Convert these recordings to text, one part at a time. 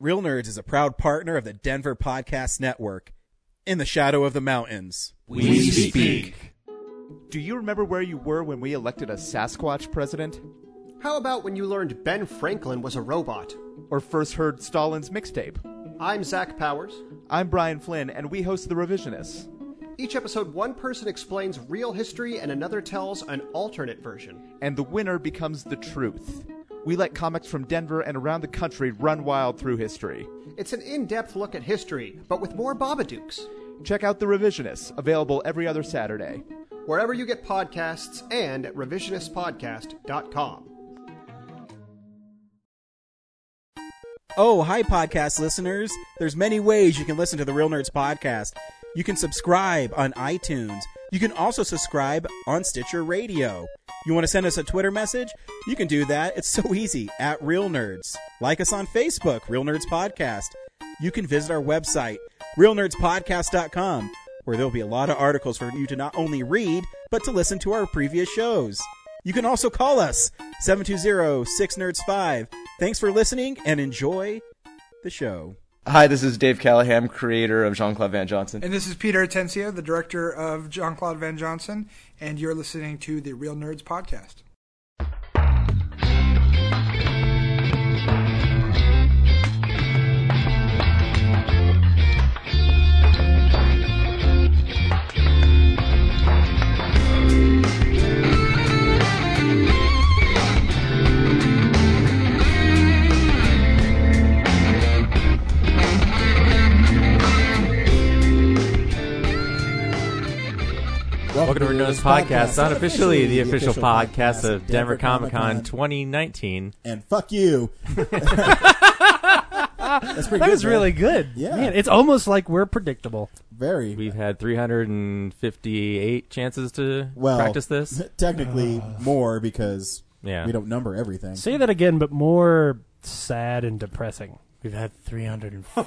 Real Nerds is a proud partner of the Denver Podcast Network. In the shadow of the mountains. We speak. Do you remember where you were when we elected a Sasquatch president? How about when you learned Ben Franklin was a robot? Or first heard Stalin's mixtape? I'm Zach Powers. I'm Brian Flynn, and we host The Revisionists. Each episode, one person explains real history and another tells an alternate version. And the winner becomes the truth. We let comics from Denver and around the country run wild through history. It's an in depth look at history, but with more Babadooks. Check out The Revisionists, available every other Saturday. Wherever you get podcasts and at revisionistpodcast.com. Oh, hi, podcast listeners. There's many ways you can listen to the Real Nerds podcast. You can subscribe on iTunes. You can also subscribe on Stitcher Radio. You want to send us a Twitter message? You can do that. It's so easy at Real Nerds. Like us on Facebook, Real Nerds Podcast. You can visit our website, realnerdspodcast.com, where there'll be a lot of articles for you to not only read, but to listen to our previous shows. You can also call us 720-6nerds5. Thanks for listening and enjoy the show. Hi, this is Dave Callahan, creator of Jean Claude Van Johnson. And this is Peter Atencio, the director of John Claude Van Johnson, and you're listening to the Real Nerds Podcast. Welcome to Renewals Podcast, unofficially the official podcast of Denver Comic Con 2019. And fuck you. That's pretty That good, was man. really good. Yeah. Man, it's almost like we're predictable. very We've had 358 chances to well practice this. Technically, more because Yeah. we don't number everything. Say that again, but more sad and depressing. We've had 348.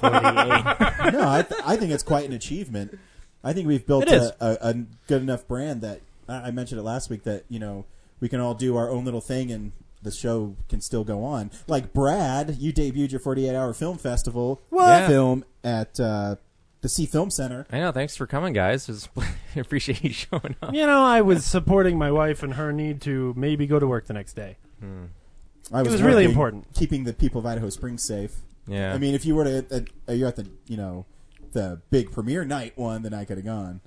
no, I, th- I think it's quite an achievement. I think we've built It is. a, a, a good enough brand that I I mentioned it last week that you know we can all do our own little thing and the show can still go on. Like Brad, you debuted your 48 hour film festival What? film at uh, the C Film Center. I know. Thanks for coming, guys. It's- I appreciate you showing up. you know, I was supporting my wife and her need to maybe go to work the next day. I was really working, important. keeping the people of Idaho Springs safe. Yeah. I mean, if you were to, at, at, you're at the you know the big premiere night one, then I could have gone.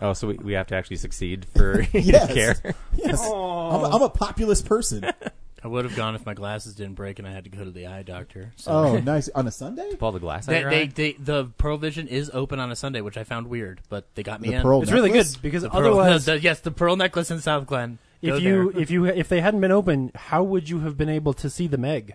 Oh, so we, we have to actually succeed for you to Yes. care. Yes, I'm a, I'm a populist person. I would have gone if my glasses didn't break and I had to go to the eye doctor. So oh, nice on a Sunday. Pull the glass out of Oh, they, your they, eye. they, the Provision is open on a Sunday, which I found weird, but they got me The in. Pearl It's really good necklace? because The Pearl- otherwise, the- yes, the Pearl necklace in South Glen. Go if you there. if you if they hadn't been open, how would you have been able to see the Meg?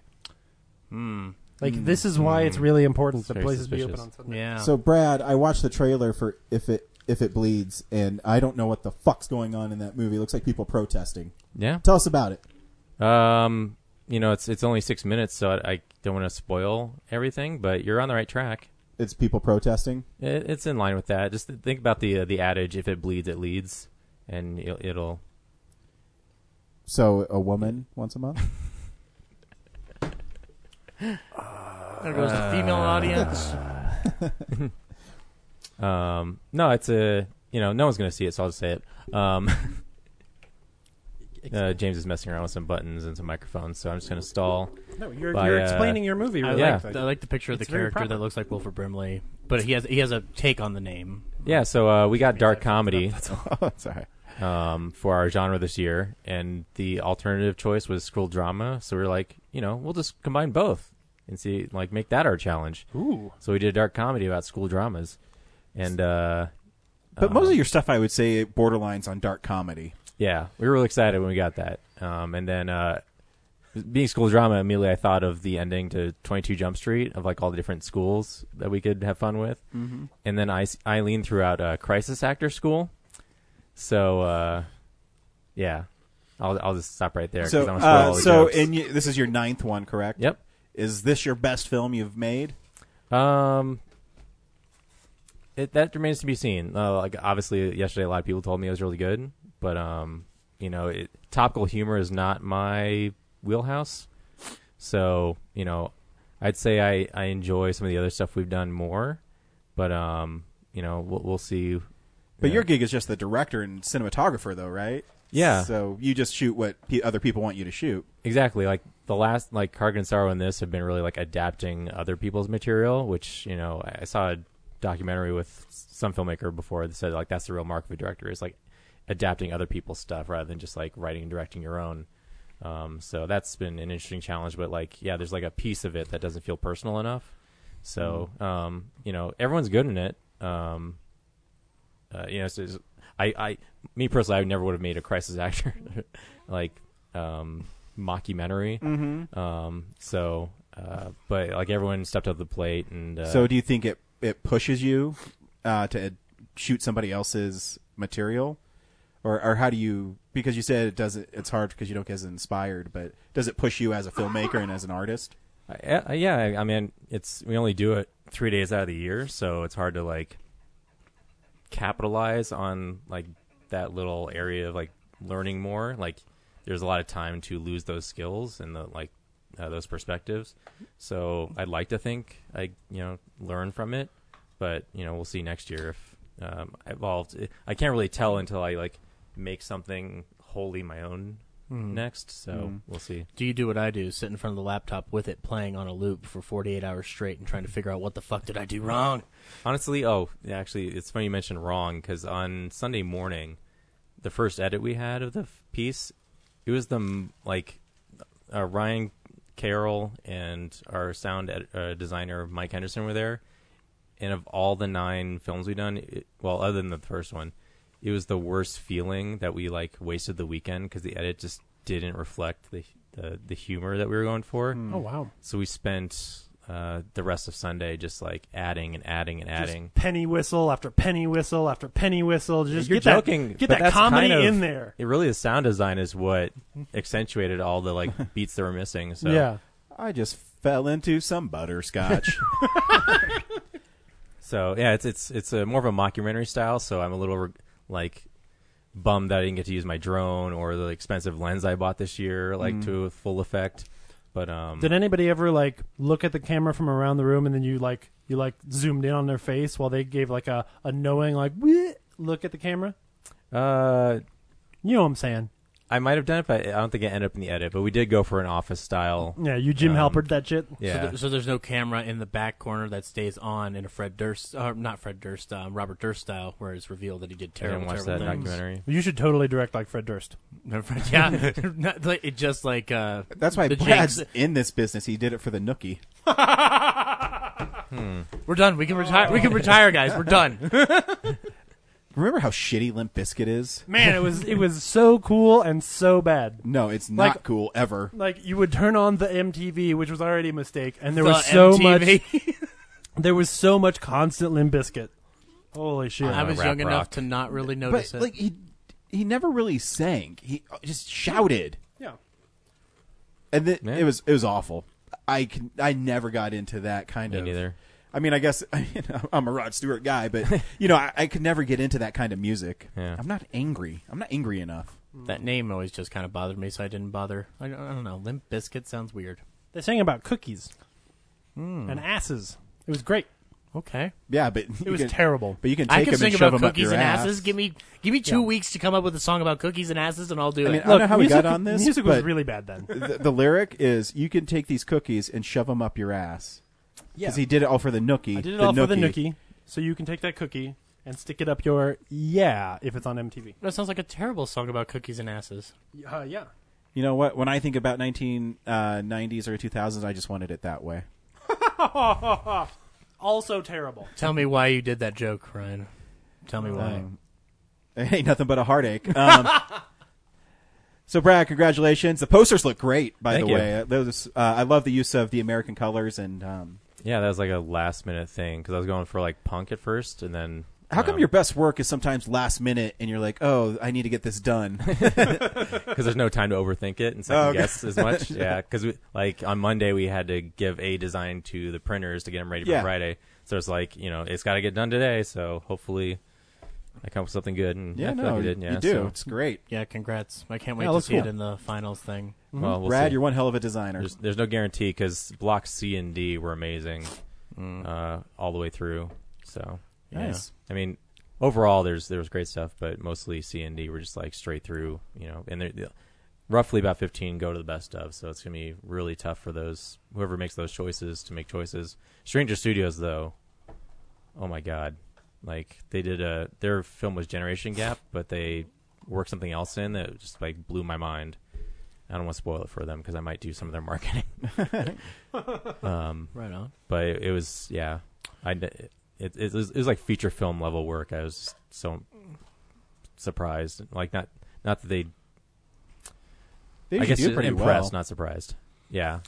Like this is why it's really important that very places be open suspicious. on Sunday. yeah, So Brad, I watched the trailer for if it if it bleeds, and I don't know what the fuck's going on in that movie. It looks like people protesting. Yeah. Tell us about it. Um, you know, it's it's only six minutes, so I, I don't want to spoil everything, but you're on the right track. It's people protesting. It, it's in line with that. Just think about the uh, the adage: if it bleeds, it leads, and it'll, it'll So a woman once a month. there goes the female audience. Um, no, it's a you know no one's gonna see it, so I'll just say it. Um, uh, James is messing around with some buttons and some microphones, so I'm just gonna stall. No, you're, By, you're uh, explaining your movie. I Really Yeah. like I like the picture of It's the very character proper. that looks like Wilford Brimley, but he has he has a take on the name. Yeah, so uh, we got dark comedy Sorry. um, for our genre this year, and the alternative choice was school drama. So we were like, you know, we'll just combine both and see, like, make that our challenge. Ooh. So we did a dark comedy about school dramas, and uh, But most of your stuff, I would say, it borderlines on dark comedy. Yeah, we were really excited when we got that. Um, and then uh, being school drama, immediately I thought of the ending to 22 Jump Street of like all the different schools that we could have fun with. Mm-hmm. And then I, Eileen threw out uh, Crisis Actor School. So, uh, yeah, I'll, I'll just stop right there. 'cause So, I wanna spoil all uh, the so jokes. in y- this is your ninth one, correct? Yep. Is this your best film you've made? Um, it, that remains to be seen. Uh, like obviously, yesterday a lot of people told me it was really good, but um, you know, it, topical humor is not my wheelhouse. So you know, I'd say I, I enjoy some of the other stuff we've done more, but um, you know, we'll, we'll see. But Yeah. your gig is just the director and cinematographer, though, right? Yeah. So you just shoot what pe- other people want you to shoot. Exactly. Like the last, like Cargan and Sorrow and this have been really like adapting other people's material, which, you know, I I saw a documentary with some filmmaker before that said like that's the real mark of a director is like adapting other people's stuff rather than just like writing and directing your own. Um, so that's been an interesting challenge, but like, yeah, there's like a piece of it that doesn't feel personal enough. So, um, you know, everyone's good in it. Um, uh, you know, so it's- I, I, me personally, I never would have made a crisis actor like um, mockumentary. Mm-hmm. Um, so, uh, but like everyone stepped up to the plate, and uh, so do you think it it pushes you uh, to ed- shoot somebody else's material, or or how do you? Because you said it doesn't. It's hard because you don't get as inspired. But does it push you as a filmmaker and as an artist? I, I, yeah, I, I mean, it's we only do it three days out of the year, so it's hard to like capitalize on like that little area of like learning more. Like, there's a lot of time to lose those skills and the like uh, those perspectives. So I'd like to think I you know learn from it, but you know we'll see next year if um, I evolved. I can't really tell until I like make something wholly my own next. So we'll see. Do you do what I do? Sit in front of the laptop with it playing on a loop for 48 hours straight and trying to figure out what the fuck did I do wrong? Honestly, oh, actually, it's funny you mentioned wrong because on Sunday morning, the first edit we had of the f- piece, it was the m- like uh, Ryan Carroll and our sound ed- uh, designer Mike Henderson were there, and of all the nine films we done, it, well, other than the first one, it was the worst feeling that we like wasted the weekend because the edit just didn't reflect the the, the humor that we were going for. Oh wow. So we spent uh, the rest of Sunday just like adding and adding and adding. Just penny whistle after penny whistle after penny whistle. Just You're get that- joking. but get that that's comedy kind of- in there. It really, the sound design is what accentuated all the like beats that were missing. So Yeah. I just fell into some butterscotch. So yeah, it's it's it's a more of a mockumentary style. So I'm a little re- like bummed that I didn't get to use my drone or the expensive lens I bought this year like to full effect. But um, Mm. Did anybody ever like look at the camera from around the room and then you like you like zoomed in on their face while they gave like a, a knowing like "Wheat" look at the camera? uh, You know what I'm saying? I might have done it, but I don't think it ended up in the edit. But we did go for an office style. Yeah, you Jim Um, Halpert that shit. Yeah. So, there, so there's no camera in the back corner that stays on in a Fred Durst, uh, not Fred Durst, um, Robert Durst style, where it's revealed that he did I didn't terrible, watch that terrible things. documentary. You should totally direct like Fred Durst. yeah, not like, it just like uh, That's why the Brad's Jinx. in this business. He did it for the nookie. We're done. We can retire. We can retire, guys. We're done. Remember how shitty Limp Biscuit is? Man, it was it was so cool and so bad. No, it's not Like- cool ever. Like you would turn on the MTV, which was already a mistake, and there The was so MTV. much there was so much constant Limp Biscuit. Holy shit. I was rap young enough rock. to not really But notice it. like he he never really sang. He just shouted. yeah. and then Yeah. it was it was awful. I can I never got into that kind Me of. neither. I mean, I guess you know, I'm a Rod Stewart guy, but you know, I, I could never get into that kind of music. Yeah. I'm not angry. I'm not angry enough. That name always just kind of bothered me, so I didn't bother. I don't, I don't know. Limp Biscuit sounds weird. They sang about cookies Hmm. and asses. It was great. Okay, Yeah, but It was terrible. But you can take I can them sing and shove about them up cookies your and ass. asses. Give me, give me two weeks to come up with a song about cookies and asses, and I'll do I mean, it. I don't know how we got on this. Music was but really bad then. the, the lyric is "You can take these cookies and shove them up your ass." Because he did it all for the nookie. I did it the all for the nookie, so you can take that cookie and stick it up your yeah if it's on MTV. That sounds like a terrible song about cookies and asses. Uh, yeah. You know what? When I think about 1990s or 2000s, I just wanted it that way. Also terrible. Tell me why you did that joke, Ryan. Tell me why. Um, it ain't nothing but a heartache. Um, so, Brad, congratulations. The posters look great, by Thank the you. way. Uh, Those, uh, I love the use of the American colors. And um, Yeah, that was like a last minute thing because I was going for like punk at first, and then how come your best work is sometimes last minute, and you're like, "Oh, I need to get this done." because there's no time to overthink Oh, it and second guess as much. yeah, because like on Monday we had to give a design to the printers to get them ready for Yeah. Friday. So it's like you know it's got to get done today. So hopefully I come up with something good, and Yeah, I feel no, like I did. Yeah, you do. so- It's great. Yeah, congrats. I can't wait Yeah, to looks see it cool. in the finals thing. Mm-hmm. well, we'll Brad, see. you're one hell of a designer. There's, there's no guarantee because Block C and D were amazing Mm. uh, all the way through. So Yeah. Nice. I mean, overall, there's there was great stuff, but mostly C and D were just like straight through, you know. And they're, they roughly about 15 go to the best of, so it's gonna be really tough for those whoever makes those choices to make choices. Stranger Studios, though, oh my god, like they did a their film was Generation Gap, but they worked something else in that just like blew my mind. I don't want to spoil it for them because I might do some of their marketing, Right on. but it, it was yeah, I it, it, it, was, it was like feature film level work. I was so surprised, like not not that they They I usually guess do pretty impressed, well. not surprised. Yeah,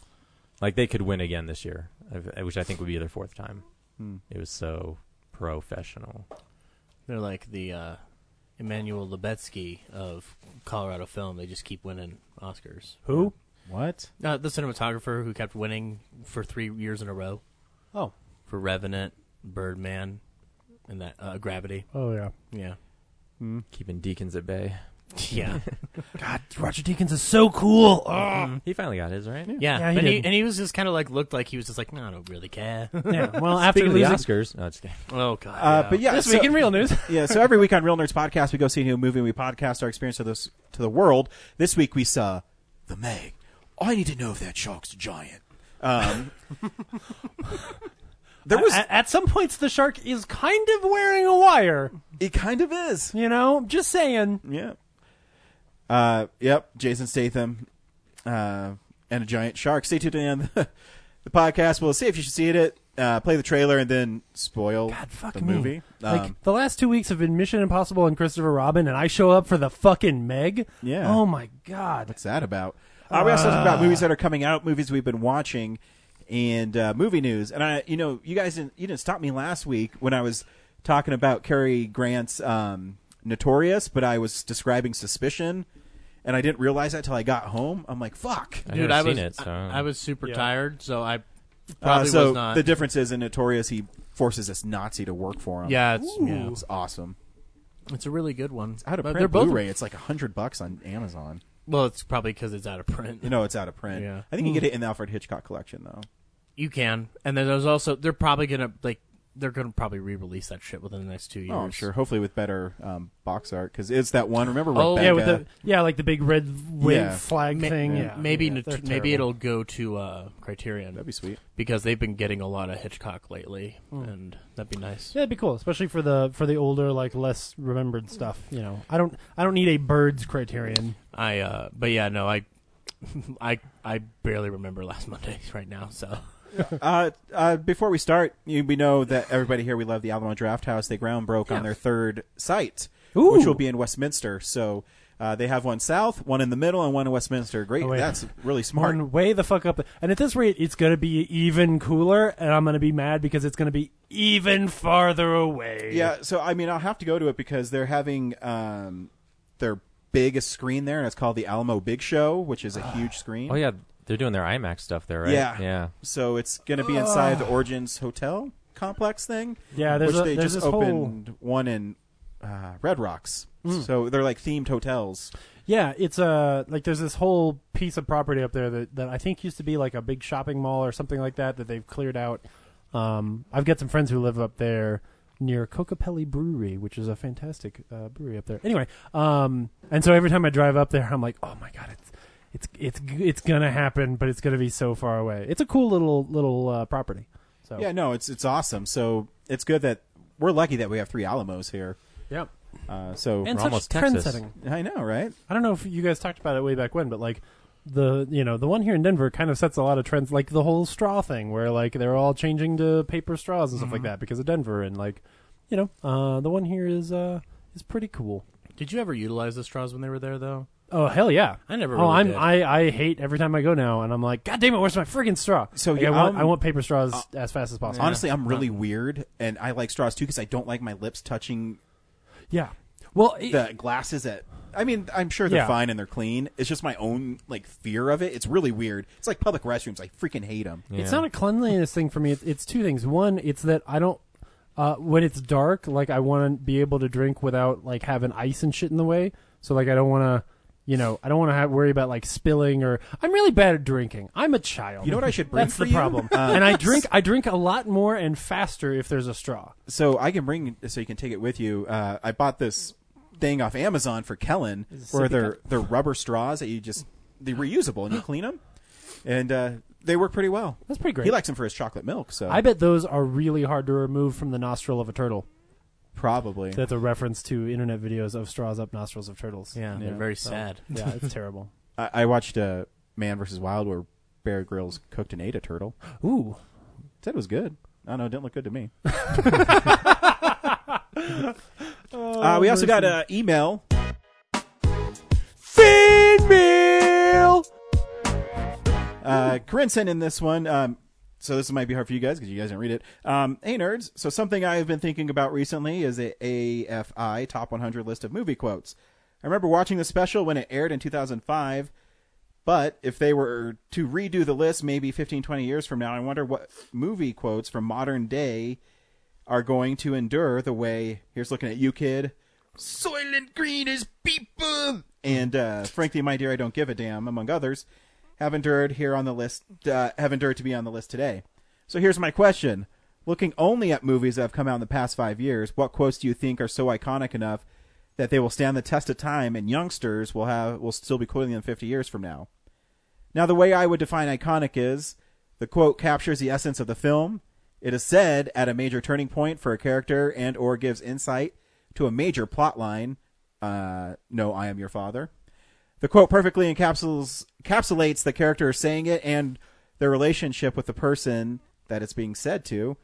like they could win again this year, I- which I think would be their fourth time. Hmm. It was so professional. They're like the uh, Emmanuel Lubetsky of Colorado film. They just keep winning Oscars. Who? What? Uh, the cinematographer who kept winning for three years in a row Oh. for Revenant, Birdman, and that uh, Gravity. Oh yeah. Yeah. Keeping deacons at bay. Yeah. God, Roger Deakins is so cool. Hmm. Mm-hmm. He finally got his right. Yeah. Yeah, he but he, did. and he was just kind of like, looked like he was just like, no, I don't really care. Ah. Yeah. Well, after Speaking of the losing, Oscars, no, just kidding. oh, God. Uh, But yeah, this so- week in real news. yeah, so every week on Real Nerds Podcast, we go see a new movie. and We podcast our experience of this to the world. This week we saw The Meg. All I need to know if that shark's a giant. Um, there was at, at some points, the shark is kind of wearing a wire. it. Kind of is. You know, just saying. Yeah. Uh, yep. Jason Statham, uh, and a giant shark. Stay tuned to the end of the, the podcast. We'll see if you should see it. Uh, play the trailer and then spoil God, fuck the me. movie. Like Um, the last two weeks have been Mission Impossible and Christopher Robin, and I show up for the fucking Meg. Yeah. Oh my god. What's that about? Uh, we also talked Ah. about movies that are coming out, movies we've been watching, and uh, movie news. And I, you know, you guys didn't you didn't stop me last week when I was talking about Cary Grant's um, Notorious, but I was describing Suspicion, and I didn't realize that till I got home. I'm like, fuck. I've Dude, never I seen was, it. So. I, I was super Yeah. tired, so I Uh, probably so was not. the difference is in Notorious, he forces this Nazi to work for him. yeah, it's, yeah, it's awesome. it's a really good one. Out of But print they're both- Blu-ray, it's like a hundred bucks on Amazon. Well, it's probably because it's out of print. You know, it's out of print. Yeah. Hmm. I think you get it in the Alfred Hitchcock collection though. You can, and then there's also they're probably gonna like they're gonna probably re-release that shit within the next two years. Oh, I'm sure. Hopefully with better um, box art because it's that one. Remember Rebecca? Oh, Yeah, with the yeah, like the big red wave Yeah. flag Ma- thing. Yeah, maybe yeah, nat- they're maybe terrible. it'll go to uh, Criterion that'd be sweet. because they've been getting a lot of Hitchcock lately, and that'd be nice. Yeah, it'd be cool, especially for the for the older, like less remembered stuff. You know, I don't I don't need a birds criterion. I uh, but yeah, no, I I I barely remember last Monday right now, so Uh, uh, before we start, you, we know that everybody here we love the Alamo Draft House. They ground broke on their third site, which will be in Westminster. So uh, they have one south, one in the middle, and one in Westminster. Great, Oh, wait. that's really smart. Martin, way the fuck up. And at this rate, it's gonna be even cooler, and I'm gonna be mad because it's gonna be even farther away. Yeah, so I mean, I'll have to go to it because they're having um, their biggest screen there, and it's called the Alamo Big Show, which is Ah. a huge screen. oh yeah, they're doing their IMAX stuff there, right? Yeah. yeah. So it's going to be inside the Origins Hotel complex thing. Ah. Yeah, there's which a- they there's just this whole- Hmm. opened one in uh, Red Rocks. So they're like themed hotels. yeah. It's uh, like there's this whole piece of property up there that that I think used to be like a big shopping mall or something like that that they've cleared out. Um, I've got some friends who live up there near Cocopelli Brewery, which is a fantastic uh, brewery up there. Anyway, um, and so every time I drive up there, I'm like, oh my god, it's it's it's g- it's gonna happen, but it's gonna be so far away. It's a cool little little uh, property. So Yeah, no, it's it's awesome. So it's good that we're lucky that we have three Alamos here. Yep. Uh, so We're And such almost trend Texas. setting. I know, right? I don't know if you guys talked about it way back when, but like the you know the one here in Denver kind of sets a lot of trends, like the whole straw thing, where like they're all changing to paper straws and stuff like that because of Denver, and like you know uh, the one here is uh, is pretty cool. Did you ever utilize the straws when they were there though? Oh hell yeah! I never oh, really I'm did. I I hate every time I go now, and I'm like, God damn it, where's my friggin' straw? So, Like, yeah, I want I'm- I want paper straws as fast as possible. Honestly, I'm really weird, and I like straws too because I don't like my lips touching yeah. Well, it- the glasses at I mean, I'm sure they're Yeah. fine and they're clean. It's just my own like fear of it. It's really weird. It's like public restrooms. I freaking hate them. It's not a cleanliness thing for me. It's, it's two things. One, it's that I don't. Uh, when it's dark, like I want to be able to drink without like having ice and shit in the way. So like I don't want to, you know, I don't want to have worry about like spilling or I'm really bad at drinking. I'm a child. You know what I should bring That's for the you? problem. Uh, and I drink I drink a lot more and faster if there's a straw. so I can bring so you can take it with you. Uh, I bought this thing off Amazon for Kellen, where they're they're rubber straws that you just they're reusable and you clean them, and uh, they work pretty well. That's pretty great. He likes them for his chocolate milk, so I bet those are really hard to remove from the nostril of a turtle. probably. That's a reference to internet videos of straws up nostrils of turtles. Yeah, they're very sad. Yeah, it's terrible. I, I watched uh, Man vs. Wild where Bear Grylls cooked and ate a turtle. Ooh. Said it was good. I don't know. It didn't look good to me. uh, we also got an uh, email. Feed mail. Uh, Corinne sent in this one. Um, so this might be hard for you guys because you guys didn't read it. Um, hey nerds! So something I have been thinking about recently is a AFI top 100 list of movie quotes. I remember watching the special when it aired in 2005. But if they were to redo the list maybe 15, 20 years from now, I wonder what movie quotes from modern day are going to endure the way here's looking at you, kid. Soylent Green is people! And uh, frankly, my dear, I don't give a damn, among others, have endured here on the list, uh, have endured to be on the list today. So here's my question. Looking only at movies that have come out in the past five years, what quotes do you think are so iconic enough that they will stand the test of time and youngsters will have will still be quoting them 50 years from now? Now, the way I would define iconic is the quote captures the essence of the film. It is said at a major turning point for a character and or gives insight to a major plot line. Uh, no, I am your father. The quote perfectly encapsulates encapsulates the character saying it and their relationship with the person that it's being said to.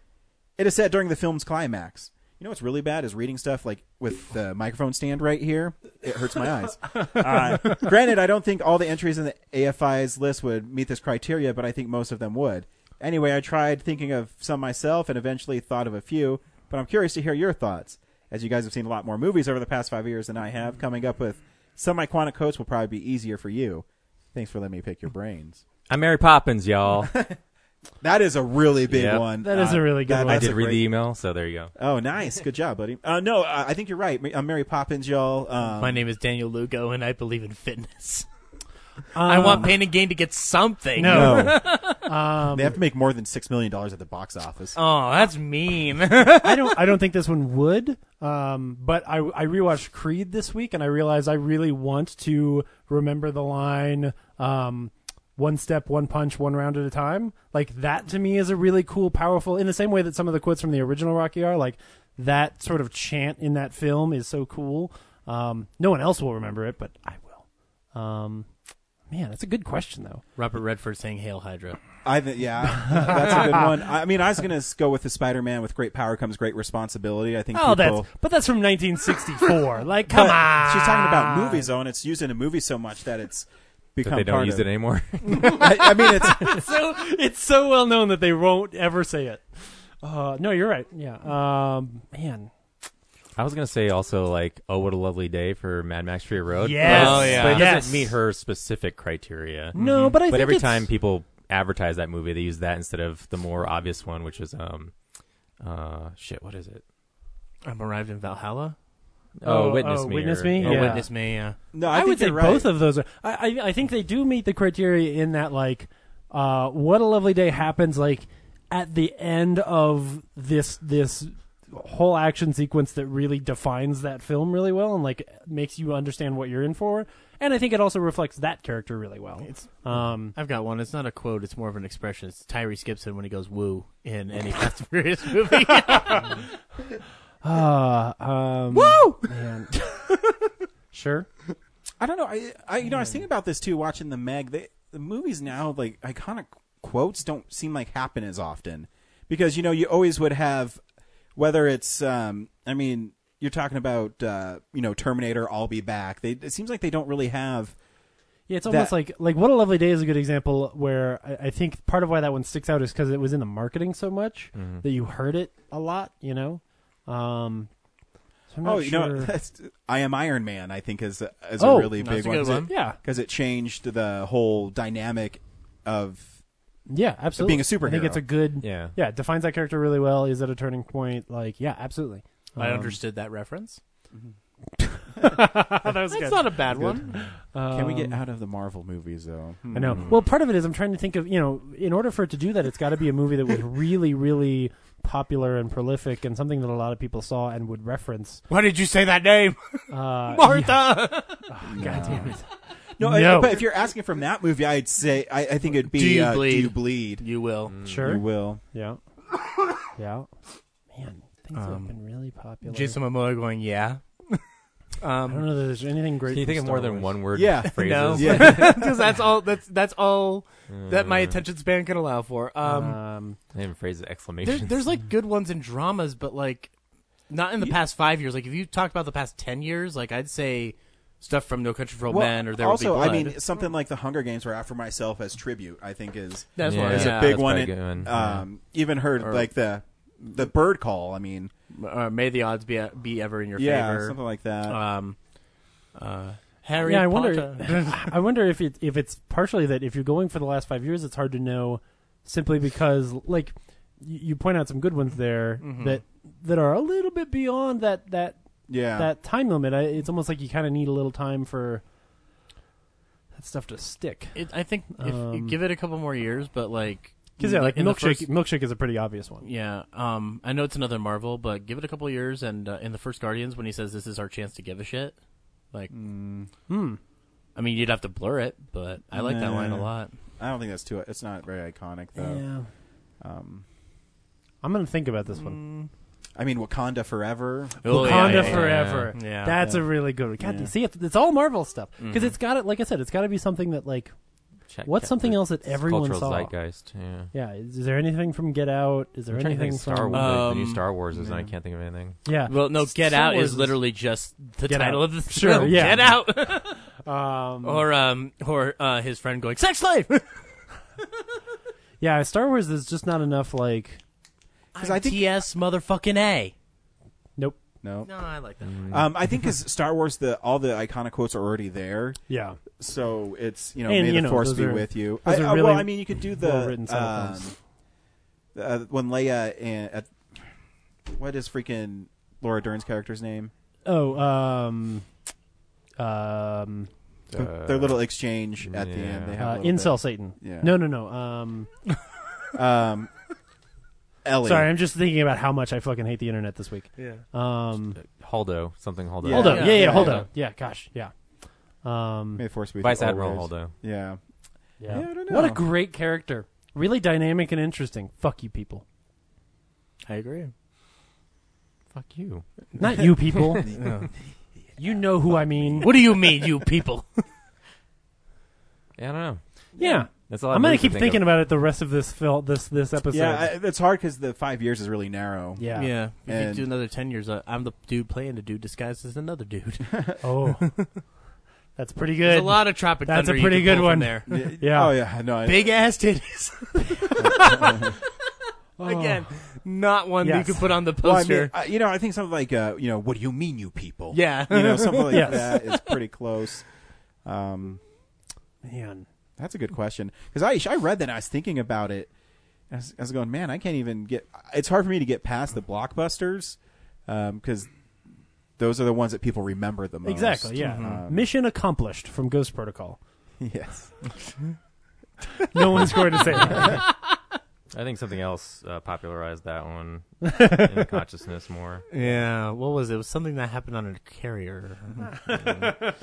It is said during the film's climax. You know what's really bad is reading stuff like with the microphone stand right here. It hurts my eyes. Uh, granted, I don't think all the entries in the AFI's list would meet this criteria, but I think most of them would. Anyway, I tried thinking of some myself and eventually thought of a few, but I'm curious to hear your thoughts. As you guys have seen a lot more movies over the past five years than I have, coming up with some iconic quotes will probably be easier for you. Thanks for letting me pick your brains. I'm Mary Poppins, y'all. That is a really big Yep. one. Uh, That is a really good one. I that's did a read great- the email, so there you go. Oh, nice. Good job, buddy. Uh, no, I I think you're right. Ma- I'm Mary Poppins, y'all. Um, My name is Daniel Lugo, and I believe in fitness. I Uh, want Pain and Gain to get something. No. they have to make more than $6 million at the box office. Oh, that's mean. I don't. I don't think this one would. Um, but I, I rewatched Creed this week, and I realized I really want to remember the line, um, "One step, one punch, one round at a time." Like that to me is a really cool, powerful. In the same way that some of the quotes from the original Rocky are, like that sort of chant in that film is so cool. Um, no one else will remember it, but I will. Um, man, that's a good question though. Robert Redford saying "Hail Hydra." I th- yeah, that's a good one. I I mean, I was gonna s- go with the Spider-Man. With great power comes great responsibility. I think. Oh, that's people, but that's from 1964. like, come But on. She's talking about movies, though, and it's used in a movie so much that it's become They don't part use of, it anymore. I, I mean, it's so it's so well known that they won't ever say it. Uh, no, you're right. Yeah, um, man. I was gonna say also like, oh, what a lovely day for Mad Max Fury Road. Yes. but, Oh, yeah. but it Yes. doesn't meet her specific criteria. No, but I. Mm-hmm. but think every it's- time people advertise that movie, they use that instead of the more obvious one, which is um, uh, shit, what is it? I'm arrived in Valhalla. Oh, Oh, witness oh, me. Witness or- Me? or Yeah. Wit- Witness me. Uh, no. I, I, think would say you're right. both of those are. I, I I think they do meet the criteria in that like, uh, what a lovely day happens like at the end of this this whole action sequence that really defines that film really well and like makes you understand what you're in for. And I think it also reflects that character really well. It's- um, I've got one. It's not a quote. It's more of an expression. It's Tyrese Gibson when he goes "woo" in any Fast and Furious movie. uh, um, Woo! Man. sure. I don't know. I, I you know, I was Hmm. thinking about this too, watching the Meg. They, the movies now, like iconic quotes, don't seem like happen as often because you know you always would have whether it's um, I mean, you're talking about uh, you know Terminator, I'll be back. They, it seems like they don't really have. Yeah, it's almost That- like like what a lovely day is a good example where I, I think part of why that one sticks out is because it was in the marketing so much Mm-hmm. that you heard it a lot, you know. Um, so I'm not Oh, you know, sure. that's, I am Iron Man. I think is is Oh, a really that's big a one. good one. yeah, because it changed the whole dynamic of Yeah, absolutely. being a I think superhero. it's a good. Yeah. yeah. it Defines that character really well. Is it a turning point? Like, yeah, absolutely. I Um, understood that reference. that was That's good. Mm. not a bad one. Can we get out of the Marvel movies though? Um, I know. Well, part of it is I'm trying to think of you know, in order for it to do that, it's got to be a movie that was really, really popular and prolific, and something that a lot of people saw and would reference. Mm-hmm. Why did you say that name, Uh, Martha? yeah, God damn it! No, I- No. but if you're asking from that movie, I'd say I, I think it'd be Do you uh, bleed? Do you bleed? You will. Sure. You will. Yeah. Yeah. Um, Man, things that have been really popular. Jason Momoa going, yeah. I don't Um, know that there's anything great. Can you from think of Star more than Wars. one word? Yeah. Phrases? no, Yeah. Uh. because that's all. That's that's all that my attention span can allow for. Um, Um, I haven't phrased there, exclamation. there's like good ones in dramas, but like not in the past five years. Like if you talked about the past ten years, like I'd say stuff from No Country for Old Well, Men or There also, Will Be Blood. I mean, something like the Hunger Games, where after myself as tribute, I think is that's Yeah. one. is Yeah. a big that's one. probably a And, good one. Um, even heard Or- like the the bird call. I mean, or uh, may the odds be be ever in your yeah, favor. something like that. um, uh, Harry yeah, I Potter. wonder. I wonder if it if it's partially that if you're going for the last five years, it's hard to know, simply because like you, you point out some good ones there Mm-hmm. that that are a little bit beyond that that yeah, that time limit. I, it's almost like you kind of need a little time for that stuff to stick. It, I think if you Um, give it a couple more years, but like Because yeah, like in the milkshake, first- milkshake is a pretty obvious one. yeah, um, I know it's another Marvel, but give it a couple years, and uh, in the first Guardians, when he says this is our chance to give a shit, like, Hmm. I mean, you'd have to blur it, but I like that Nah. line a lot. I don't think that's too. It's not very iconic though. Yeah. Um, I'm gonna think about this one. I mean, Wakanda Forever. Oh, yeah, Wakanda yeah, yeah. Forever. Yeah. That's a really good one. God, Yeah. you see, it's, it's all Marvel stuff because it's got it. Like I said, it's got to be something that like Check- What's check something the else that everyone cultural saw? Zeitgeist. Yeah. Yeah, is, is there anything from Get Out? Is there I'm trying to think anything of Star from Wars? like, the new Um, Star Wars is, and I can't think of anything. Yeah, Well, no, Get Star Out Wars is literally just the Get title Out. of the Sure, film. yeah. Get Out, Um, or um, or uh, his friend going sex life. yeah, Star Wars is just not enough. Like, Because I think TS motherfucking A. nope. no. No, I like that. Um, I think because Star Wars, the all the iconic quotes are already there, Yeah, so it's you know And, may you the know, force those be are- with you. those I, are uh, really well, I mean, you could do well-written the um, cyberpunks. uh, when Leia and uh, what is freaking Laura Dern's character's name? Oh, um, um, Uh, Their little exchange at the yeah. end. They have uh, a little incel Satan. Yeah. No, no, no. Um, bit. Um, Ellie. sorry, I'm just thinking about how much I fucking hate the internet this week. Yeah. Um, Holdo, something Holdo. Yeah. Holdo. Yeah, yeah, Yeah. Holdo. Yeah, gosh, yeah. Um, May the force be with Vice you Admiral always. Holdo. Yeah. yeah. I don't What a know. great character. Really dynamic and interesting. Fuck you, people. I agree. Fuck you. Not you, people. You know who I mean. What do you mean, you people? Yeah, I don't know. Yeah. That's all. I'm going gonna to keep thinking about it the rest of this fil- this this episode. Yeah, I, it's hard because the five years is really narrow. yeah. Yeah, if And- you do another ten years, uh, I'm the dude playing the dude disguised as another dude. Oh, that's pretty good. There's a lot of Tropic That's a Thunder you pretty can good pull one. from there. Yeah. Oh yeah. No. I, Big ass titties. Again, not one Yes. you could put on the well, I mean, poster. uh, you know, I think something like uh, you know, what do you mean, you people? yeah, You know, something like Yes. that is pretty close. Um, Man, That's a good question because I I read that and I was thinking about it. I was, I was going, man, I can't even get. It's hard for me to get past the blockbusters Um, because those are the ones that people remember the most. exactly. Yeah. Um, Mission accomplished from Ghost Protocol. yes. No one's going to say that. I think something else uh, popularized that one in consciousness more. yeah. What was it? It was something that happened on a carrier. there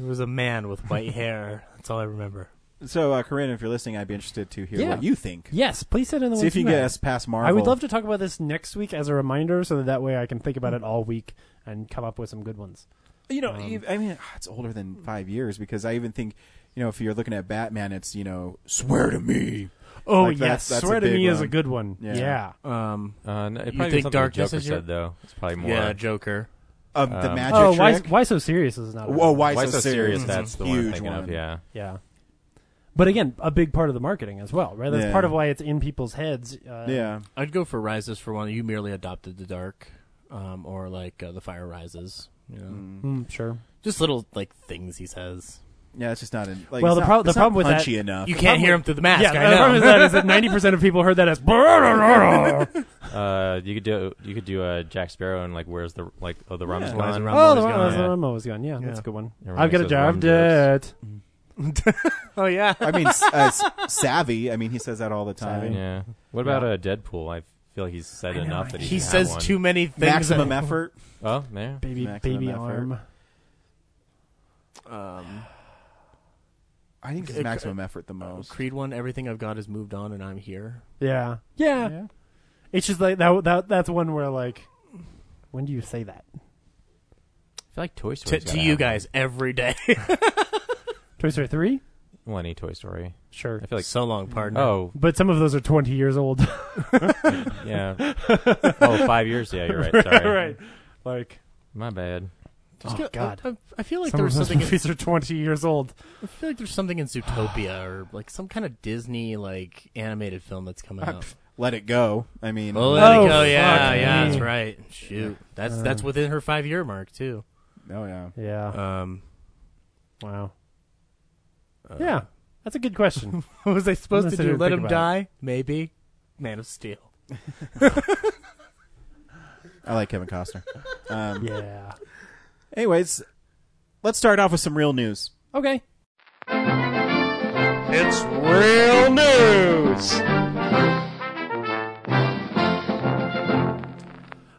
was a man with white hair. That's all I remember. So, uh, Corinne, if you're listening, I'd be interested to hear Yeah. what you think. Yes, please send in the See ones if you you can get have. us past Marvel. I would love to talk about this next week as a reminder, so that that way I can think about it all week and come up with some good ones. You know, ev- I mean, it's older than five years because I even think, you know, if you're looking at Batman, it's you know, swear to me. Oh Like, yes, that's- that's a swear to big me is a one. good one. Yeah. Yeah. Um, Uh, no, it probably You was think something darkness Joker is your- said though. It's probably more. yeah, Joker. Um, the Um, magic Oh, why trick. why so serious is not. a- Whoa, why, Why, so serious? is That's a the one I'm huge thinking of. one. Yeah. Yeah. But again, a big part of the marketing as well, right? That's Yeah. part of why it's in people's heads. Uh, Yeah. I'd go for Rises for one. You merely adopted the dark, um, or like uh, the Fire Rises. You know, Mm, sure. just little like things he says. Yeah, it's just not in. Like, Well, it's the not- prob- the it's not problem with that- punchy enough. You can't hear him through the mask. Uh, yeah, I the know. problem with that is that ninety percent of people heard that as. Uh, you could do you could do a Jack Sparrow and like where's the like oh the rum is Yeah. gone. Where's the rum? Oh, always the gone. one, Yeah. I'm always gone. Yeah, that's a good one. Everyone I've got a makes those job. rum Dead. oh yeah. I mean, s- uh, s- savvy. I mean, he says that all the time. Yeah. What about a Deadpool? I feel like he's said enough that He should have says one. too many things. Maximum effort. Oh, there. Baby, Maximum baby effort. arm. I think it's maximum effort the most. Creed one. Everything I've got is moved on, and I'm here. Yeah. yeah, It's just like that. That that's one where like, when do you say that? I feel like Toy Story. To, to you guys every day. Toy Story three. Well, any Toy Story. Sure. I feel like. so long, partner. Oh But some of those are 20 years old. yeah. oh, five years. Yeah, you're right. Sorry. right. Like, My bad. Just Oh, go- God. I, I- I feel like some there of was those something. In, movies are 20 years old. I feel like there's something in Zootopia or like some kind of Disney like animated film that's coming out. Let it go. I mean, Oh, let Oh, it go. Yeah, fuck yeah, me. that's right. Shoot, that's that's within her five year mark too. oh yeah. Yeah. Um, wow. yeah. That's a good question. what was I supposed gonna to sit do? here and Let think him about die? Maybe. Man of Steel. I like Kevin Costner. yeah. Anyways, let's start off with some real news. Okay. It's real news.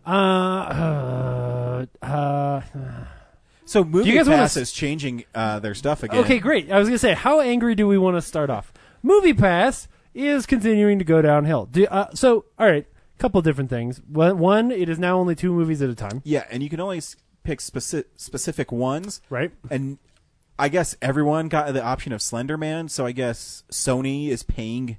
Uh, uh, uh, So, movie you guys wanna Pass s- is changing uh, their stuff again. okay, great. I was going to say, how angry do we want to start off? Movie Pass is continuing to go downhill. Do, uh, so, all right, couple different things. One, one, it is now only two movies at a time, Yeah, and you can only s- pick specific specific ones, right? and I guess everyone got the option of Slender Man. So I guess Sony is paying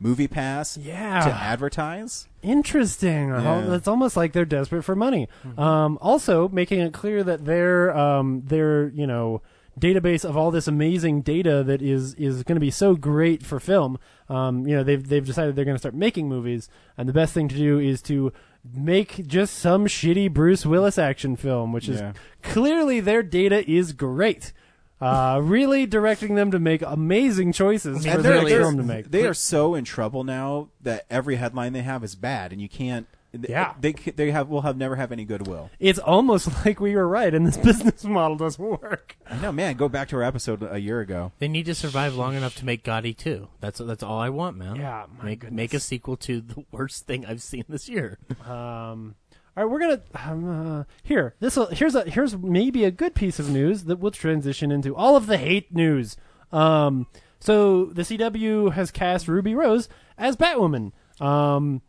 Movie Pass Yeah. to advertise. Interesting. Uh, Yeah. Mm-hmm. It's almost like they're desperate for money. Um, also, making it clear that their um, their you know database of all this amazing data that is is going to be so great for film. Um, you know, they've they've decided they're going to start making movies, and the best thing to do is to make just some shitty Bruce Willis action film, which is Yeah. clearly their data is great. Uh, really directing them to make amazing choices for they're- their next they're- film to make. They are so in trouble now that every headline they have is bad, and you can't. th- Yeah. they c- they have will have never have any goodwill. it's almost like we were right, and this business model doesn't work. I know, man. Go back to our episode a year ago. They need to survive long enough to make Gotti too. That's that's all I want, man. Yeah, my make make a sequel to the worst thing I've seen this year. Um, all right, we're gonna um, uh, here. This here's a here's maybe a good piece of news that will transition into all of the hate news. Um, so the CW has cast Ruby Rose as Batwoman. Um,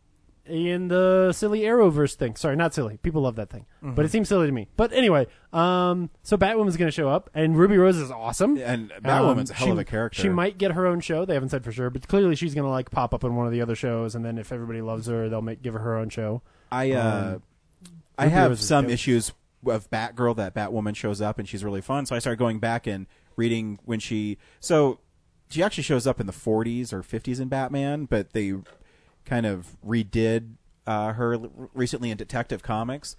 in the silly Arrowverse thing. Sorry, not silly. People love that thing, but it seems silly to me. But anyway, um, so Batwoman's going to show up, and Ruby Rose is awesome. And Batwoman's a hell Um, she- of a character. She might get her own show. They haven't said for sure, but clearly she's going to like pop up on one of the other shows, and then if everybody loves her, they'll make give her her own show. I uh, I Ruby have Rose is some dope. issues of Batgirl that Batwoman shows up and she's really fun. So I started going back and reading when she. So she actually shows up in the 40s or 50s in Batman, but they kind of redid uh, her l- recently in Detective Comics.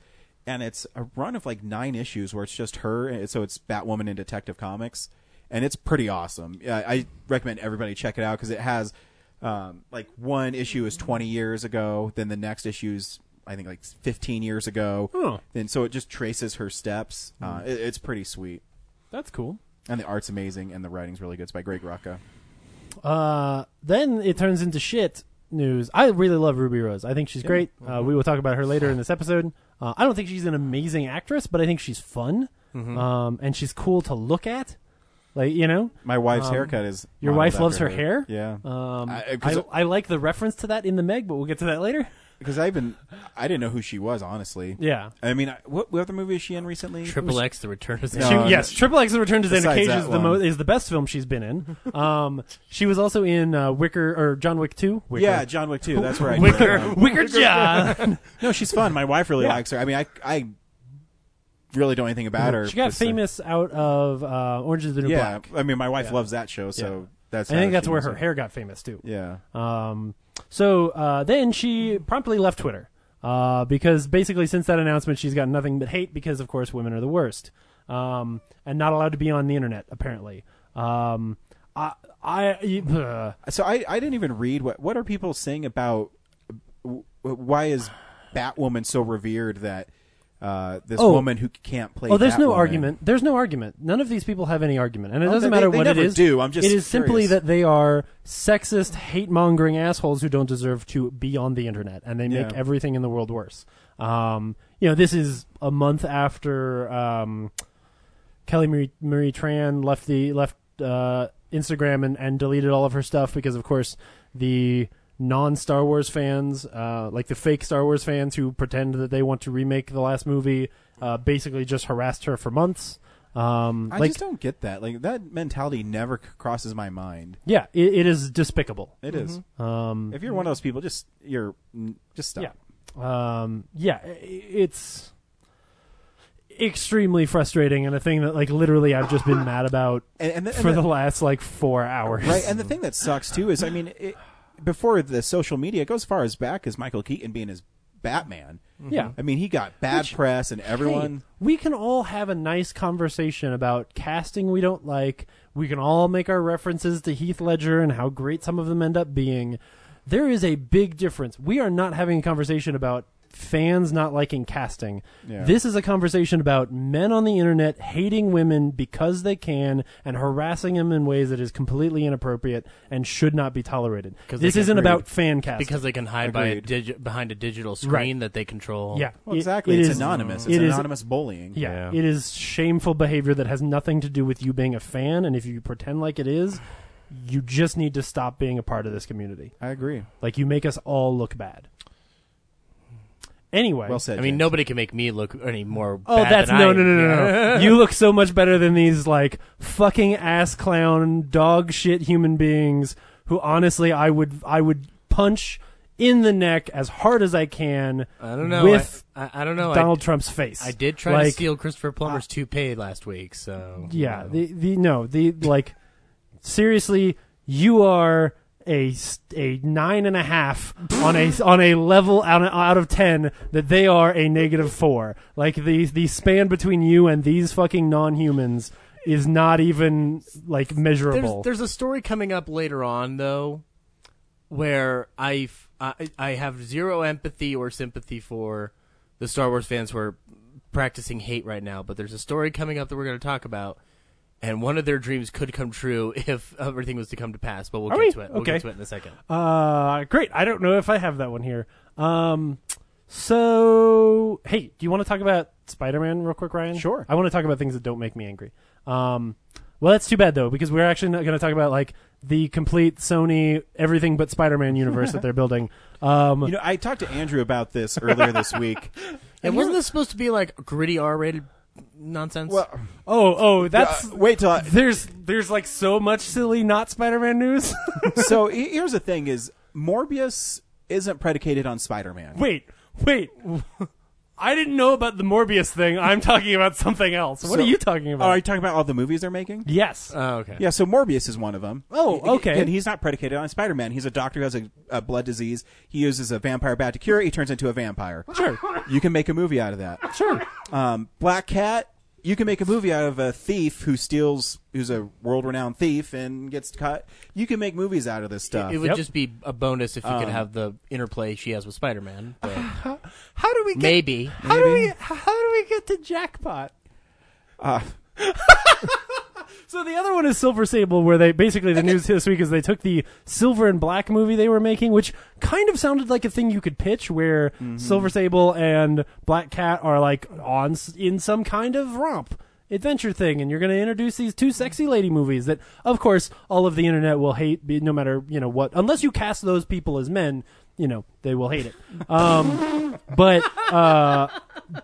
And it's a run of like nine issues where it's just her. and So it's Batwoman in Detective Comics. And it's pretty awesome. Yeah, I recommend everybody check it out because it has um, like one issue is 20 years ago, then the next issue's I think like 15 years ago. Oh. And so it just traces her steps. Hmm. Uh, it, it's pretty sweet. That's cool. And the art's amazing, and the writing's really good. It's by Greg Rucka. Uh, then it turns into shit news. I really love Ruby Rose. I think she's great. Uh, we will talk about her later in this episode. Uh, I don't think she's an amazing actress, but I think she's fun, Mm-hmm. um, and she's cool to look at. Like you know, My wife's Um, haircut is. your modeled wife loves after her hair? Yeah. um, I- uh, I, 'cause- I, like the reference to that in the Meg, but we'll get to that later. Because I've been. I didn't know who she was, honestly. Yeah. I mean, I- what, what other movie is she in recently? Triple X: The Return of the No, She- Uh, yes, Triple X: The Return to Xander besides Cage that is the mo- one. is the best film she's been in. Um, she was also in uh, Wicker or John Wick Two. Wicker. Yeah, John Wick 2. That's where I. Wicker, Wicker John. No, she's fun. My wife really likes her. I mean, I, I really don't know anything about her. She got Just, uh, famous out of uh, Orange is the New Yeah. Black. I mean, my wife loves that show, so that's. I how think that's she where was her in- hair got famous too. Yeah. Um, so uh, then she promptly left Twitter uh, because basically since that announcement she's got nothing but hate because of course women are the worst. um, and not allowed to be on the internet apparently. Um, I, I, uh, ugh. So I, I didn't even read what what are people saying about w- w- why is Batwoman so revered that uh, this Oh. woman who can't play. Oh, there's no Batwoman- argument. There's no argument. None of these people have any argument, and it Oh, doesn't they- matter they what never it is. do. I'm just it is simply curious. that they are sexist, hate mongering assholes who don't deserve to be on the internet, and they make Yeah. everything in the world worse. Um, you know, this is a month after um, Kelly Marie, Marie Tran left the left uh, Instagram and, and deleted all of her stuff because, of course, the non Star Wars fans, uh, like the fake Star Wars fans who pretend that they want to remake the last movie, uh, basically just harassed her for months. Um, I like, just don't get that. Like that mentality never c- crosses my mind. yeah, it, it is despicable. It is. Um, if you're one of those people, just you're mm, just stop. Mm-hmm. Yeah. Um, yeah, i- it's extremely frustrating and a thing that like literally I've just been mad about And, and, the, and for the- the last like 4 hours. right. And the thing that sucks too is, I mean, it, before the social media, it goes as far as back as Michael Keaton being his Batman. Yeah. I mean, he got bad Which- press, and everyone. Hey, we can all have a nice conversation about casting we don't like. We can all make our references to Heath Ledger and how great some of them end up being. There is a big difference. We are not having a conversation about fans not liking casting. This is a conversation about men on the internet hating women because they can and harassing them in ways that is completely inappropriate and should not be tolerated. 'Cause This they isn't can- about fan casting. because they can hide by a Agreed. digi- behind a digital screen Right. that they control. yeah, Well, it- exactly. it it's is- anonymous. it It's is- anonymous bullying. Yeah, Yeah. it is shameful behavior that has nothing to do with you being a fan, and if you pretend like it is, you just need to stop being a part of this community. I agree. Like you make us all look bad. Anyway, Well said. I mean, James. nobody can make me look any more. oh, bad that's than no, I no, no, am. no, no. you look so much better than these like fucking ass clown dog shit human beings who honestly I would I would punch in the neck as hard as I can. I don't know. With I, I, I don't know. I- Donald Trump's face. I, did try to Like, uh, steal Christopher Plummer's toupee last week, so Yeah, you know. the the no, the like seriously, you are a s- a nine and a half on a on a level out of, out of ten that they are a negative four. Like the the span between you and these fucking non humans is not even like measurable. There's, there's a story coming up later on though, where I, f- I- I have zero empathy or sympathy for the Star Wars fans who are practicing hate right now. But there's a story coming up that we're going to talk about, and one of their dreams could come true if everything was to come to pass. But we'll Are get we? to it. We'll Okay. get to it in a second. uh, great. I don't know if I have that one here. Um, so hey, do you want to talk about Spider Man real quick, Ryan? Sure. I want to talk about things that don't make me angry. Um, well, that's too bad though, because we're actually not going to talk about like the complete Sony everything but Spider Man universe that they're building. Um, You know, I talked to Andrew about this earlier this week. And wasn't this supposed to be like gritty R-rated nonsense? oh, oh, that's Uh, wait till I, there's there's like so much silly not Spider Man news. so. he- Here's the thing: is Morbius isn't predicated on Spider-Man. wait, wait. I didn't know about the Morbius thing. I'm talking about something else. What So- are you talking about? Are you talking about all the movies they're making? yes. oh, okay. Yeah, so Morbius is one of them. Oh, He- he- okay. And he's not predicated on Spider-Man. He's a doctor who has a, a blood disease. He uses a vampire bat to cure it. He turns into a vampire. Sure. You can make a movie out of that. Sure. Um, Black Cat. You can make a movie out of a thief who steals, who's a world-renowned thief and gets caught. You can make movies out of this stuff. It would Yep. just be a bonus if you could have the interplay she has with Spider-Man. But How do we get maybe. How do we how do we get to jackpot? Ah. so the other one is Silver Sable, where they basically the news this week is they took the Silver and Black movie they were making, which kind of sounded like a thing you could pitch, where Silver Sable and Black Cat are like on s- in some kind of romp adventure thing, and you're going to introduce these two sexy lady movies that, of course, all of the internet will hate, be- no matter you know what, unless you cast those people as men. You know they will hate it, um, but uh,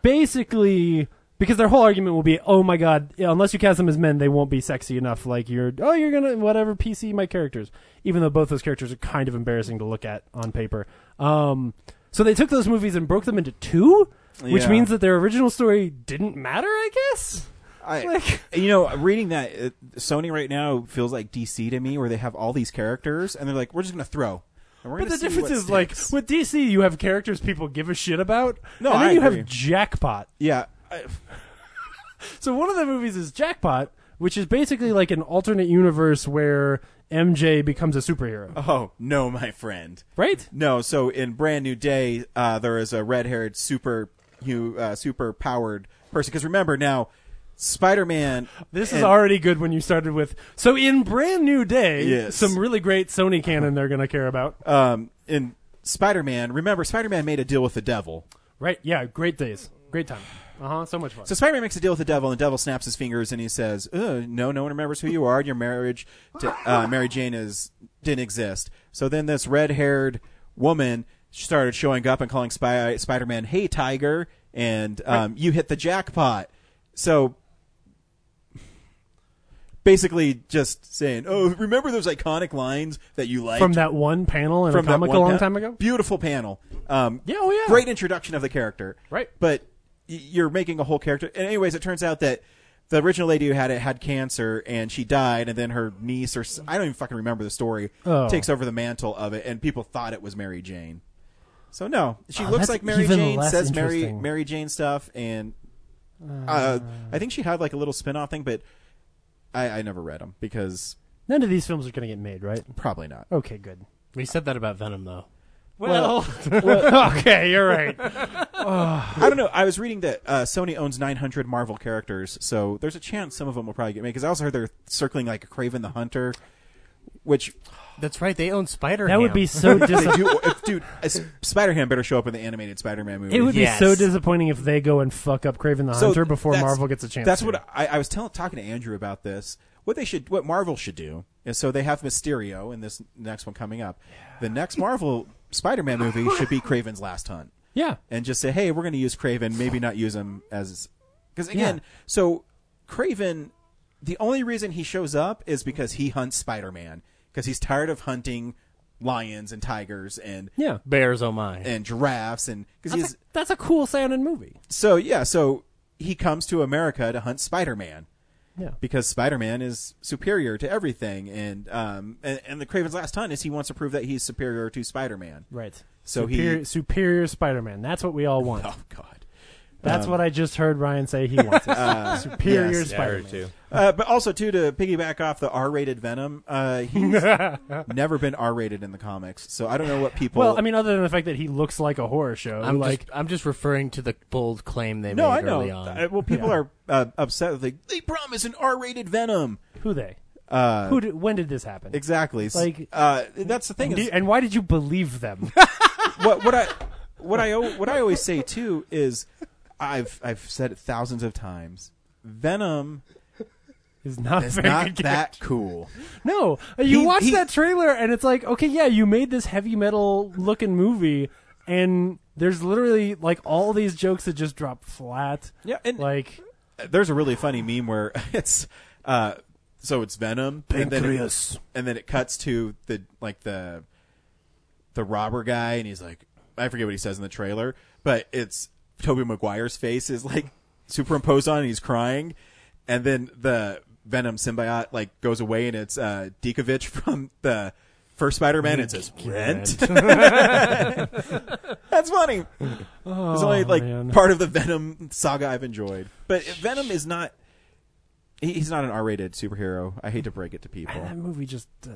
basically because their whole argument will be, oh my god, yeah, unless you cast them as men, they won't be sexy enough. Like you're, oh, you're gonna whatever PC my characters, even though both those characters are kind of embarrassing to look at on paper. Um, so they took those movies and broke them into two, which Yeah. means that their original story didn't matter, I guess. I, Like- you know, reading that uh, Sony right now feels like DC to me, where they have all these characters and they're like, we're just gonna throw. And we're But gonna the see difference what is like sticks. with DC, you have characters people give a shit about, No, and then I you agree. have jackpot. yeah, I, So one of the movies is Jackpot, which is basically like an alternate universe where MJ becomes a superhero, Oh no, my friend. right? No, so in Brand New Day, uh, there is a red-haired super, you uh, super powered person. Because remember now, Spider-Man. This is and- already good when you started with. So in Brand New Day, Yes. some really great Sony canon they're going to care about. um, in Spider-Man. Remember, Spider-Man made a deal with the devil. right? Yeah, great days. Great time. Uh huh. So much fun. So Spider-Man makes a deal with the devil, and the devil snaps his fingers, and he says, Ugh, "No, no one remembers who you are. and Your marriage to uh, Mary Jane is didn't exist." So then this red-haired woman started showing up and calling Spy- Spider-Man, "Hey, Tiger!" and um, you hit the jackpot. So basically, just saying, "Oh, remember those iconic lines that you liked From that one panel in from a comic that a one long pa- time ago. Beautiful panel. Um, Yeah, oh, yeah. Great introduction of the character. Right. But y- you're making a whole character. And anyways, it turns out that the original lady who had it had cancer and she died, and then her niece or s- I don't even fucking remember the story Oh. takes over the mantle of it, and people thought it was Mary Jane. So no, she Oh, looks that's like Mary even Jane, less says Mary interesting. Mary Jane stuff, and uh, I think she had like a little spin off thing, but I, I never read them because None of these films are going to get made, right? probably not. Okay, good. We said that about Venom, though. Well, okay, you're right. I don't know. I was reading that uh, Sony owns 900 Marvel characters, so there's a chance some of them will probably get made. Because I also heard they're circling like a Craven the Hunter, which That's right. They own Spider. That would be so they disappointing. do. if, dude, Spider Ham better show up in the animated Spider-Man movie. It would Yes. be so disappointing if they go and fuck up Craven the So Hunter before that's- Marvel gets a chance. That's to. what I, I was telling, talking to Andrew about this. What they should, what Marvel should do is so they have Mysterio in this next one coming up. The next Marvel Spider-Man movie should be Craven's Last Hunt. Yeah. and just say, "Hey, we're going to use Craven, maybe not use him as because again, Yeah. so Craven, the only reason he shows up is because he hunts Spider-Man because he's tired of hunting lions and tigers and Yeah. Bears, oh my! and giraffes and because he's That's a cool sounding movie. so yeah, so he comes to America to hunt Spider-Man. Yeah. Because Spider-Man is superior to everything, and um, and, and the Craven's last hunt is he wants to prove that he's superior to Spider-Man. Right. So he- superior, superior Spider-Man. That's what we all want. Oh God! That's what I just heard Ryan say he wants. superior Um, Uh, yes. Spider-Man. Uh, but also too to piggyback off the R-rated Venom, uh, he's never been R-rated in the comics, so I don't know what people. Well, I mean, other than the fact that he looks like a horror show, I'm like just, I'm just referring to the bold claim they no, made I know. early on. Uh, well, people are uh, upset. With, like they promise an R-rated Venom. who they? Uh, Who? Did, when did this happen? Exactly. S- Like- uh, that's the thing. And, do is- you- and why did you believe them? what what I what I al- what I always say too is I've I've said it thousands of times. Venom Is not is very not good. that cool. No, you He- watch he- that trailer and it's like, okay, yeah, you made this heavy metal looking movie, and there's literally like all these jokes that just drop flat. Yeah, and- like there's a really funny meme where it's uh so it's venom and then, it, and then it cuts to the like the the robber guy and he's like i forget what he says in the trailer but it's toby maguire's face is like superimposed on and he's crying and then the venom symbiote like goes away and it's uh Dekovich from the first spider-man and it says rent that's funny it's only like man. part of the Venom saga I've enjoyed. But Venom is not. he- He's not an R-rated superhero. I hate to break it to that people. movie just, uh,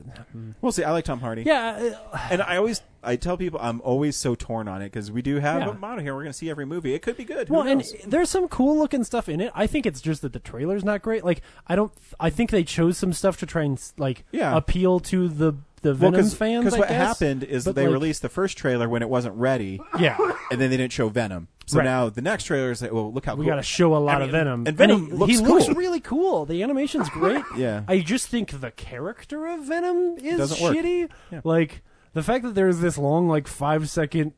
We'll see. I like Tom Hardy. yeah, uh, and I always I tell people I'm always so torn on it because we do have Yeah. a motto here. We're going to see every movie. It could be good. Who Well, and knows? there's some cool looking stuff in it. I think it's just that the trailer's not great. Like, I don't. I think they chose some stuff to try and like Yeah. appeal to the the Well, Venom fans. I what guess. happened is But, they like, released the first trailer when it wasn't ready, Yeah, and then they didn't show Venom. So Right. now the next trailer is like, well, look how we cool. got to show a lot I of mean, Venom. and Venom he, looks he looks cool. really cool. The animation's great. Yeah. I just think the character of Venom is Doesn't work. shitty. Yeah. Like the fact that there's this long, like five second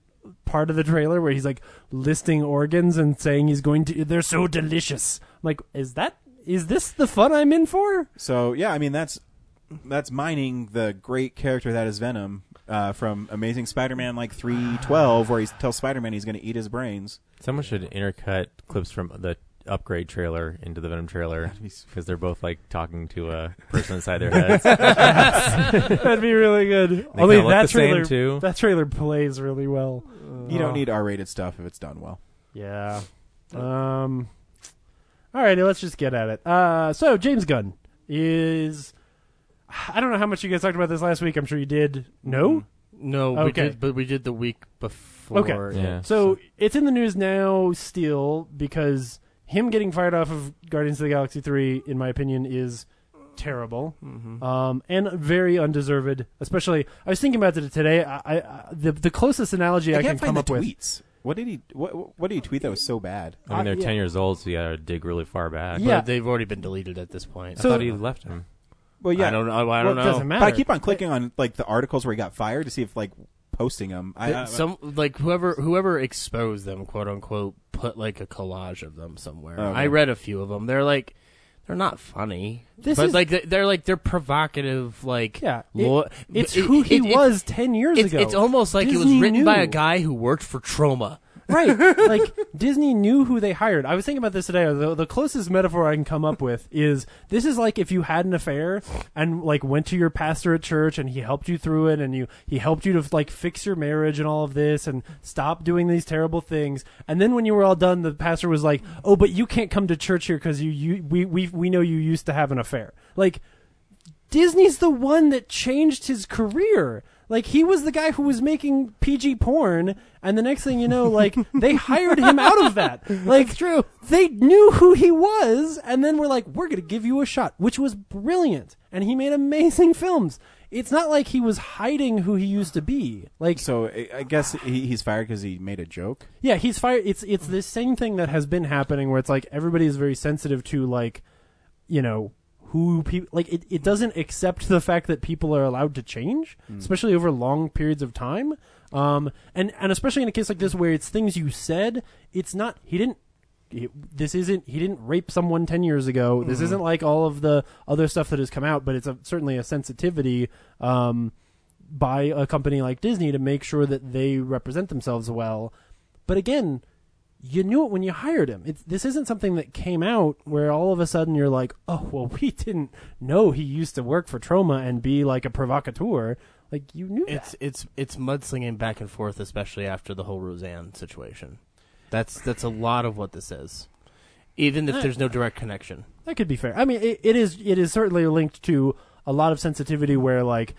part of the trailer where he's like listing organs and saying he's going to. They're so delicious. I'm like, is that? Is this the fun I'm in for? So yeah, I mean that's that's mining the great character that is Venom uh, from Amazing Spider-Man like three twelve, where he tells Spider-Man he's going to eat his brains. Someone should intercut clips from the upgrade trailer into the Venom trailer because they're both like talking to a person inside their heads. That'd be really good. They Only kinda look that the same, trailer too. that trailer plays really well. Uh-huh. You don't need R-rated stuff if it's done well. Yeah. Um All righty, let's just get at it. Uh, so James Gunn is. I don't know how much you guys talked about this last week. I'm sure you did. No. No, we Okay. did, but we did the week before. Okay. Yeah. So it's in the news now, still, because him getting fired off of Guardians of the Galaxy three, in my opinion, is terrible Mm-hmm. um, and very undeserved. Especially, I was thinking about it today. I, I, I the the closest analogy I, I can can't come find the up with. tweets. What did he? What, what did he tweet that was so bad? I mean, they're Uh, yeah. ten years old, so you gotta dig really far back. But Yeah. they've already been deleted at this point. I thought he left him. Well, yeah, I don't know. I don't well, It know. doesn't matter. but I keep on clicking on like the articles where he got fired to see if like posting them. I, I, Uh, some like whoever whoever exposed them, quote unquote, put like a collage of them somewhere. Okay. I read a few of them. They're like they're not funny. This but is- like they- they're like they're provocative. Like Yeah, it- lo- it's it- who he it- it- was ten years It's, ago. it's almost like it was Disney written by knew. a guy who worked for Trauma. right? Like Disney knew who they hired. I was thinking about this today. The, the closest metaphor I can come up with is this is like if you had an affair and like went to your pastor at church and he helped you through it and you he helped you to like fix your marriage and all of this and stop doing these terrible things. And then when you were all done, the pastor was like, "Oh, but you can't come to church here because you, you we we we know you used to have an affair." Like. Disney's the one that changed his career. Like he was the guy who was making PG porn, and the next thing you know, like they hired him out of that. Like true, they knew who he was, and then we're like, we're gonna give you a shot, which was brilliant, and he made amazing films. It's not like he was hiding who he used to be. Like so I, I guess he, he's fired because he made a joke. yeah, he's fired. It's it's this same thing that has been happening where it's like everybody is very sensitive to like, you know, who people like. It, it doesn't accept the fact that people are allowed to change, especially over long periods of time. Um, and and especially in a case like this where it's things you said. It's not he didn't. he- This isn't he didn't rape someone ten years ago. This isn't like all of the other stuff that has come out, but it's a, certainly a sensitivity. Um, by a company like Disney to make sure that they represent themselves well. But again, you knew it when you hired him. It's, this isn't something that came out where all of a sudden you're like, oh, well, we didn't know he used to work for Trauma and be like a provocateur. Like, you knew It's it's it's mudslinging back and forth, especially after the whole Roseanne situation. That's that's a lot of what this is, even if there's no direct connection. that. That could be fair. I mean, it, it is it is certainly linked to a lot of sensitivity where, like,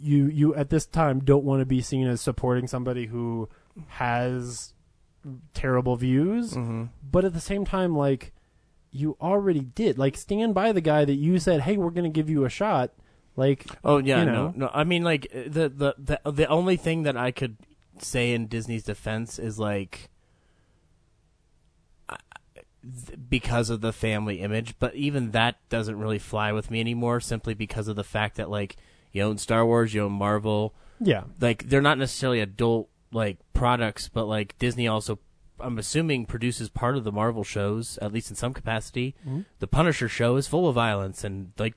you, you at this time don't want to be seen as supporting somebody who has terrible views. Mm-hmm. But at the same time, like you already did, like stand by the guy that you said, "Hey, we're going to give you a shot." Like, Oh yeah, you know. no, no. I mean, like the, the the the only thing that I could say in Disney's defense is like I- th- because of the family image, but even that doesn't really fly with me anymore. Simply because of the fact that like you own Star Wars, you own Marvel, yeah, like they're not necessarily adult like products, but like Disney also, I'm assuming, produces part of the Marvel shows, at least in some capacity. The Punisher show is full of violence and like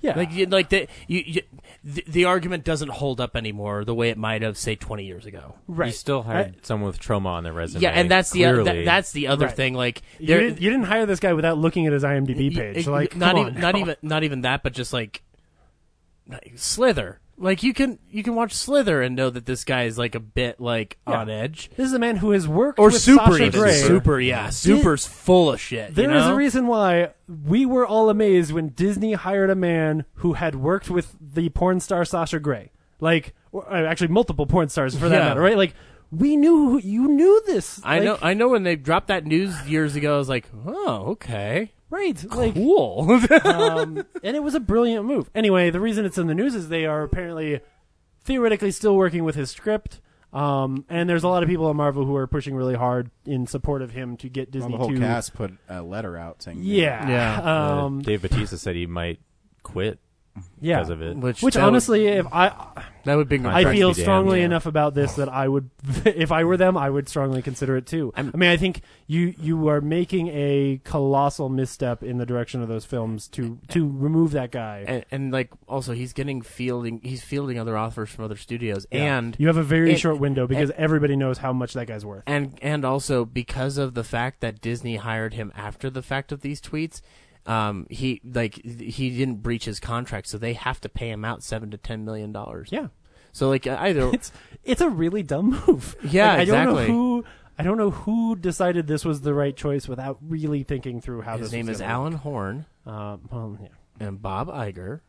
yeah, like you, like the, you, you, the the argument doesn't hold up anymore the way it might have say 20 years ago. You still hired someone with trauma on their resume. yeah, and that's the clearly. other that, that's the other Right. thing like You there- didn't, you didn't hire this guy without looking at his IMDb y- page. y- like, eh, not come even on not now. even not even that but just like like, Slither. Like you can you can watch Slither and know that this guy is like a bit like Yeah. on edge. This is a man who has worked Or with super Sasha even. Grey. Super, yeah. Super's full of shit. There you is know? a reason why we were all amazed when Disney hired a man who had worked with the porn star Sasha Grey. Like, or, uh, actually, multiple porn stars for that Yeah. matter, right? Like, we knew who, you knew this. I know like- I know when they dropped that news years ago, I was like, Oh, okay. right? Like, Cool. um, and it was a brilliant move. Anyway, the reason it's in the news is they are apparently theoretically still working with his script. Um, and there's a lot of people at Marvel who are pushing really hard in support of him to get Well, Disney the whole to cast put a letter out saying, yeah Yeah. um, Dave Batista said he might quit yeah because of it. Um, Which, which that would- honestly if I that would be I Contracts feel be damned, strongly yeah. enough about this that I would if I were them I would strongly consider it too i I'm- mean I think you you are making a colossal misstep in the direction of those films to to remove that guy and, and like also he's getting fielding he's fielding other offers from other studios and you have a very and- short window because everybody knows how much that guy's worth. and and also because of the fact that Disney hired him after the fact of these tweets, um, he like he didn't breach his contract, so they have to pay him out seven to ten million dollars. Yeah, So like uh, either it's it's a really dumb move. Yeah, Like, I don't know exactly. who. I don't know who decided this was the right choice without really thinking through how His this name was is gonna Alan Horn work. Um, well, yeah. and Bob Iger.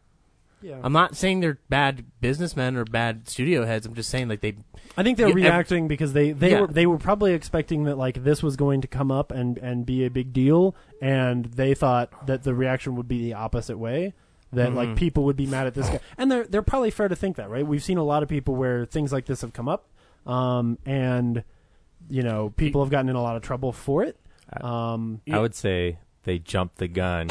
Yeah. I'm not saying they're bad businessmen or bad studio heads. I'm just saying like they I think they're You- ev- reacting because they, they Yeah. were they were probably expecting that like this was going to come up and, and be a big deal, and they thought that the reaction would be the opposite way. That like people would be mad at this guy, and they're they're probably fair to think that, right? We've seen a lot of people where things like this have come up, um, and you know people have gotten in a lot of trouble for it. Um, I would say they jumped the gun.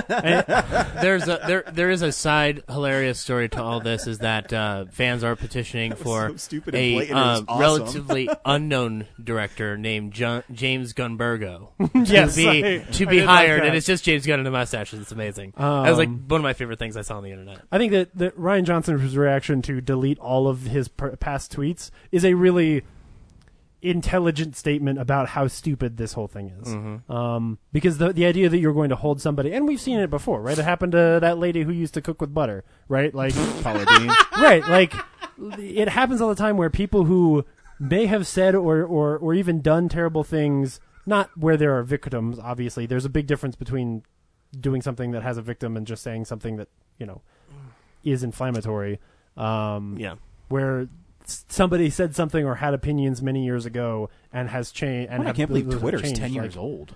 there's a there there is a side hilarious story to all this is that uh, fans are petitioning for so stupid and a blatant, it was uh, awesome. relatively unknown director named John, James Gunbergo to Yes, be I- to I be did like hired, that. and it's just James Gunn in a mustache. and It's amazing. that was like Um, one of my favorite things I saw on the internet. I think that, that Ryan Johnson's reaction to delete all of his per- past tweets is a really intelligent statement about how stupid this whole thing is. Um, because the the idea that you're going to hold somebody, and we've seen it before, right? It happened to that lady who used to cook with butter, right? Like Paula Dean. right like it happens all the time where people who may have said or, or or even done terrible things not where there are victims obviously there's a big difference between doing something that has a victim and just saying something that you know is inflammatory um Yeah. where s- somebody said something or had opinions many years ago and has changed and Oh, I have- can't believe those have Twitter's changed, ten like- years old.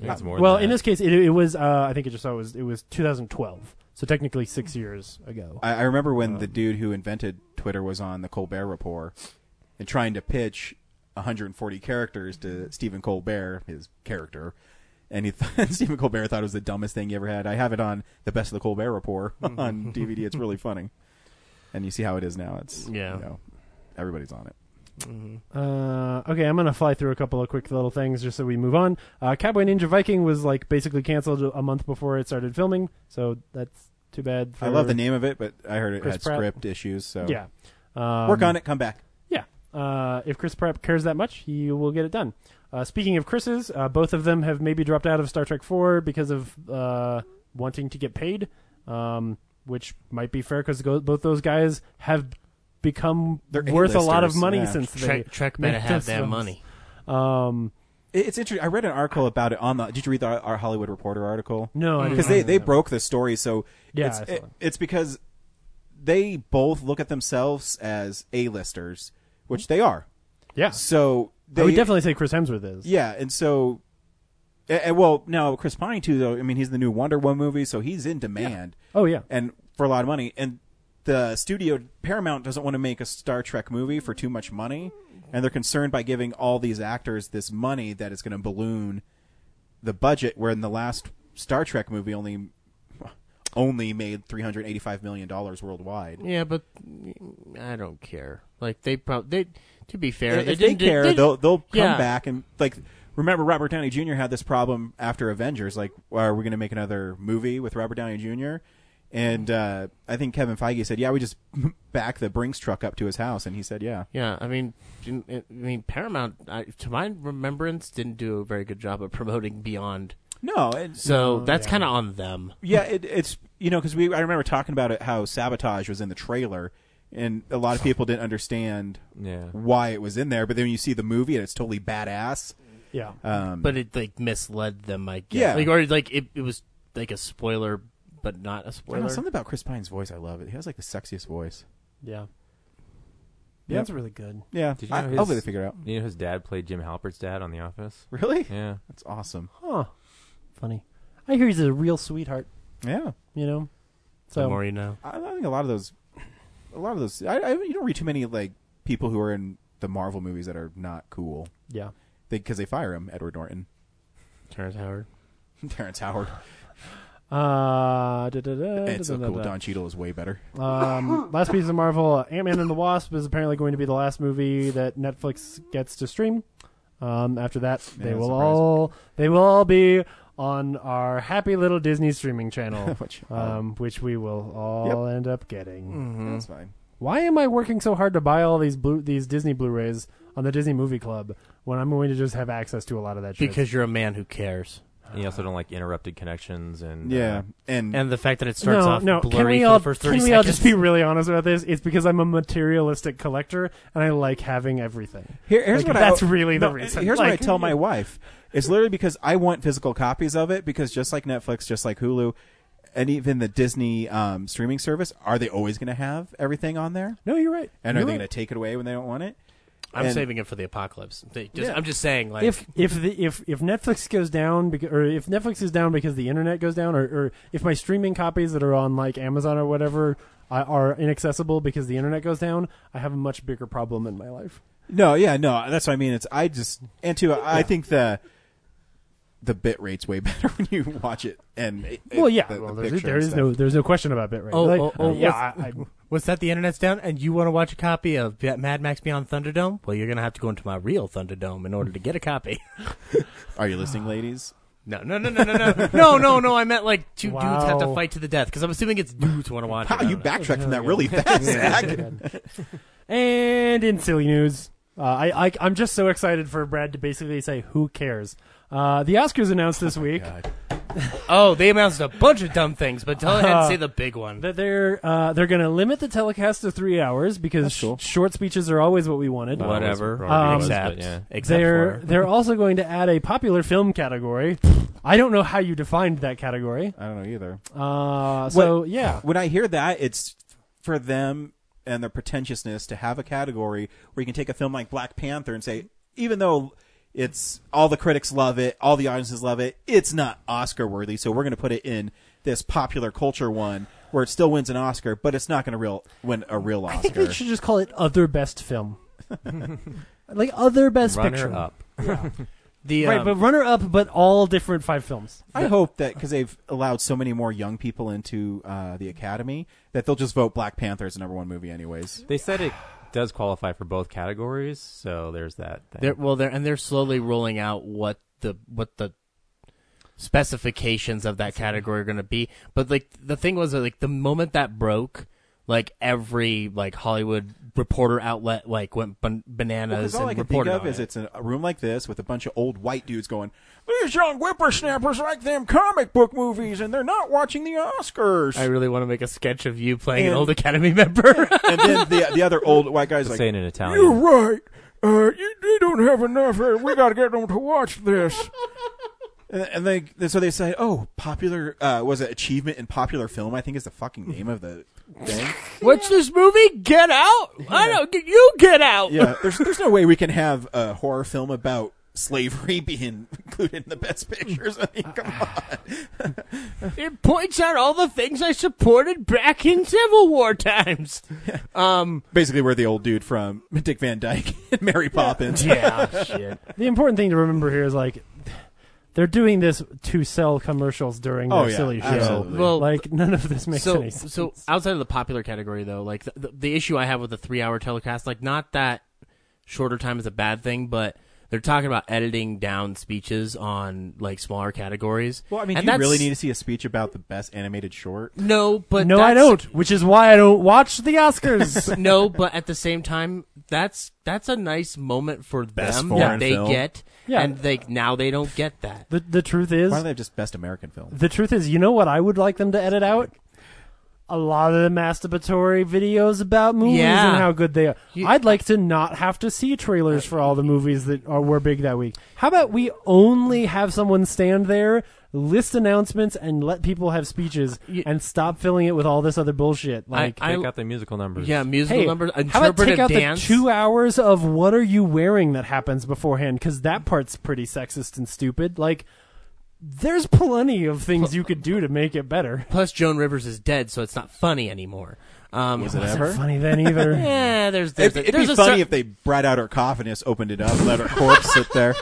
It's more well than in that. this case it, it was uh, i think it just saw it was it was 2012 so technically six years ago I, I remember Uh. when the dude who invented Twitter was on the Colbert Report and trying to pitch 140 characters to Stephen Colbert, his character. And he th- Stephen Colbert thought it was the dumbest thing he ever had. I have it on the Best of the Colbert Report Hmm. on DVD. It's really funny. And you see how it is now. It's Yeah. you know, everybody's on it. Uh, okay, I'm gonna fly through a couple of quick little things just so we move on. Uh, Cowboy Ninja Viking was like basically canceled a month before it started filming, so that's too bad. For, I love the name of it, but I heard it Chris had Pratt. script issues. So Yeah, um, work on it. Come back. Yeah, uh, if Chris Pratt cares that much, he will get it done. Uh, speaking of Chris's, uh, both of them have maybe dropped out of Star Trek Four because of uh, wanting to get paid, um, which might be fair because both those guys have become They're worth a lot of A-listers, money yeah. since they Trek, Trek better make have those that films. money. Um, It- It's interesting. I read an article about it on the. Did you read the, our Hollywood Reporter article? No, I didn't because they read they that. broke the story. So Mm-hmm. Yeah, it's, I saw it- that. it's because they both look at themselves as A-listers, which they are. yeah, So they I would definitely say Chris Hemsworth is. yeah, and so. a- a- well, no, Chris Pine too. Though I mean, he's in the new Wonder Woman movie, so he's in demand. Oh yeah. and for a lot of money. And the studio Paramount doesn't want to make a Star Trek movie for too much money, and they're concerned by giving all these actors this money that is going to balloon the budget. Where in the last Star Trek movie, only only made three hundred eighty five million dollars worldwide. Yeah, but mm, I don't care. Like they probably they to be fair, if they they, didn't care, they, they'll they'll come yeah. back and like. Remember, Robert Downey Jr. had this problem after Avengers. Like, are we going to make another movie with Robert Downey Jr.? And uh, I think Kevin Feige said, "Yeah, we just back the Brinks truck up to his house," and he said, "Yeah." Yeah, I mean, didn't- I mean, Paramount, I, to my remembrance, didn't do a very good job of promoting Beyond. No, it's, So that's kind of on them. yeah, it, it's you know because we I remember talking about it how sabotage was in the trailer, and a lot of people didn't understand Yeah. why it was in there. But then you see the movie and it's totally badass. Yeah. Um, But it like misled them, I guess. Yeah. Like or like it, it was like a spoiler, but not a I don't spoiler. know, something about Chris Pine's voice, I love it. He has like the sexiest voice. yeah. Yep. That's really good. Yeah, Did you know I, his- hopefully they figure it out. You know his dad played Jim Halpert's dad on The Office? Really? Yeah. That's awesome. Huh. Funny. I hear he's a real sweetheart, Yeah, you know? the So more you know. I, I think a lot of those, a lot of those. I, I you don't read too many like people who are in the Marvel movies that are not cool yeah. because they, fire him. Edward Norton, Terrence Howard. Terrence Howard. Uh, da, da, da, it's so da, da, cool. da. Don Cheadle is way better. Um, last piece of Marvel, uh, Ant-Man and the Wasp is apparently going to be the last movie that Netflix gets to stream. Um, after that, they Yeah, will surprise. all they will all be on our happy little Disney streaming channel, Which- um, which we will all end up getting. That's fine. Why am I working so hard to buy all these blue these Disney Blu-rays on the Disney Movie Club when I'm going to just have access to a lot of that shit? Because you're a man who cares. And you also don't like interrupted connections and uh, Yeah, and, and the fact that it starts no, off no. blurry can we for all the first can thirty we all seconds. just be really honest about this? It's because I'm a materialistic collector and I like having everything. Here- here's Like, what that's I, really the no, reason. Here's what I Like- tell my wife: it's literally because I want physical copies of it because just like Netflix, just like Hulu, and even the Disney um, streaming service, are they always going to have everything on there? No, you're right. And are You're they right. going to take it away when they don't want it? I'm and- saving it for the apocalypse. They just, Yeah. I'm just saying, like, if if the, if if Netflix goes down because, or if Netflix is down because the internet goes down or, or if my streaming copies that are on like Amazon or whatever I, are inaccessible because the internet goes down, I have a much bigger problem in my life. No, yeah, no. That's what I mean. It's I just and too. I think the the bit rate's way better when you watch it. And it- Well, it- yeah, the- the well, there's, picture there and is stuff. no there's no question about bitrate. Oh, Like, oh, oh, yeah, what's- I, I, was that the internet's down and you want to watch a copy of Ba- Mad Max Beyond Thunderdome? Well, you're gonna have to go into my real Thunderdome in order to get a copy. Are you listening, ladies? No, no, no, no, no, no, no, no, no. I meant like two dudes have to Wow. fight to the death because I'm assuming it's dudes want to watch. it. Wow, I you don't know. backtracked from that really fast, Zach. And in silly news, uh, I, I I'm just so excited for Brad to basically say, "Who cares?" Uh, the Oscars announced this week Oh, they announced a bunch of dumb things, but tell ahead and say the big one. that they're uh, they're going to limit the telecast to three hours because sh- short speeches are always what we wanted. Well, Whatever. Whatever. Um, except, yeah. except They're for they're also going to add a popular film category. I don't know how you defined that category. I don't know either. Uh, so What- yeah, When I hear that, it's for them and their pretentiousness to have a category where you can take a film like Black Panther and say, even though it's all the critics love it, all the audiences love it, it's not Oscar worthy, so we're going to put it in this popular culture one where it still wins an Oscar, but it's not going to real win a real I think Oscar. they should just call it other best film, like other best runner picture. up. the Right, um, but runner up, but all different five films. I hope that because they've allowed so many more young people into uh, the Academy that they'll just vote Black Panther as the number one movie, anyways. They said it does qualify for both categories, so there's that. Thing. they're well, they're and they're slowly rolling out what the what the specifications of that category are going to be. But like the thing was that, like the moment that broke, like every like Hollywood reporter outlet like went ban- bananas Because all and I can think reported of on is it. it's in a room like this with a bunch of old white dudes going, "These young whippersnappers like them comic book movies, and they're not watching the Oscars." I really want to make a sketch of you playing an And- old Academy member. and then the the other old white guys like, Say it in Italian. "You're right. Uh, you, they don't have enough. Uh, we got to get them to watch this." And, and they and so they say, "Oh, popular uh, was it achievement in popular film? I think is the fucking name of the thing." What's this movie? Get out! I don't get you. Get out! Yeah, there's there's no way we can have a horror film about slavery being included in the best pictures. I mean, come on. It points out all the things I supported back in Civil War times. Um, basically we're the old dude from Dick Van Dyke and Mary Poppins. yeah, shit. The important thing to remember here is like they're doing this to sell commercials during Oh, their yeah, silly show. absolutely. Well, like none of this makes so, any sense. So outside of the popular category, though, like the, the, the issue I have with the three-hour telecast, like not that shorter time is a bad thing, but they're talking about editing down speeches on like smaller categories. Well, I mean, and do you that's- really need to see a speech about the best animated short? No, but no, I that's- don't. Which is why I don't watch the Oscars. no, but at the same time, that's that's a nice moment for Best them foreign that they film. get, Yeah. and they now they don't get that. the the truth is, Why don't they have just best American film? the truth is, you know what I would like them to edit out. A lot of the masturbatory videos about movies Yeah. and how good they are. You- I'd like to not have to see trailers for all the movies that are, were big that week. How about we only have someone stand there, list announcements, and let people have speeches, You- and stop filling it with all this other bullshit? Like, I- Take out the musical numbers. Yeah, musical hey, numbers, interpretive how about take out dance. the two hours of what are you wearing that happens beforehand? Because that part's pretty sexist and stupid. Like, there's plenty of things you could do to make it better. Plus, Joan Rivers is dead, so it's not funny anymore. Um, Was it ever? Funny then either. Yeah, there's It'd, there's a, it'd there's be a funny cer- if they brought out her coffin and just opened it up, let her corpse sit there,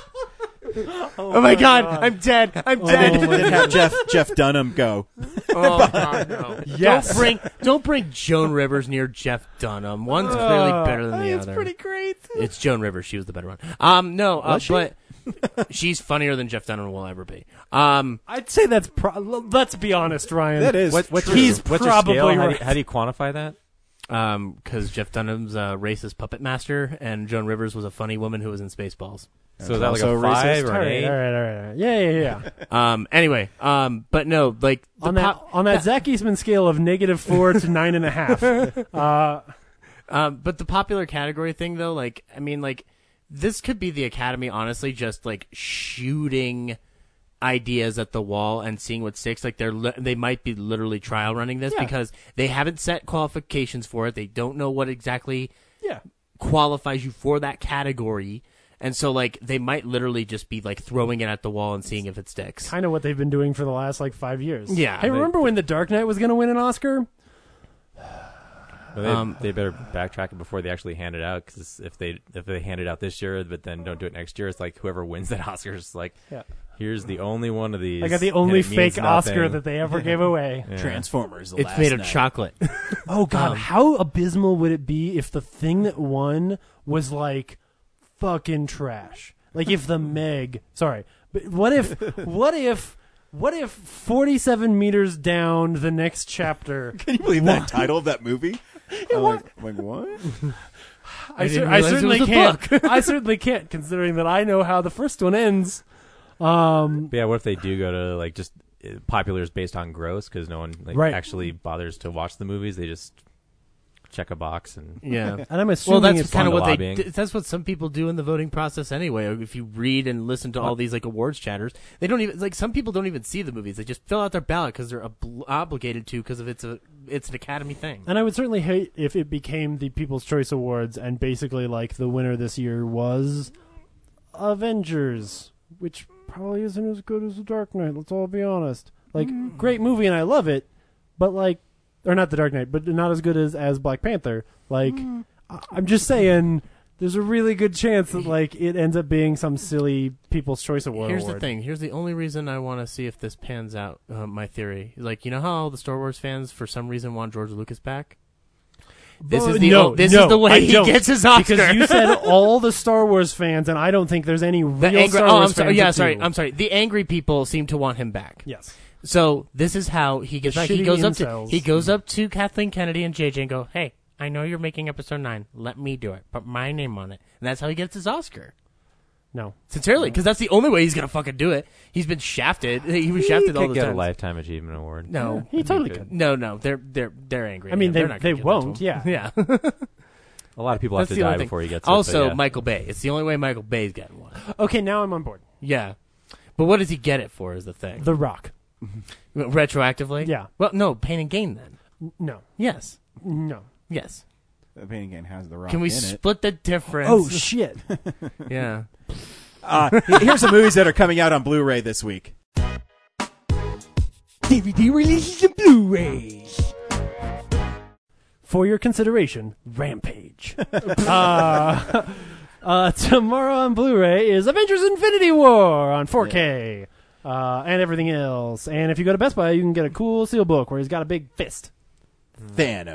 oh my god, I'm dead, I'm dead. and then have Jeff Jeff Dunham go. Oh, God, no. Yes. Don't bring don't bring Joan Rivers near Jeff Dunham. One's clearly better Oh, than the it's other. pretty great. It's Joan Rivers. She was the better one. Um, no, uh, but she's funnier than Jeff Dunham will ever be. Um, I'd say that's. Pro- let's be honest, Ryan. That is What, what's true. your, He's what's your probably scale? How, do right. you, how do you quantify that? because um, Jeff Dunham's a racist puppet master, and Joan Rivers was a funny woman who was in Spaceballs. So is that like also a five racist. or All an right, eight? all right, all right, all right. Yeah, yeah, yeah. Um, anyway, um, but no, like the on that pop- on that Zach Eastman scale of negative four to nine and a half. Uh, Um, but the popular category thing, though, like, I mean, like, this could be the Academy, honestly, just like shooting ideas at the wall and seeing what sticks. Like, they're li- they might be literally trial running this Yeah. because they haven't set qualifications for it. They don't know what exactly yeah. qualifies you for that category, and so like they might literally just be like throwing it at the wall and seeing if it sticks. kind of what they've been doing for the last like five years. Yeah, Hey, they- remember when The Dark Knight was going to win an Oscar? Well, they, Um, they better backtrack it before they actually hand it out because if they if they hand it out this year but then don't do it next year, it's like whoever wins that Oscar is like, Yeah. here's the only one of these. I got the and only it means fake Oscar nothing. that they ever gave away. Yeah. Transformers. it's last made of night. chocolate. Oh God, Um, how abysmal would it be if the thing that won was like fucking trash? Like if the Meg, sorry, but what if, what if, what if forty-seven meters down the next chapter? Can you believe that title of that movie? I'm like, I'm like, what? I, didn't cer- I realize it certainly was a can't. I certainly can't, considering that I know how the first one ends. Um, But yeah, what if they do go to like just uh, popular is based on gross because no one like Right. actually bothers to watch the movies. They just check a box and yeah. and I'm Well, assuming that's it's kind of on the what lobbying. they. d- That's what some people do in the voting process anyway. If you read and listen to all these like awards chatters, they don't even like. Some people don't even see the movies. They just fill out their ballot because they're obl- obligated to because of it's a it's an Academy thing. And I would certainly hate if it became the People's Choice Awards and basically like the winner this year was Avengers, which probably isn't as good as The Dark Knight, let's all be honest. Like great movie and I love it, but like or not The Dark Knight, but not as good as as Black Panther. Like I- I'm just saying there's a really good chance that like it ends up being some silly People's Choice Award. Here's the award. thing. Here's the only reason I want to see if this pans out. Uh, my theory, like you know how all the Star Wars fans for some reason want George Lucas back. This Well, is the no, o- this no, is the I way he don't, gets his Oscar. Because you said all the Star Wars fans, and I don't think there's any real the angry. Star Oh, Wars I'm sorry. fans Yeah, that sorry. do. I'm sorry. The angry people seem to want him back. Yes. So this is how he gets The back. He shitty goes up incels. to he goes up to Kathleen Kennedy and JJ and go, "Hey, I know you're making episode nine. Let me do it. Put my name on it." And that's how he gets his Oscar. No. Sincerely, Mm. because that's the only way he's gonna fucking do it. He's been shafted. He was shafted could all the get time. a lifetime achievement award. No, He totally could. could. no, no. They're they're they're angry. I at mean, him. they- They're not gonna they give that to won't, him. yeah. yeah. A lot of people have to that's the die only thing. before he gets. it, but also, yeah. Michael Bay. It's the only way Michael Bay's gotten one. Okay, now I'm on board. Yeah, but what does he get it for? Is the thing The Rock. retroactively? Yeah. Well, no, pain and gain then. N- No. Yes, No. yes. The painting game has the rock Can we in it. split the difference? Oh shit. yeah. Uh, here's the movies that are coming out on Blu-ray this week. DVD releases and Blu-rays. For your consideration, Rampage. uh, uh, tomorrow on Blu-ray is Avengers: Infinity War on 4K. Uh, and everything else. And if you go to Best Buy, you can get a cool seal book where he's got a big fist. Mm.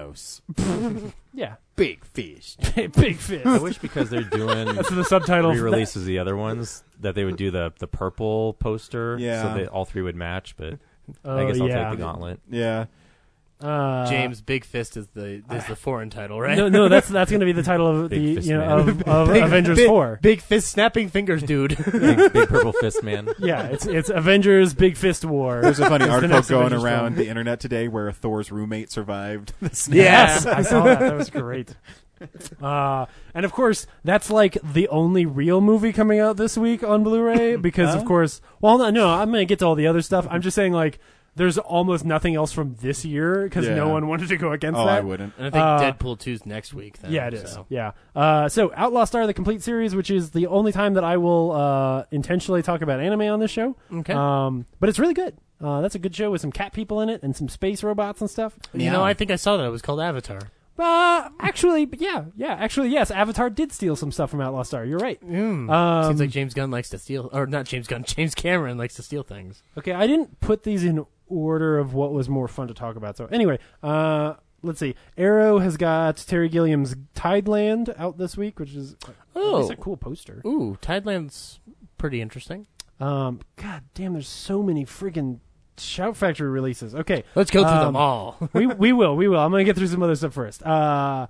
Thanos, Yeah, Big Fish. big I fist. wish because they're doing the subtitle. re-releases of the other ones that they would do the the purple poster. Yeah. so they all three would match. But Oh, I guess I'll yeah. take the gauntlet. Yeah, Uh, James Big Fist is the is the foreign title, right? No, no, that's that's going to be the title of the Big fist you know man. of, of Avengers Big- Four. Big Fist snapping fingers, dude. Big, big purple fist man. Yeah, it's it's Avengers Big Fist War. there's a funny It's the article next going Avengers around film. the internet today where Thor's roommate survived. the snap. Yes, I saw that. That was great. Uh, and of course, that's like the only real movie coming out this week on Blu-ray because, of course, well, no, no, I'm going to get to all the other stuff. I'm just saying, like, there's almost nothing else from this year because Yeah. no one wanted to go against Oh, that. I wouldn't. And I think Uh, Deadpool 2's next week. Then, Yeah, it is. so. Yeah. Uh, so Outlaw Star: The Complete Series, which is the only time that I will uh, intentionally talk about anime on this show. Okay. Um, but it's really good. Uh, that's a good show with some cat people in it and some space robots and stuff. You know, I think I saw that. It was called Avatar. Uh, actually, but yeah, yeah, actually, yes. Avatar did steal some stuff from Outlaw Star. You're right. Um, Seems like James Gunn likes to steal, or not James Gunn, James Cameron likes to steal things. Okay, I didn't put these in order of what was more fun to talk about. So anyway, uh, let's see. Arrow has got Terry Gilliam's Tideland out this week, which is uh, Oh. it's a cool poster. Ooh, Tideland's pretty interesting. Um, God damn, there's so many friggin' Shout Factory releases. Okay, Let's go through Um, them all. we we will we will. I'm gonna get through some other stuff first. Uh,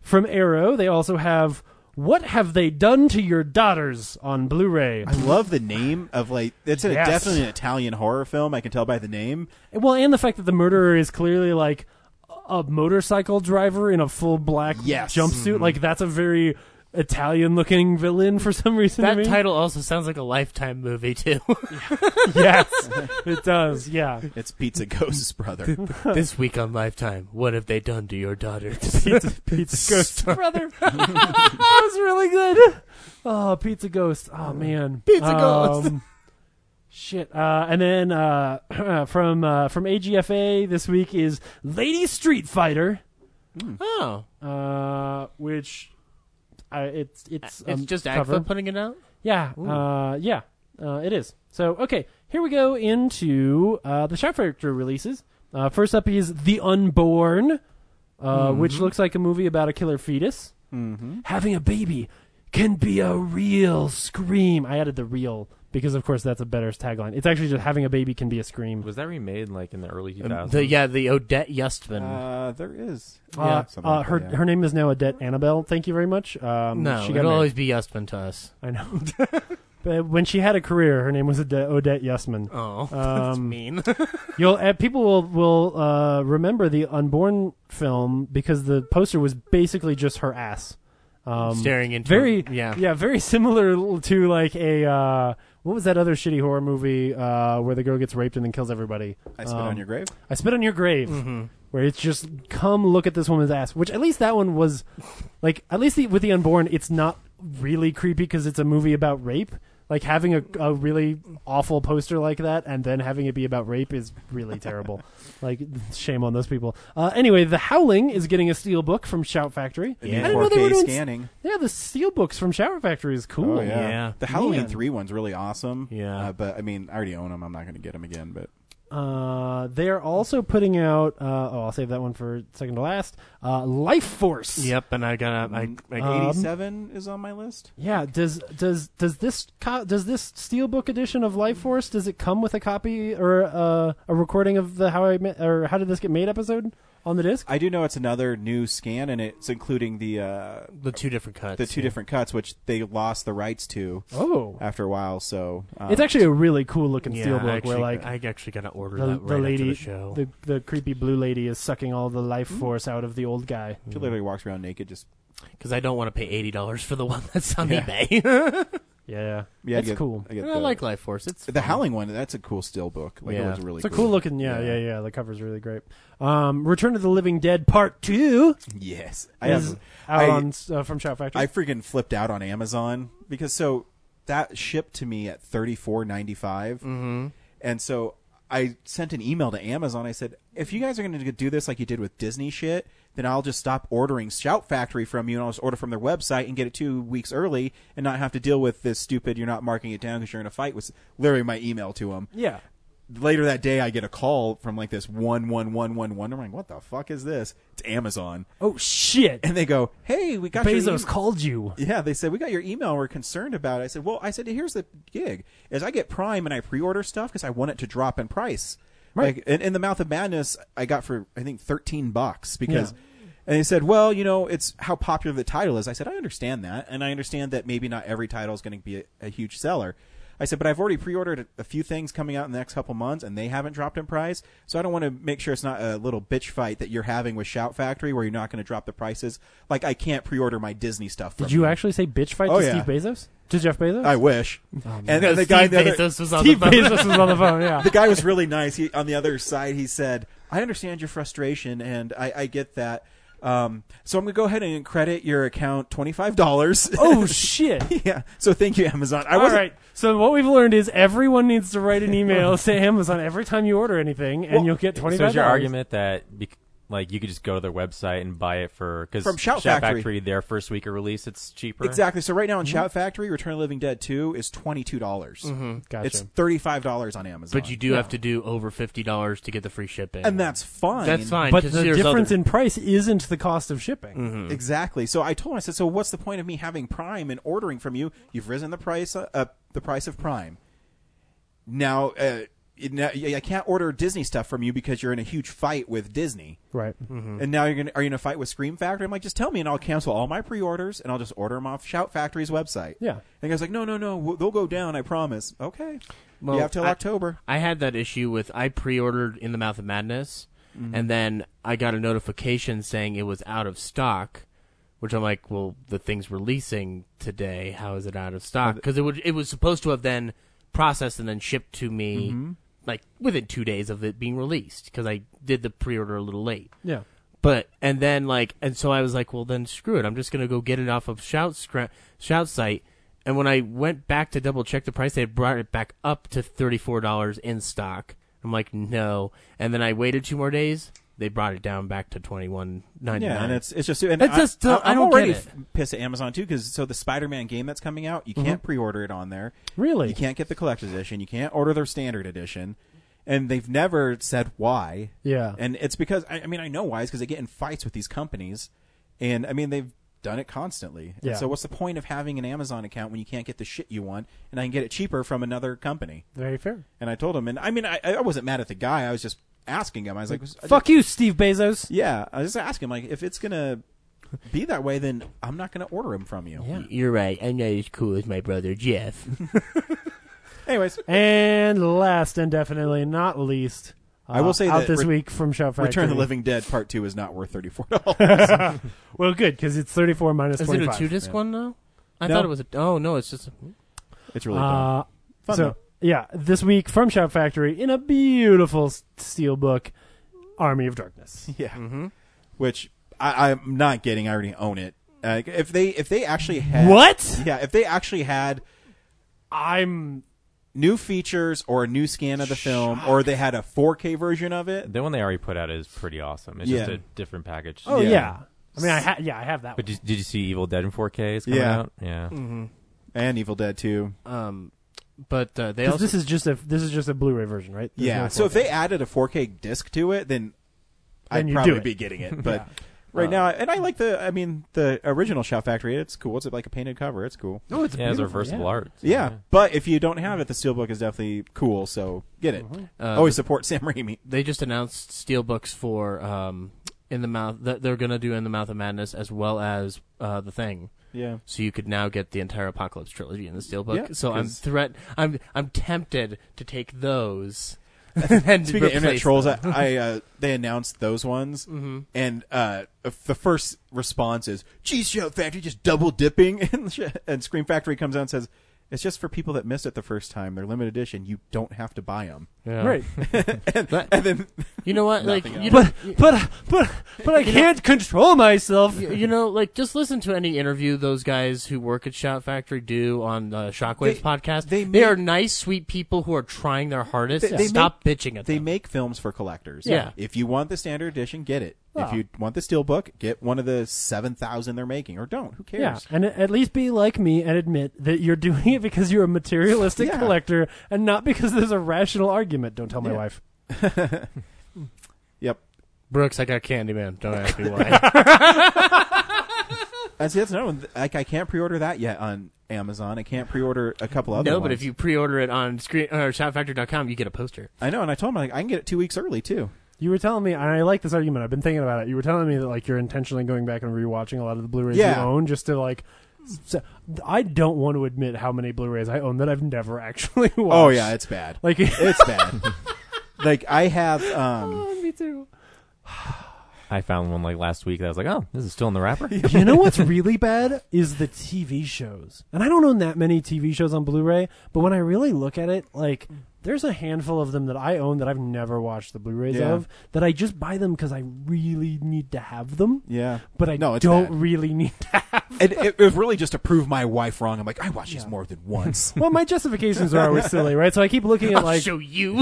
from Arrow, they also have "What Have They Done to Your Daughters" on Blu-ray. I love the name of like it's a, Yes. definitely an Italian horror film. I can tell by the name. Well, and the fact that the murderer is clearly like a motorcycle driver in a full black Yes. jumpsuit. Like that's a very Italian-looking villain for some reason. to that me. title also sounds like a lifetime movie too. yes, it does. Yeah, It's Pizza Ghost's brother. this week on Lifetime, what have they done to your daughters? Pizza, pizza Ghost brother. that was really good. Oh, Pizza Ghost. Oh man, Pizza Ghost. Shit. Uh, and then uh, from uh, from AGFA this week is Lady Street Fighter, oh, uh, which I it's it's it's um, just cover. Agfa putting it out. Yeah, uh, yeah, uh, it is. So okay, here we go into uh, the Shout Factor releases. Uh, first up is The Unborn, uh, Mm-hmm. which looks like a movie about a killer fetus having a baby. Can be a real scream. I added the real because, of course, that's a better tagline. It's actually just having a baby can be a scream. Was that remade like in Um, the early 2000s? The, yeah, the Odette Yustman. Uh, there is. Uh, something uh, like that, her yeah. her name is now Odette Annabelle. Thank you very much. Um, no, she got it'll married. always be Yustman to us. I know. but when she had a career, her name was Ode- Odette Yusman. Oh, that's Um, mean. You'll uh, people will will uh, remember the unborn film because the poster was basically just her ass. Um, Staring into very it, yeah. yeah very similar l- to like a uh, what was that other shitty horror movie uh, where the girl gets raped and then kills everybody? I spit Um, on your grave. I spit on your grave. Mm-hmm. Where it's just come look at this woman's ass, which at least that one was like at least the, with the unborn, it's not really creepy because it's a movie about rape. Like having a, a really awful poster like that and then having it be about rape is really terrible. like shame on those people. Uh, anyway, The Howling is getting a steel book from Shout Factory. It means I didn't know they were 4K doing s- scanning. Oh, Yeah, the steel books from Shout Factory is cool. yeah. The Halloween Oh, Man. three one's really awesome. Yeah. Uh, but I mean, I already own them. I'm not going to get them again. But Uh, they are also putting out. Uh, oh, I'll save that one for second to last. Uh, Life Force. yep, and I gotta. I, I, Um, eighty-seven is on my list. Yeah, does does does this co- does this steelbook edition of Life Force does it come with a copy or uh, a recording of the how I Ma- or how did this get made episode on the disc? I do know it's another new scan, and it's including the uh, the two different cuts. the two different cuts, which they lost the rights to Oh, after a while. So um, it's actually a really cool looking yeah, steelbook I actually, where like I actually gotta order the, that the right after lady the show. Mm. the, the creepy blue lady is sucking all the life force out of the old guy. she literally walks around naked. Just because I don't want to pay eighty dollars for the one that's on Yeah. eBay. Yeah, yeah, I that's get- cool. I, get I the, like Life Force. It's the Howling one. That's a cool still book. Like it Yeah. was really. It's a cool looking, yeah, yeah, Yeah. yeah, The cover's really great. Um, Return of the Living Dead Part Two Yes, I is have- out I- on uh, from Shout Factory. I freaking flipped out on Amazon because so that shipped to me at thirty four ninety five, and so I sent an email to Amazon. I said, if you guys are going to do this like you did with Disney shit, then I'll just stop ordering Shout Factory from you, and I'll just order from their website and get it two weeks early, and not have to deal with this stupid. You're not marking it down because you're in a fight. Was literally my email to them. yeah, Later that day, I get a call from like this one one one one one. I'm like, what the fuck is this? It's Amazon, Oh shit! and they go, hey, we got your Bezos em- called you. yeah, they said we got your email. We're concerned about it. I said, well, I said here's the gig: is I get Prime and I pre-order stuff because I want it to drop in price. Right. Like, in, in the mouth of madness, I got for I think thirteen bucks because. And they said, "Well, you know, it's how popular the title is." I said, "I understand that, and I understand that maybe not every title is going to be a, a huge seller." I said, "But I've already pre-ordered a, a few things coming out in the next couple months, and they haven't dropped in price, so I don't want to make sure it's not a little bitch fight that you're having with Shout Factory, where you're not going to drop the prices. Like, I can't pre-order my Disney stuff." Did from you actually say bitch fight Oh, to yeah. Steve Bezos? To Jeff Bezos? I wish. and because the guy, Oh, Steve the, other- Bezos was on Steve the phone. Bezos was on the phone. Yeah. the guy was really nice. He on the other side, he said, "I understand your frustration, and I, I get that. Um, so I'm gonna go ahead and credit your account twenty five dollars. oh shit! yeah. So thank you, Amazon. I All wasn't. right. So what we've learned is everyone needs to write an email to Amazon every time you order anything, and you'll get twenty So five. is your argument that bec- like you could just go to their website and buy it for because From Shout Factory. Factory. their first week of release it's cheaper. Exactly. So right now on Mm-hmm. Shout Factory, Return of the Living Dead Two is twenty two dollars. Gotcha. It's thirty five dollars on Amazon. Mm-hmm. But you do have to do over fifty dollars to get the free shipping, and that's fine. that's fine. but 'cause the there's difference other- in price isn't the cost of shipping. Mm-hmm. Mm. Exactly. So I told him, I said, so what's the point of me having Prime and ordering from you? You've risen the price, uh, uh, the price of Prime. Now, uh, it- now- y- I can't order Disney stuff from you because you're in a huge fight with Disney. Right. Mm-hmm. And now you're gonna are you in a fight with Scream Factory? I'm like, just tell me, and I'll cancel all my pre-orders, and I'll just order them off Shout Factory's website. Yeah. And the guy's like, no, no, no, w- they'll go down. I promise. Okay. Well, you have till I- October. I had that issue with I pre-ordered In the Mouth of Madness, and then I got a notification saying it was out of stock, which I'm like, well, the thing's releasing today. How is it out of stock? Because it would it was supposed to have then processed and then shipped to me like within two days of it being released because I did the pre-order a little late. Yeah. But and then like and so I was like, well then screw it. I'm just gonna go get it off of Shout scra- Shout site. And when I went back to double check the price, they had brought it back up to thirty four dollars in stock. I'm like, no. And then I waited two more days. They brought it down back to twenty one ninety Yeah, nine. and it's it's just and It's I, just still- I, I am don't get already it. f- pissed at Amazon too because so the Spider-Man game that's coming out, you can't pre-order it on there. Mm-hmm. Really? you can't get the collector's edition. You can't order their standard edition, and they've never said why. Yeah. and it's because I, I mean I know why is because they get in fights with these companies, and I mean they've done it constantly. And Yeah. so what's the point of having an Amazon account when you can't get the shit you want, and I can get it cheaper from another company? Very fair. And I told him, and I mean I, I wasn't mad at the guy. I was just asking him. I was like, Fuck you, Steve Bezos. yeah, I just ask him like if it's gonna be that way, then I'm not gonna order him from you. You're right. I'm not as cool as my brother Jeff. Anyways, And last and definitely not least, uh, I will say out that this Re- week from Shout Factory. Return of the Living Dead Part Two is not worth thirty four dollars. Well, good because it's thirty-four minus Is it a twenty-five. two disc one now? I No. thought it was a. Oh no, it's just. it's really dumb. Uh, Fun, so though. yeah, this week from Shout Factory in a beautiful s- steel book, Army of Darkness. yeah. Which I, I'm not getting. I already own it. Uh, if they if they actually had What? Yeah, if they actually had I'm new features or a new scan of the film, or they had a 4K version of it. The one they already put out is pretty awesome. It's just Yeah. a different package. oh yeah. Yeah. I mean, I ha- yeah, I have that. But one. did, did you see Evil Dead in 4K is coming Yeah. out? Yeah. Mm-hmm. And Evil Dead Two. Um, but uh, they 'Cause also this is just a this is just a Blu-ray version, right? There's yeah. no So if 4K. they added a 4K disc to it, then, Then I'd you do probably it. be getting it. But Um, right now, and I like the. I mean, the original Shout Factory. It's cool. It's like a painted cover. It's cool. no, it's Yeah, it has beautiful, reversible yeah. art. so Yeah, but if you don't have it, the steelbook is definitely cool. So get it. Always support Sam Raimi. they just announced steelbooks for um in the mouth that they're gonna do in the mouth of madness as well as uh the thing Yeah. so you could now get the entire apocalypse trilogy in the steelbook Yeah, so i'm 'cause- threat i'm i'm tempted to take those and Speaking of internet replace trolls, them. I, I uh, they announced those ones, and uh, if the first response is, "Geez, Shout Factory just double dipping," and, sh- and Scream Factory comes out and says, "It's just for people that missed it the first time. They're limited edition. You don't have to buy them." Yeah. Right, and then you know what like you know, but but but but I can't control myself. you you know like just listen to any interview those guys who work at shout factory do on the shockwaves They- podcast they they, make- are nice sweet people who are trying their hardest They- they stop bitching at they them make films for collectors. Yeah. If you want the standard edition, get it. If Well. you want the steelbook, get one of the seven thousand they're making, or don't. Who cares? Yeah, and at least be like me and admit that you're doing it because you're a materialistic Yeah. collector and not because there's a rational argument. Don't tell my Yeah. wife. Yep. brooks i got candyman don't ask me why And see, that's another one. Like, I can't pre-order that yet on Amazon. I can't pre-order a couple other. No, but if ones. you pre-order it on screen or shoutfactor.com, you get a poster. I know, and I told him like I can get it two weeks early too. You were telling me, and I like this argument. I've been thinking about it. You were telling me that like you're intentionally going back and rewatching a lot of the Blu-rays Yeah. you own just to like. s- I don't want to admit how many Blu-rays I own that I've never actually watched. Oh yeah, it's bad. like it's bad. like I have. um Oh, me too. I found one like last week that I was like, oh, this is still in the wrapper. you know what's really bad is the TV shows. And I don't own that many TV shows on Blu-ray, but when I really look at it, like there's a handful of them that I own that I've never watched the Blu-rays Yeah. of that I just buy them cuz I really need to have them. Yeah, But I No, it's don't bad. really need to have. It, it, it was really just to prove my wife wrong. I'm like, I watched these more than once. Well, my justifications are always silly, right? So I keep looking Oh, at like Show you.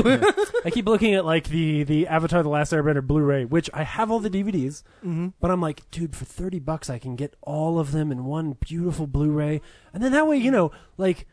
I keep looking at like the the Avatar: The Last Airbender Blu-ray, which I have all the DVDs, Mm-hmm. but I'm like, dude, for thirty bucks, I can get all of them in one beautiful Blu-ray, and then that way, you know, like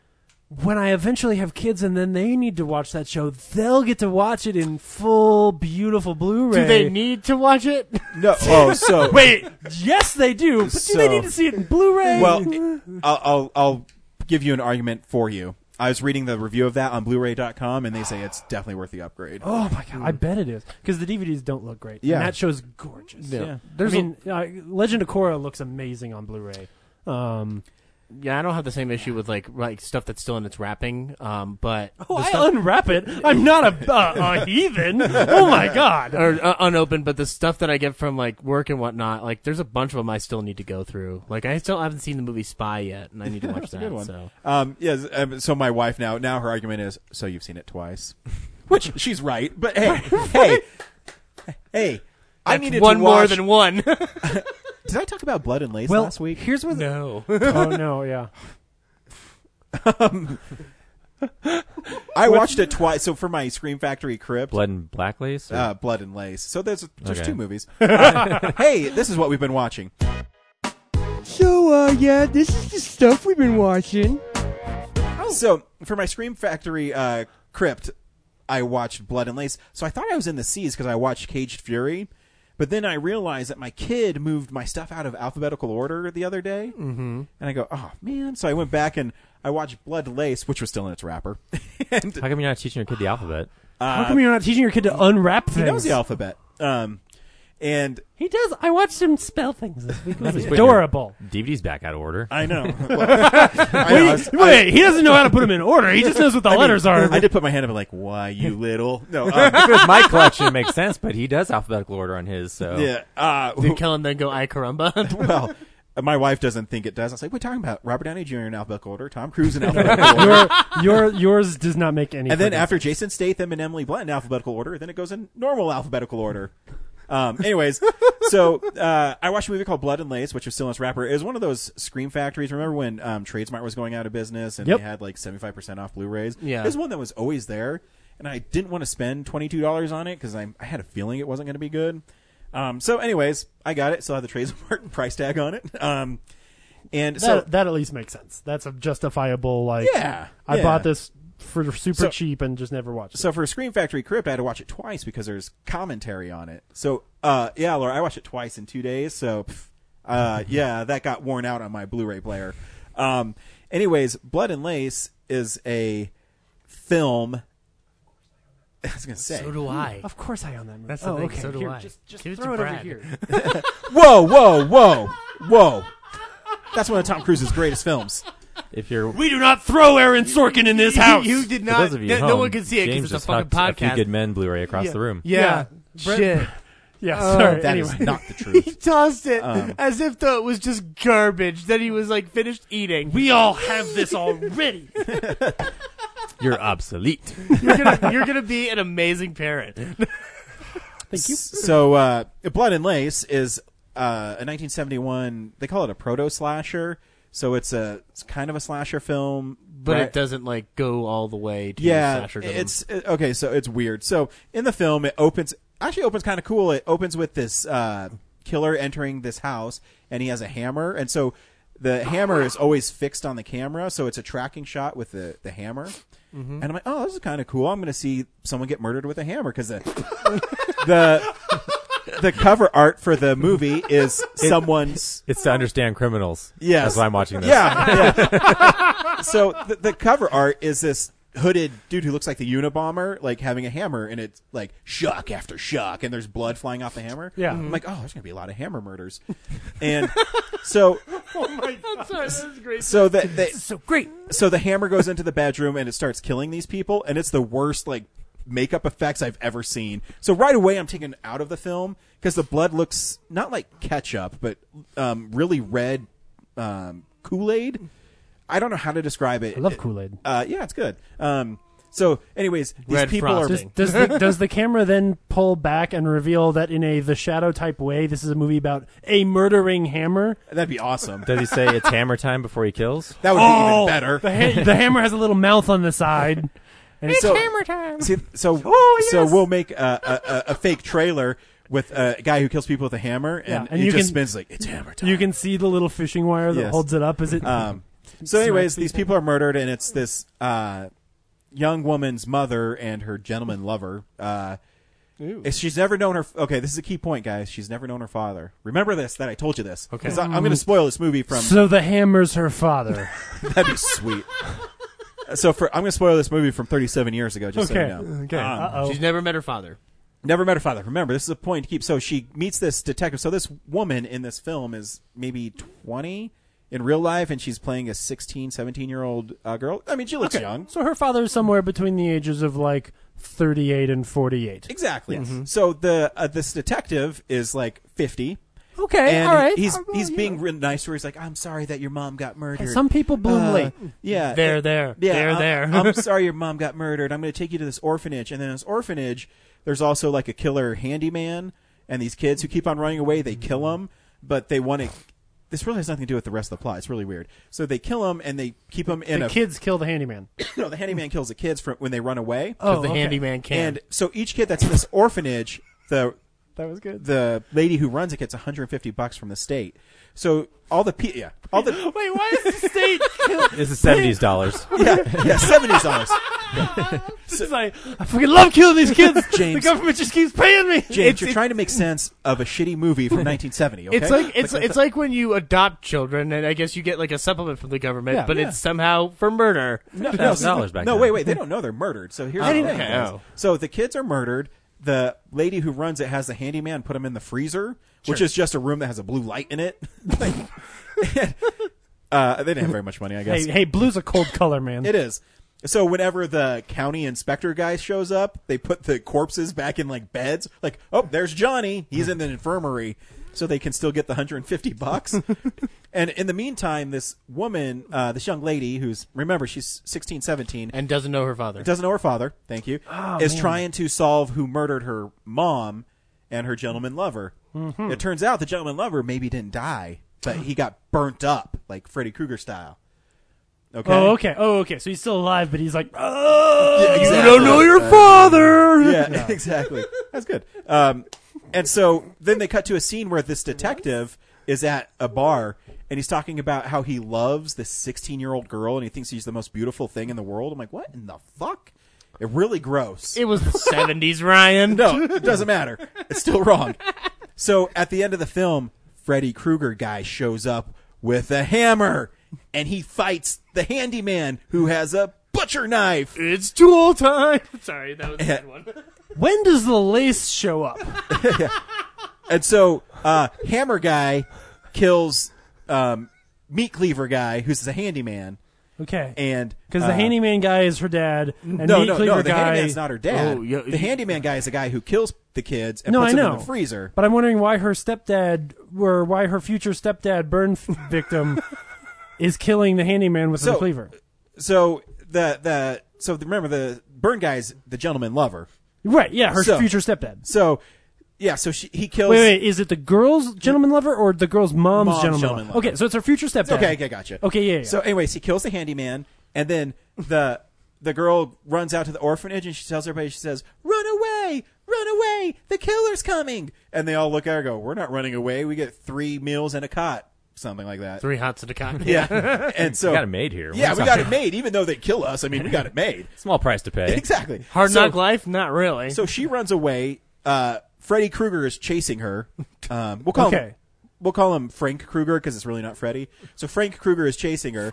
when I eventually have kids and then they need to watch that show, they'll get to watch it in full, beautiful Blu-ray. Do they need to watch it? no, oh, so Wait, yes, they do. But do they So- need to see it in Blu-ray? Well, I'll, I'll I'll give you an argument for you. I was reading the review of that on Blu-ray.com, and they say it's definitely worth the upgrade. Oh my god, I bet it is because the DVDs don't look great. Yeah. and that show's gorgeous. Yeah. There's I mean, uh, Legend of Korra looks amazing on Blu-ray. Um, Yeah, I don't have the same issue with like like stuff that's still in its wrapping. Um, but oh, the I stuff- unwrap it. I'm not a, uh, a heathen. Oh my god. or uh, unopened, but the stuff that I get from like work and whatnot, like there's a bunch of them I still need to go through. Like I still haven't seen the movie Spy yet, and I need to watch that. So Um, yes. Um, so my wife now, now her argument is, so you've seen it twice, which she's right. But hey, hey, hey, I needed one to more watch- than one. Did I talk about Blood and Lace Well, last week? here's where the no, oh no, yeah. I watched it twice. So for my Scream Factory crypt, Blood and Black Lace? or- uh, Blood and Lace. So there's there's Okay. two movies. Uh, hey, this is what we've been watching. So, uh, yeah, this is the stuff we've been watching. So for my Scream Factory uh, crypt, I watched Blood and Lace. So I thought I was in the seas because I watched Caged Fury, but then I realized that my kid moved my stuff out of alphabetical order the other day, mm-hmm. and I go, oh man! So I went back and I watched Blood and Lace, which was still in its wrapper. and How come you're not teaching your kid the alphabet? How come you're not teaching your kid to unwrap things? that was the alphabet. Um, and He does. I watched him spell things this week. It was Wait, adorable. DVD's back out of order. I know. Well, I know, I was- Wait, he doesn't know how to put them in order. He just knows what the I mean, letters are. I did put my hand up and like, why you little? No, um, If it was my collection, it makes sense, but he does alphabetical order on his, so. yeah. Uh, you kill him, then go I caramba. well, my wife doesn't think it does. I was like, we're talking about Robert Downey Jr. in alphabetical order, Tom Cruise in alphabetical order. Your yours does not make any. And then friggin' after Jason Statham and Emily Blunt in alphabetical order, then it goes in normal alphabetical order. Um, anyways, so uh, I watched a movie called Blood and Lace, which was still in its wrapper. It was one of those Scream Factories. Remember when um, Tradesmart was going out of business and Yep. they had like 75% off Blu-rays? Yeah. It was one that was always there, and I didn't want to spend $22 on it because I, I had a feeling it wasn't going to be good. Um, so anyways, I got it. Still had the Tradesmart price tag on it. Um, and That, so that at least makes sense. That's a justifiable like. Yeah, I yeah. bought this for super So- cheap and just never watched So for Scream Factory Crypt, I had to watch it twice because there's commentary on it. So uh, yeah, Laura, I watched it twice in two days. So pff, uh, yeah, that got worn out on my Blu-ray player. Um, anyways, Blood and Lace is a film. I was gonna say. so do I. it. Of course, I own that movie. That's the oh, thing. okay. So do here, I. Just, just Give it to throw it over Brad. here. whoa, whoa, whoa, whoa! That's one of Tom Cruise's greatest films. If you're. we do not throw Aaron Sorkin in this house. you did for not. those of you no, home, no one can see it James because it's just a fucking hucked A podcast. few good men Blu-ray across the room. yeah. Yeah. shit. yeah. Oh, Sorry. That is anyway. not the he truth. tossed it Um, as if though it was just garbage that he was like finished eating. we all have this already. You're obsolete. you're gonna you're gonna be an amazing parent. Thank you. So, uh, Blood and Lace is uh, a 1971. They call it a proto slasher. So it's a it's kind of a slasher film, But right? it doesn't like go all the way to yeah. slasher. It's uh, okay. So it's weird. So in the film, it opens actually opens kind of cool. It opens with this uh, killer entering this house, and he has a hammer, and so the hammer is always fixed on the camera, so it's a tracking shot with the the hammer. Mm-hmm. And I'm like, oh, this is kind of cool. I'm going to see someone get murdered with a hammer because the the the cover art for the movie is someone's It's to understand criminals. Yes. That's why I'm watching this. yeah, yeah. so the, the cover art is this hooded dude who looks like the Unabomber, like having a hammer, and it's like shock after shock, and there's blood flying off the hammer. Yeah. I'm like, oh, there's gonna be a lot of hammer murders, and so I'm sorry, Oh that was great. so that they, So great. so the hammer goes into the bedroom and it starts killing these people and it's the worst like makeup effects i've ever seen so right away i'm taken out of the film because the blood looks not like ketchup but um, really red um, kool-aid i don't know how to describe it I love Kool-Aid. uh, yeah it's good um, so anyways these Red people frosting. are Does the, does the camera then pull back and reveal that in a the shadow type way, this is a movie about a murdering hammer? that'd be awesome Does he say it's hammer time before he kills? that would be Oh! even better The, ha- the hammer has a little mouth on the side. And it's time. See, so Oh, so we'll make a, a, a, a fake trailer with a guy who kills people with a hammer, and, Yeah, and he you just can- spins like it's hammer time. You can see the little fishing wire that Yes. holds it up. Is it? Um, so, anyways, these people are murdered, and it's this uh, young woman's mother and her gentleman lover. Uh, and she's never known her. Okay, this is a key point, guys. She's never known her father. Remember this that I told you this. Okay, I, am going to spoil this movie from. so the hammer's her father. that'd be sweet. Uh, so for I'm going to spoil this movie from 37 years ago, just Okay. so you know. Okay. Um, Uh-oh. She's never met her father. Never met her father. Remember, this is a point to keep. So she meets this detective. So this woman in this film is maybe 20 in real life, and she's playing a 16, 17 year old uh, girl. I mean, she looks young. So her father's somewhere between the ages of like 38 and 48. Exactly. Mm-hmm. So the uh, this detective is like 50. Okay, and all right. He's Uh, well, he's you being know. real nice. Where he's like, "I'm sorry that your mom got murdered." Some people bloom Uh, late. Yeah, There, Uh, there. yeah. There, I'm, there. I'm sorry, your mom got murdered. I'm going to take you to this orphanage, and then this orphanage, there's also like a killer handyman, and these kids who keep on running away, they kill Mm-hmm. them, but they want to. This really has nothing to do with the rest of the plot. It's really weird. So they kill them, and they keep them in The a. kids kill the handyman. no, the handyman kills the kids from when they run away. Oh, the okay. handyman can. And so each kid that's in this orphanage, the That was good. the lady who runs it gets 150 bucks from the state. So all the pe- yeah, all the Wait, why is the state? This is seventies dollars. yeah, 70s dollars. This is like, I fucking love killing these kids. James. The government just keeps paying me. James, It's- you're it- trying to make sense of a shitty movie from 1970. Okay? It's like it's it's like when you adopt children, and I guess you get like a supplement from the government, Yeah, but yeah. it's somehow for murder. no, thousand dollars back No, then. Oh. wait, wait. They don't know they're murdered. So here's I the didn't thing. know. guys. So the kids are murdered. The lady who runs it has the handyman put them in the freezer, which is just a room that has a blue light in it. Like, uh, they didn't have very much money, I guess. Hey, hey, blue's a cold color, man. It is. So whenever the county inspector guy shows up, they put the corpses back in like beds. Like, oh, there's Johnny. He's in the infirmary, so they can still get the 150 bucks. and in the meantime, this woman, uh, this young lady, who's remember she's 16, 17, And doesn't know her father. doesn't know her father. Thank you. is trying to solve who murdered her mom and her gentleman lover. It turns out the gentleman lover maybe didn't die, but he got burnt up like Freddy Krueger style. Okay. Oh, okay. Oh, okay. So he's still alive, but he's like, oh, You don't know your father. Yeah, exactly. That's good. Um, and so then they cut to a scene where this detective is at a bar and he's talking about how he loves this 16 year old girl and he thinks she's the most beautiful thing in the world. I'm like, what in the fuck? It really gross. It was the seventies, Ryan. no, it doesn't matter. It's still wrong. So at the end of the film, Freddy Krueger guy shows up with a hammer and he fights the handyman who has a butcher knife. It's tool time. Sorry, that was a Yeah. good one. when does the lace show up? And so uh, Hammer Guy kills um, Meat Cleaver Guy, who's a handyman, Okay. and Because uh, the handyman guy is her dad, and no, meat no, cleaver no, the guy. handyman's not her dad. Oh, yeah, the handyman guy is the guy who kills the kids and no, puts I them know. in the freezer. But I'm wondering why her stepdad, or why her future stepdad burn f- victim, is killing the handyman with So- her cleaver. So the the so the, remember the burn guy's the gentleman lover. Right? Yeah, her So- future stepdad. So yeah, so she, he kills. Wait, wait, is it the girl's gentleman lover or the girl's mom's, Mom's gentleman, gentleman lover? lover. Okay, so it's her future stepdad. Okay, okay, gotcha. Okay, yeah, yeah. So, anyways, he kills the handyman, and then the the girl runs out to the orphanage, and she tells everybody, she says, "Run away, run away! The killer's coming!" And they all look at her, and go, "We're not running away. We get three meals and a cot, something like that." Three hots and a cock. Yeah, and so We got it made here. What Yeah, are you we got talking it made. Even though they kill us, I mean, we got it made. Small price to pay. Exactly. Hard so, knock life? Not really. So she runs away. Uh, Freddy Krueger is chasing her. Um, we'll call him. Okay. We'll call him Frank Krueger because it's really not Freddy. So Frank Krueger is chasing her,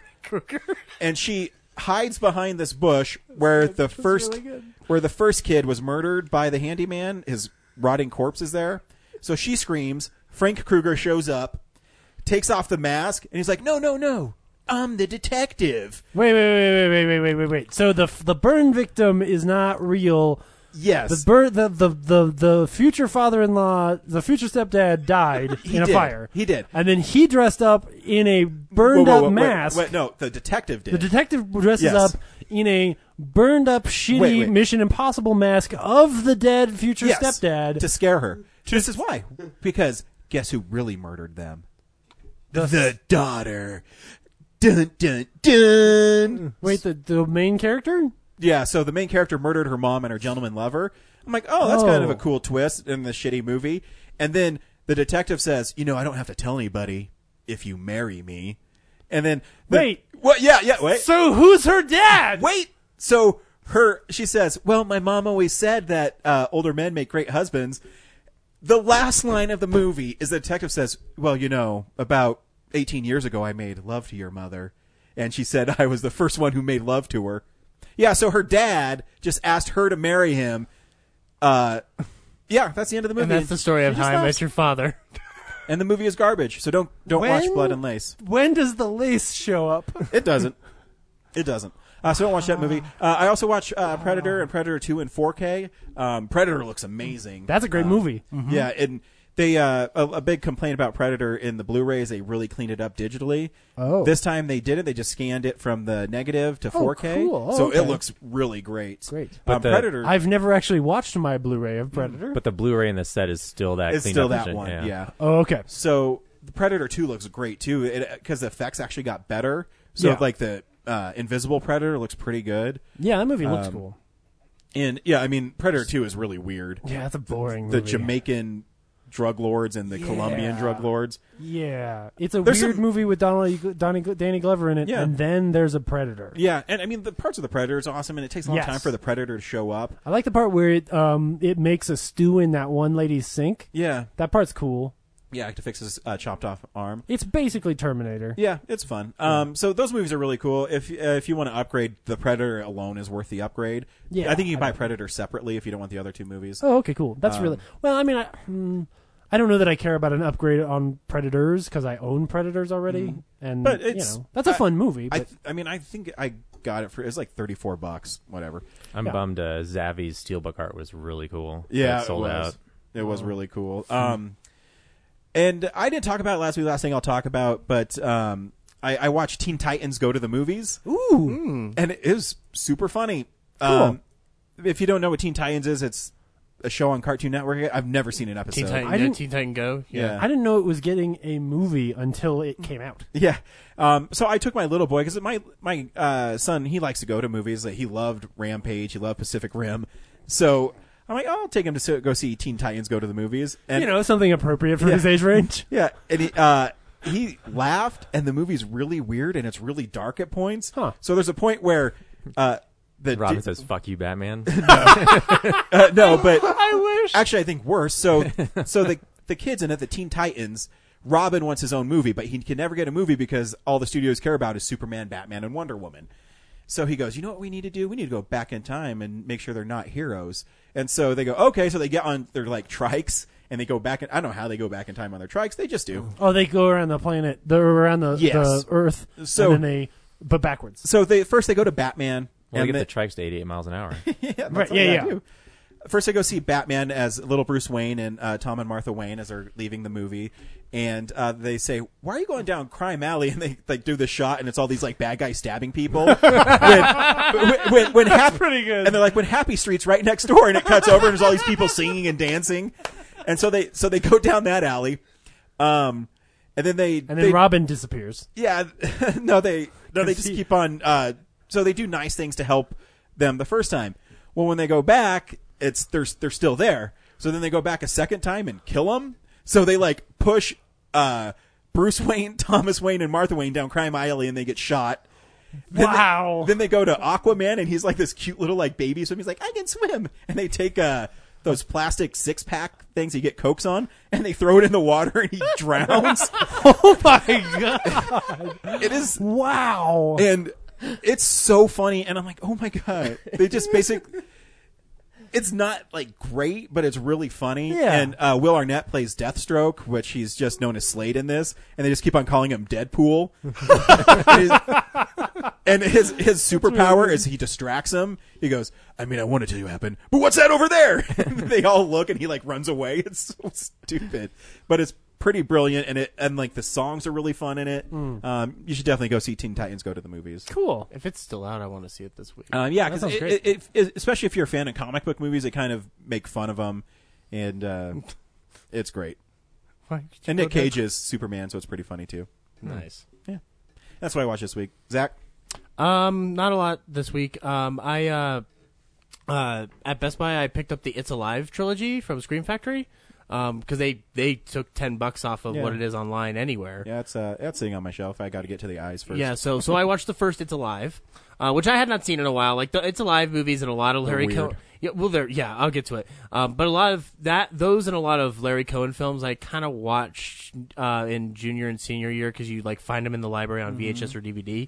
and she hides behind this bush where the first where the first kid was murdered by the handyman. His rotting corpse is there. So she screams. Frank Krueger shows up, takes off the mask, and he's like, "No, no, no! I'm the detective." Wait, wait, wait, wait, wait, wait, wait, wait, wait. So the the burn victim is not real. Yes, The bur- the, the the the future father-in-law, the future stepdad died He in a did. fire. He did. and then he dressed up in a burned Whoa, whoa, up whoa, wait, mask. Wait, no, the detective did. The detective dresses Yes. up in a burned up, shitty Wait, wait. Mission Impossible mask of the dead future Yes, stepdad. to scare her. This is why, because guess who really murdered them? The, daughter. Dun dun dun. Wait, the the main character? Yeah, so the main character murdered her mom and her gentleman lover. I'm like, oh, that's kind of a cool twist in the shitty movie. And then the detective says, you know, I don't have to tell anybody if you marry me. And then the- Wait. what? Yeah, yeah. Wait, So who's her dad? wait. So her, she says, "Well, my mom always said that uh, older men make great husbands." The last line of the movie is the detective says, "Well, you know, about 18 years ago, I made love to your mother, and she said I was the first one who made love to her." Yeah, so her dad just asked her to marry him. Uh, yeah, that's the end of the movie. and that's the story of She just how I laughs. met your father. And the movie is garbage, so don't don't watch When- Blood and Lace. When does the lace show up? It doesn't. it doesn't. Uh, so don't watch that movie. Ah. Uh, I also watch uh, Predator and Predator Two in 4K. Um, Predator looks amazing. Mm-hmm. That's a great movie. Yeah, and they uh, a, a big complaint about Predator in the Blu-rays. They really cleaned it up digitally. Oh. this time they did it. They just scanned it from the negative to 4K, cool. Oh, so it okay. looks really great. Great. But um, the- Predator. I've never actually watched my Blu-ray of Predator. But the Blu-ray in the set is still that. it's cleaned still up that version, one. yeah. oh, okay. So the Predator Two looks great too, because the effects actually got better. So Yeah. like the uh, Invisible Predator looks pretty good, Yeah, that movie Um, looks cool. and yeah, I mean Predator Two is really weird. Yeah, that's a boring The movie. Jamaican drug lords and the Colombian drug lords. Yeah, it's a There's weird some- movie with Donald, Donnie, Danny Glover in it, Yeah. and then there's a Predator. Yeah, and I mean the parts of the Predator is awesome, and it takes a long Yes. time for the Predator to show up. I like the part where it um it makes a stew in that one lady's sink. Yeah, That part's cool. yeah, to fix his uh, chopped off arm. It's basically Terminator. Yeah, it's fun. Um, so those movies are really cool. If uh, if you want to upgrade, the Predator alone is worth the upgrade. Yeah, I think you can I buy Predator separately if you don't want the other two movies. Oh, okay, cool. That's Um, really well. I mean, I, hmm, I don't know that I care about an upgrade on Predators because I own Predators already, and Mm. But you it's- know that's a I- fun movie. I But th- I mean I think I got it for it's like thirty four bucks, whatever. I'm Yeah. bummed. Uh, Zavi's steelbook art was really cool. That sold it was. out. It was really cool. Um, and I didn't talk about it last week. Last thing I'll talk about, but um, I, I watched Teen Titans go to the movies. Ooh, and it is super funny. Um, if you don't know what Teen Titans is, it's a show on Cartoon Network. I've never seen an episode. Teen Titan, I yeah, didn't- Teen Titan Go. Yeah. Mm. I didn't know it was getting a movie until it came out. Yeah. Um, so I took my little boy because my my uh, son he likes to go to movies. Like, he loved Rampage. He loved Pacific Rim. So I'm like, I'll take him to so- go see Teen Titans go to the movies. And you know, something appropriate for his age range. yeah, and he, uh, he laughed. And the movie's really weird and it's really dark at points. Huh. So there's a point where uh, the Robin says, "Fuck you, Batman." uh, no, but I wish. actually I think worse. So so the the kids in it, the Teen Titans. Robin wants his own movie, but he can never get a movie because all the studios care about is Superman, Batman, and Wonder Woman. So he goes, you know what we need to do? We need to go back in time and make sure they're not heroes. And so they go, okay. So they get on their like trikes and they go back. In, I don't know how they go back in time on their trikes. They just do. Oh, they go around the planet, they're around the, Yes. the Earth, So- and then they, but backwards. So they first they go to Batman. Well, and they the- get the trikes to 88 miles an hour. That's Right, yeah, all you gotta do. First, I go see Batman as little Bruce Wayne and uh, Tom and Martha Wayne as they're leaving the movie, and uh, they say, "Why are you going down Crime Alley?" And they like do the shot, and it's all these like bad guys stabbing people. when, when, when, when Hap- pretty good. And they're like, "When Happy Street's right next door," and it cuts over, and there's all these people singing and dancing, and so they so they go down that alley, um, and then they And then they, Robin disappears. yeah, no, they no, they just he- keep on. Uh, so they do nice things to help them the first time. Well, when they go back, it's they're they're still there. So then they go back a second time and kill them. So they like push uh, Bruce Wayne, Thomas Wayne, and Martha Wayne down Crime Alley, and they get shot. Then they- Wow. then they go to Aquaman, and he's like this cute little like baby swim. He's like, I can swim, and they take uh those plastic six pack things you get cokes on, and they throw it in the water, and he drowns. Oh my god! it is Wow. and it's so funny and i'm like oh my god they just basic it's not like great but it's really funny Yeah. and uh, will arnett plays deathstroke which he's just known as slade in this and they just keep on calling him deadpool and his his superpower is he distracts him he goes i mean i want to tell you what happened but what's that over there and they all look and he like runs away it's so stupid but it's pretty brilliant and it and like the songs are really fun in it um, you should definitely go see teen titans go to the movies cool. Uh-huh. If it's still out, I want to see it this week. um, yeah, because sounds it, great. it- it- especially if you're a fan of comic book movies, they kind of make fun of them, and uh, it's great. And Nick Cage is Superman, so it's pretty funny too. nice. That's what I watched this week. Zach, Um, not a lot this week. Um, I uh, uh, at Best Buy I picked up the It's Alive trilogy from Scream Factory. Um, because they they took ten bucks off of Yeah. what it is online anywhere. yeah, it's uh, that's sitting on my shelf. I got to get to the eyes first. Yeah, so so I watched the first It's Alive, uh, which I had not seen in a while. Like the It's Alive movies and a lot of Larry Cohen. Yeah, well, there. Yeah, I'll get to it. Um, but a lot of that, those, and a lot of Larry Cohen films, I kind of watched uh, in junior and senior year because you like find them in the library on VHS or DVD.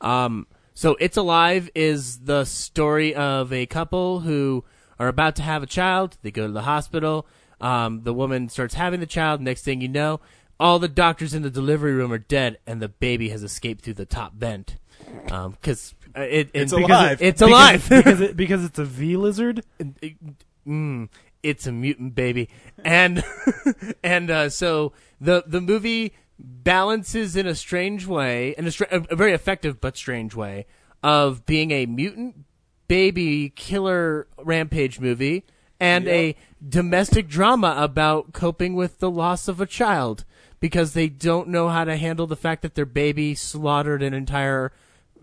Um, So It's Alive is the story of a couple who are about to have a child. They go to the hospital. Um, the woman starts having the child. Next thing you know, all the doctors in the delivery room are dead, and the baby has escaped through the top vent. Because it, It's because alive. It, it's Because- alive. because it, because it's a V lizard. mm, it's a mutant baby and and uh, so the the movie balances in a strange way in a, str- a very effective but strange way of being a mutant baby killer rampage movie and a domestic drama about coping with the loss of a child because they don't know how to handle the fact that their baby slaughtered an entire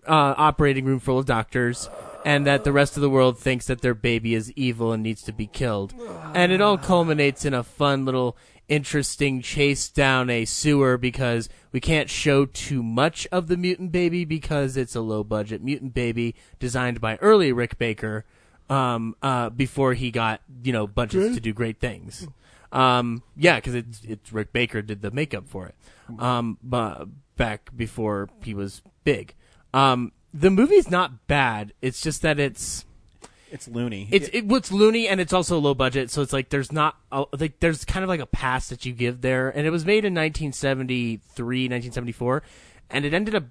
uh, operating room full of doctors, and that the rest of the world thinks that their baby is evil and needs to be killed. And it all culminates in a fun little interesting chase down a sewer because we can't show too much of the mutant baby because it's a low budget mutant baby designed by early Rick Baker um uh before he got you know budgets to do great things um yeah because it's it's rick baker did the makeup for it um but back before he was big um the movie's not bad it's just that it's It's loony. it's it, what's loony and it's also low budget so it's like there's not a, like there's kind of like a pass that you give there and it was made in 1973 1974 and it ended up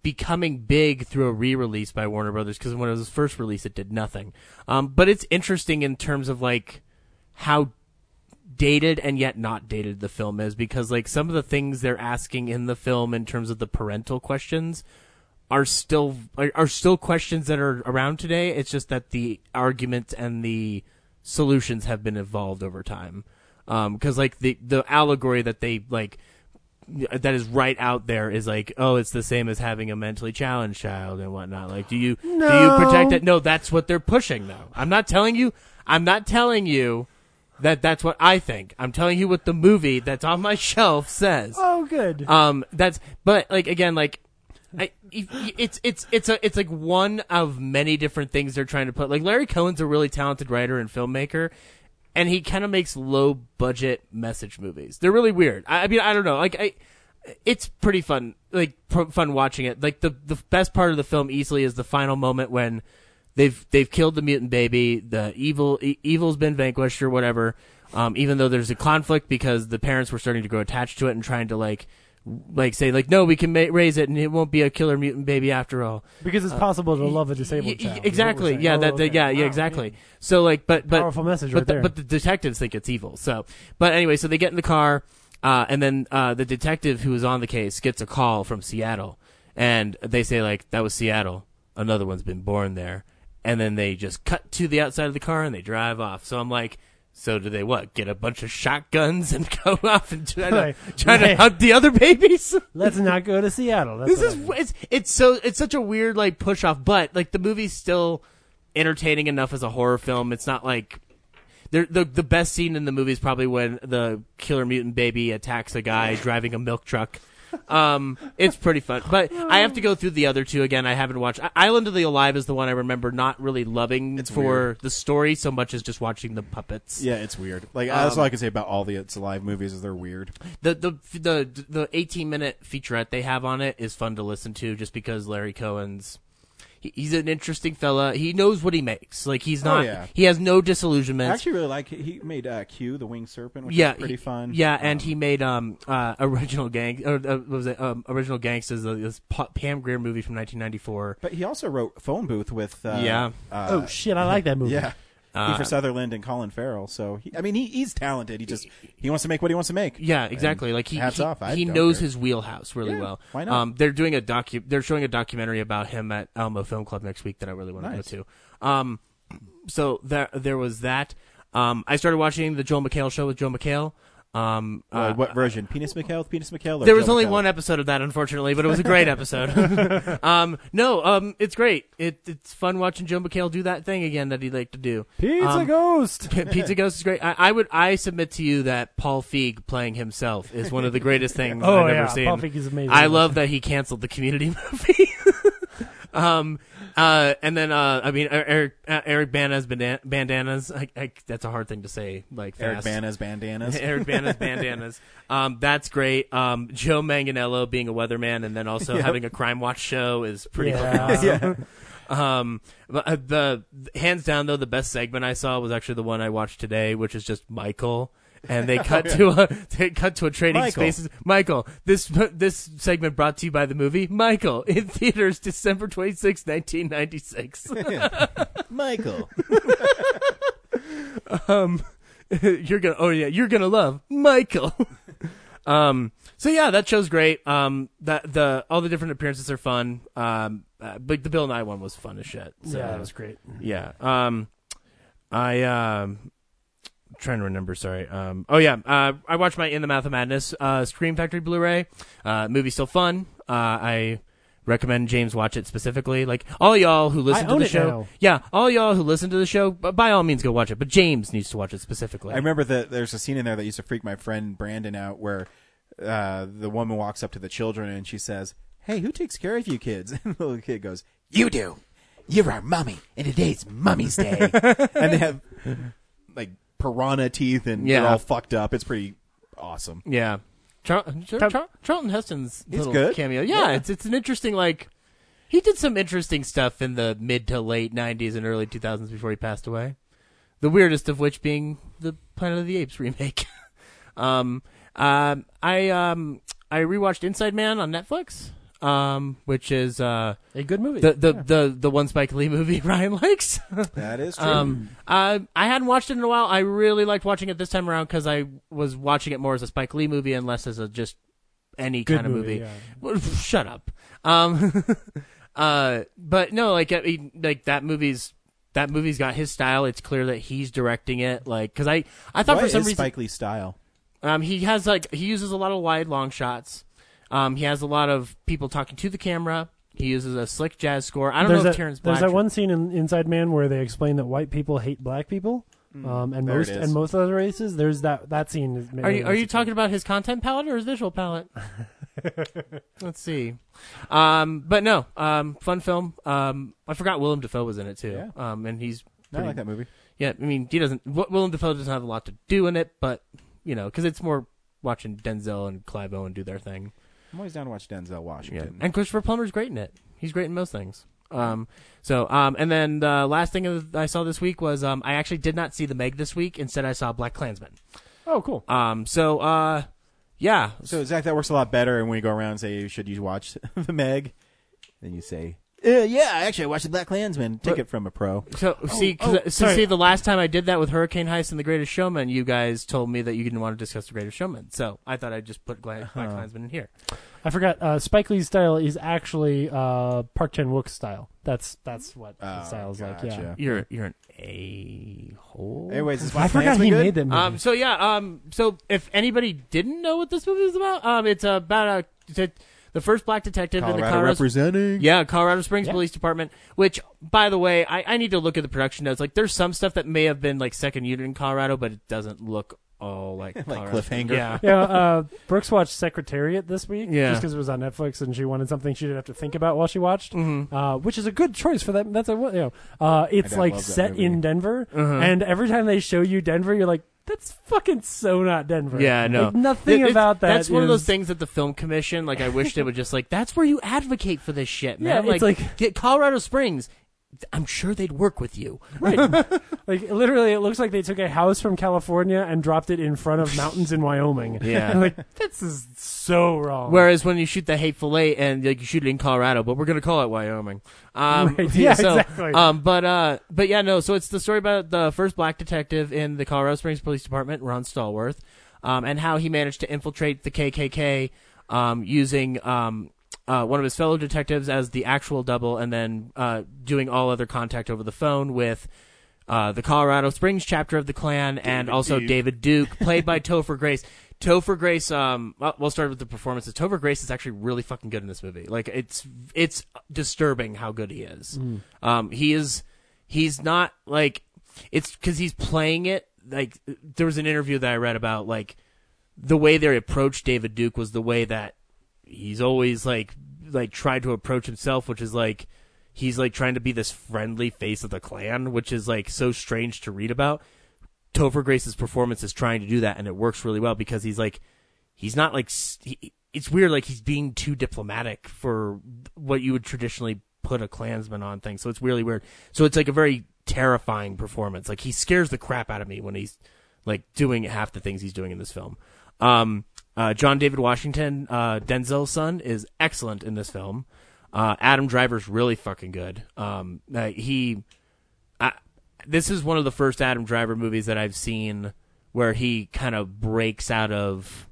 becoming big through a re-release by warner brothers because when it was first released it did nothing um, but it's interesting in terms of like how dated and yet not dated the film is because like some of the things they're asking in the film in terms of the parental questions are still are, are still questions that are around today. It's just that the arguments and the solutions have been evolved over time. Because like the the allegory that they like that is right out there is like oh it's the same as having a mentally challenged child and whatnot. Like do you do you protect it? No, that's what they're pushing though. I'm not telling you. I'm not telling you. That that's what I think. I'm telling you what the movie that's on my shelf says. Oh, good. Um, that's but like again, like I, it's it's it's a it's like one of many different things they're trying to put. Like Larry Cohen's a really talented writer and filmmaker, and he kind of makes low budget message movies. They're really weird. I, I mean, I don't know. Like I, it's pretty fun. Like pr- fun watching it. Like the the best part of the film easily is the final moment when they've they've killed the mutant baby. The evil e- evil's been vanquished or whatever. Um, even though there's a conflict because the parents were starting to grow attached to it and trying to like like say like no we can ma- raise it and it won't be a killer mutant baby after all because it's possible to love a disabled Uh, Y- y- child. is what we're exactly saying. yeah Oh, that, that okay. yeah yeah Wow, exactly so like but but Powerful message but right the, there. but the detectives think it's evil so but anyway so they get in the car uh, and then uh, the detective who was on the case gets a call from Seattle and they say like that was Seattle another one's been born there and then they just cut to the outside of the car and they drive off so I'm like so do they what get a bunch of shotguns and go off and try to, Right. try to Right. hunt the other babies Let's not go to Seattle. That's this what is I- it's it's so it's such a weird like push off, but like the movie's still entertaining enough as a horror film. It's not like the the the best scene in the movie is probably when the killer mutant baby attacks a guy driving a milk truck. Um, it's pretty fun, but I have to go through the other two again. I haven't watched I- Island of the Alive is the one I remember not really loving for the story so much as just watching the puppets. yeah, it's weird. Like that's all I can say about all the It's Alive movies is they're weird. the the the the 18 minute featurette they have on it is fun to listen to just because Larry Cohen's he, he's an interesting fella. He knows what he makes. Like he's Oh, not yeah. he has no I disillusionment. actually really like he made uh, Q the Winged Serpent, which yeah, is pretty he- fun. Yeah, and he made um uh original gang or uh, what was it um original gangsters uh, this Pa- Pam Grier movie from 1994. But he also wrote Phone Booth with uh, Yeah. Uh, uh, oh shit! I like that movie. yeah. Kiefer Sutherland and Colin Farrell. So he, I mean, he, he's talented. He just he wants to make what he wants to make. Yeah, exactly. Like he hats he, off. I he don't knows care. his wheelhouse really well. why not? Um, they're doing a docu. They're showing a documentary about him at Elmo Film Club next week that I really want to go to. Um, so there there was that. Um, I started watching the Joel McHale show with Joel McHale. Um, Uh, uh, what version? Penis McHale with Penis McHale? or there was Joe only McHale? one episode of that, unfortunately, but it was a great episode. um, no, um, it's great. It, it's fun watching Joe McHale do that thing again that he liked to do. Pizza Um, Ghost. P- Pizza Ghost is great. I, I would I submit to you that Paul Feig playing himself is one of the greatest things Oh I've yeah, ever seen. Paul Feig is amazing. I love that he canceled the Community movie. Um, uh, and then uh, I mean Eric uh, Eric Bana's bandan- bandanas. I, I, that's a hard thing to say. Like Eric fast. Bana's bandanas. Eric Bana's bandanas. Um, that's great. Um, Joe Manganello being a weatherman and then also having a crime watch show is pretty fucking Yeah. awesome. Um, but, uh, the hands down though, the best segment I saw was actually the one I watched today, which is just Michael. And they cut to a they cut to a trading Michael. spaces. Michael, this this segment brought to you by the movie Michael in theaters December twenty sixth, nineteen ninety six. Michael. um, you're gonna oh yeah you're gonna love michael um so yeah that show's great um that the all the different appearances are fun um uh, but the bill nye one was fun as shit so yeah, that was great. yeah um i um trying to remember sorry um oh yeah uh i watched my in the mouth of madness uh scream factory blu-ray uh movie's still fun uh i recommend james watch it specifically like all y'all who listen I to own the it show now. yeah all y'all who listen to the show b- by all means go watch it but james needs to watch it specifically I remember that there's a scene in there that used to freak my friend Brandon out where uh, the woman walks up to the children and she says, Hey, who takes care of you kids? And the little kid goes, You do. You're our mummy, and today's mummy's day. and they have like piranha teeth and Yeah. they're all fucked up. It's pretty awesome. Yeah. Char- Char- Char- Charlton Heston's He's little good. cameo. Yeah, it's it's an interesting like he did some interesting stuff in the mid to late 90s and early 2000s before he passed away. The weirdest of which being the Planet of the Apes remake. um um I um I rewatched Inside Man on Netflix. Um, which is uh A good movie. the the, the the one Spike Lee movie Ryan likes. That is true. Um, I I hadn't watched it in a while. I really liked watching it this time around because I was watching it more as a Spike Lee movie and less as a just any Good kind of movie. yeah. Well, Shut up. Um, uh, but no, like I mean, like that movie's that movie's got his style. It's clear that he's directing it. Like because I I thought What for some is reason Spike Lee's style? um, he has like he uses a lot of wide long shots. Um, he has a lot of people talking to the camera. He uses a slick jazz score. I don't there's know if that, Terrence Blanchard. there's that one scene in Inside Man where they explain that white people hate black people, um, Mm. and There it most is. and most other races. There's that that scene. Is Are you are you talking about his content palette or his visual palette? Let's see. Um, but no, um, fun film. Um, I forgot Willem Dafoe was in it too. Yeah. Um, and he's I pretty, like that movie. yeah. I mean, he doesn't. Wi- Willem Dafoe doesn't have a lot to do in it, but you know, because it's more watching Denzel and Clive Owen do their thing. I'm always down to watch Denzel Washington. And Christopher Plummer's great in it. He's great in most things. Um, so um, and then the last thing I saw this week was um, I actually did not see The Meg this week. Instead, I saw Black Klansman. Oh, cool. Um, so uh, yeah. So Zach, that works a lot better. And when you go around and say, "Should you watch the Meg?" Then you say, uh, "Yeah, actually, I watched the Black Klansman. Take it from a pro." So see, 'cause- uh, oh, so sorry. see, the last time I did that with Hurricane Heist and The Greatest Showman, you guys told me that you didn't want to discuss The Greatest Showman. So I thought I'd just put Gla- Black Klansman in here. I forgot. Uh, Spike Lee's style is actually uh, Park Chan Wook's style. That's that's what Oh, his style is like. Yeah. gotcha. You're you're an a hole. Anyways, is Black I forgot Klansman he good? made that movie. Um. So yeah. Um. So if anybody didn't know what this movie is about, um, it's about a the- the first black detective in the Colorado Colorado representing. Yeah, Colorado Springs Yeah. Police Department. Which, by the way, I, I need to look at the production notes. Like, there's some stuff that may have been like second unit in Colorado, but it doesn't look all like Colorado. cliffhanger. Yeah, yeah, uh, Brooks watched Secretariat this week Yeah. just because it was on Netflix and she wanted something she didn't have to think about while she watched, Mm-hmm. uh, which is a good choice for that. That's a you know, uh, it's dad like loves that set movie. in Denver, Uh-huh. and every time they show you Denver, you're like, that's fucking so not Denver. yeah, no, Like, nothing It- it's- about that. That's one of those is- things that the film commission, like, I wish they would just like. That's where you advocate for this shit, man. Yeah, it's like- get Colorado Springs. I'm sure they'd work with you. Right. like literally, it looks like they took a house from California and dropped it in front of mountains in Wyoming. Yeah. like this is so wrong. Whereas when you shoot the Hateful Eight and like you shoot it in Colorado, but we're gonna call it Wyoming. Um, Right, yeah, so, exactly. Um, but uh, but yeah, no. So it's the story about the first black detective in the Colorado Springs Police Department, Ron Stallworth, um, and how he managed to infiltrate the KKK um, using um, uh, one of his fellow detectives as the actual double, and then uh, doing all other contact over the phone with. Uh, the Colorado Springs chapter of the Klan, and also David Duke, played by Topher Grace. Topher Grace, um, well, we'll start with the performances. Topher Grace is actually really fucking good in this movie. Like, it's it's disturbing how good he is. Um, he is he's not like it's because he's playing it. Like, there was an interview that I read about like the way they approached David Duke was the way that he's always like like tried to approach himself, which is like he's like trying to be this friendly face of the clan, which is like so strange to read about. Topher Grace's performance is trying to do that, and it works really well because he's like, he's not like, s- he, it's weird, like he's being too diplomatic for what you would traditionally put a Klansman on things. So it's really weird. So it's like a very terrifying performance. Like he scares the crap out of me when he's like doing half the things he's doing in this film. Um, uh, John David Washington, uh, Denzel's son, is excellent in this film. Uh, Adam Driver's really fucking good. Um, uh, he, I, this is one of the first Adam Driver movies that I've seen where he kind of breaks out of,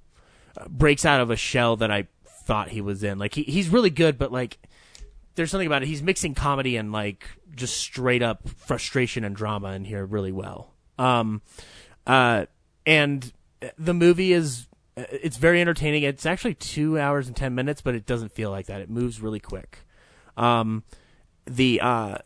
uh, breaks out of a shell that I thought he was in. Like he, he's really good, but like there's something about it. He's mixing comedy and like just straight up frustration and drama in here really well. Um, uh, and the movie is it's very entertaining. It's actually two hours and ten minutes, but it doesn't feel like that. It moves really quick. Um, the uh,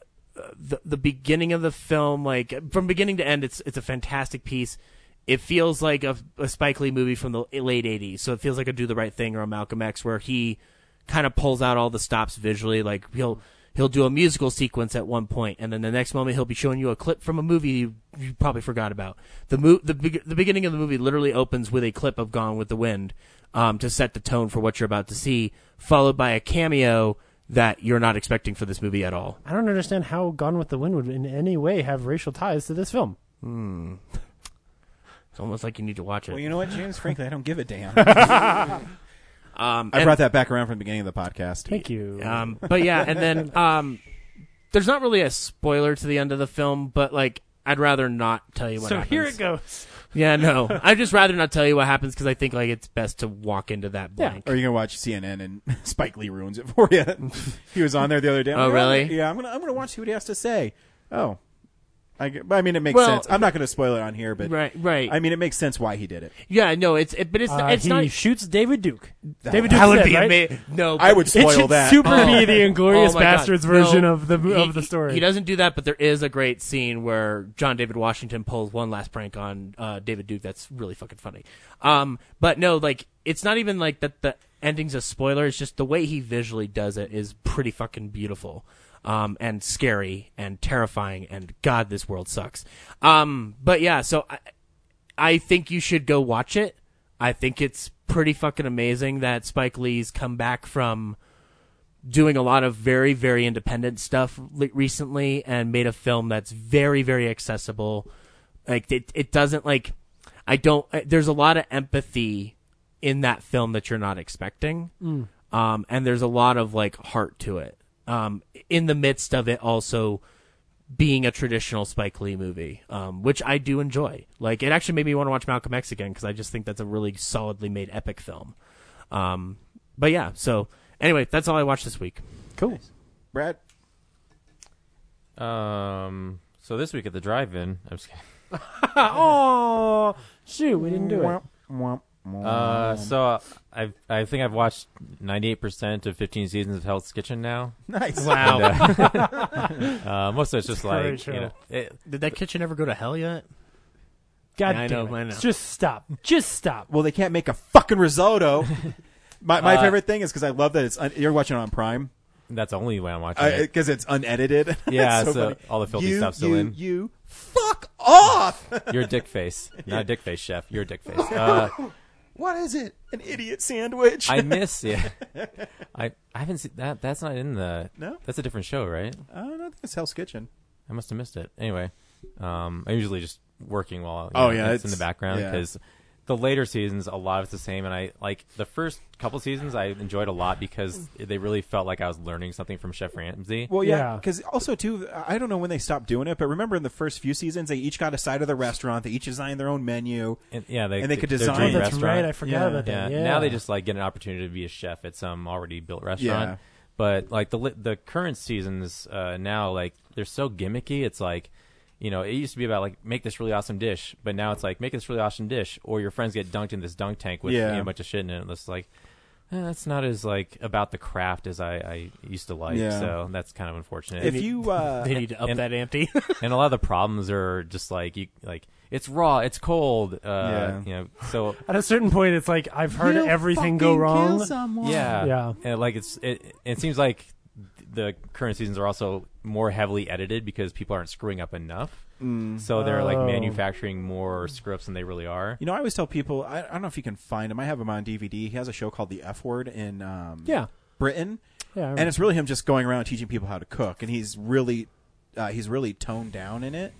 the the beginning of the film, like from beginning to end, it's it's a fantastic piece. It feels like a, a Spike Lee movie from the late '80s, so it feels like a Do the Right Thing or a Malcolm X, where he kind of pulls out all the stops visually. Like he'll he'll do a musical sequence at one point, and then the next moment he'll be showing you a clip from a movie you, you probably forgot about. The mo- the beg- the beginning of the movie literally opens with a clip of Gone with the Wind um, to set the tone for what you're about to see, followed by a cameo that you're not expecting for this movie at all. I don't understand how Gone with the Wind would in any way have racial ties to this film. Hmm. It's almost like you need to watch it. Well, you know what, James? Frankly, I don't give a damn. um, I and- brought that back around from the beginning of the podcast. Thank you. Um, but yeah, and then um, there's not really a spoiler to the end of the film, but like I'd rather not tell you what. so happens. here it goes. Yeah, no, I'd just rather not tell you what happens because I think like it's best to walk into that Yeah. blank. Or you gonna watch CNN and Spike Lee ruins it for you. he was on there the other day. I'm Oh, like, really? Yeah, I'm gonna I'm gonna watch see what he has to say. Oh, I, g- I mean it makes Well- sense. I'm not gonna spoil it on here, but Right, right. I mean it makes sense why he did it. yeah, no, it's it, but it's Uh, it's he not. shoots David Duke. That- David Duke That would said, be right? amazing. No, I would It spoil should that. super Oh. be the Inglorious Oh my God. Bastards version No, of the he- of the he- story. He, doesn't do that, but there is a great scene where John David Washington pulls one last prank on uh, David Duke. That's really fucking funny. Um, but no, like it's not even like that. The ending's a spoiler. It's just the way he visually does it is pretty fucking beautiful, um, and scary and terrifying. And God, this world sucks. Um, but yeah, so I, I think you should go watch it. I think it's pretty fucking amazing that Spike Lee's come back from doing a lot of very very independent stuff li- recently and made a film that's very very accessible like it it doesn't like i don't I, there's a lot of empathy in that film that you're not expecting um and there's a lot of like heart to it um in the midst of it also being a traditional Spike Lee movie, um, which I do enjoy. Like, it actually made me want to watch Malcolm X again because I just think that's a really solidly made epic film. Um, but yeah, so anyway, that's all I watched this week. cool. Brad, Um, so this week at the drive-in, I'm just kidding. oh shoot, we didn't do it. Um. Uh, so uh, I I think I've watched 98% of 15 seasons of Hell's Kitchen now. nice. And, Wow. uh, uh, most of it's just Very like, you true. know, it, Did that kitchen ever go to hell yet? God Yeah, I damn know, it. I know. Just stop. Just stop. Well, they can't make a fucking risotto. My, my Uh, favorite thing is because I love that it's un- you're watching it on Prime that's the only way I'm watching it. because it's unedited. Yeah, It's so so funny. all the filthy you, stuff's still you, in. You fuck off! You're a dick face. Not a dick face, chef. You're a dick face. Uh, what is it? An idiot sandwich? I miss yeah. I I haven't seen that. That's not in the. No? That's a different show, right? I don't think it's Hell's Kitchen. I must have missed it. Anyway, um, I'm usually just working while. you Oh, know, yeah, it's, in it's- the background yeah. because the later seasons, a lot of it's the same. And I like the first couple seasons, I enjoyed a lot because they really felt like I was learning something from Chef Ramsay. Well, yeah, Yeah. because also too, I don't know when they stopped doing it, but remember in the first few seasons, they each got a side of the restaurant. They each designed their own menu. and, yeah, they, and they could their design- Oh, dream that's restaurant. right. I forgot Yeah. about yeah. that. Yeah. Now they just like get an opportunity to be a chef at some already built restaurant. Yeah. But like the li- the current seasons uh, now, like they're so gimmicky. It's like, you know, it used to be about like make this really awesome dish, but now it's like make this really awesome dish, or your friends get dunked in this dunk tank with Yeah. you know, a bunch of shit in it. It's like eh, that's not as like about the craft as I, I used to like. Yeah. So that's kind of unfortunate. If you, uh, They need to up and- that ante. and a lot of the problems are just like you like it's raw, it's cold. Uh, Yeah. You know, so At a certain point, it's like I've heard everything go wrong. Yeah, Yeah. And like it's it, it seems like the current seasons are also more heavily edited because people aren't screwing up enough. So they're like Oh. manufacturing more scripts than they really are. You know, I always tell people I, I don't know if you can find him. I have him on DVD. He has a show called The F Word in um, Yeah. Britain. Yeah, I and remember. it's really him just going around teaching people how to cook, and he's really uh, he's really toned down in it.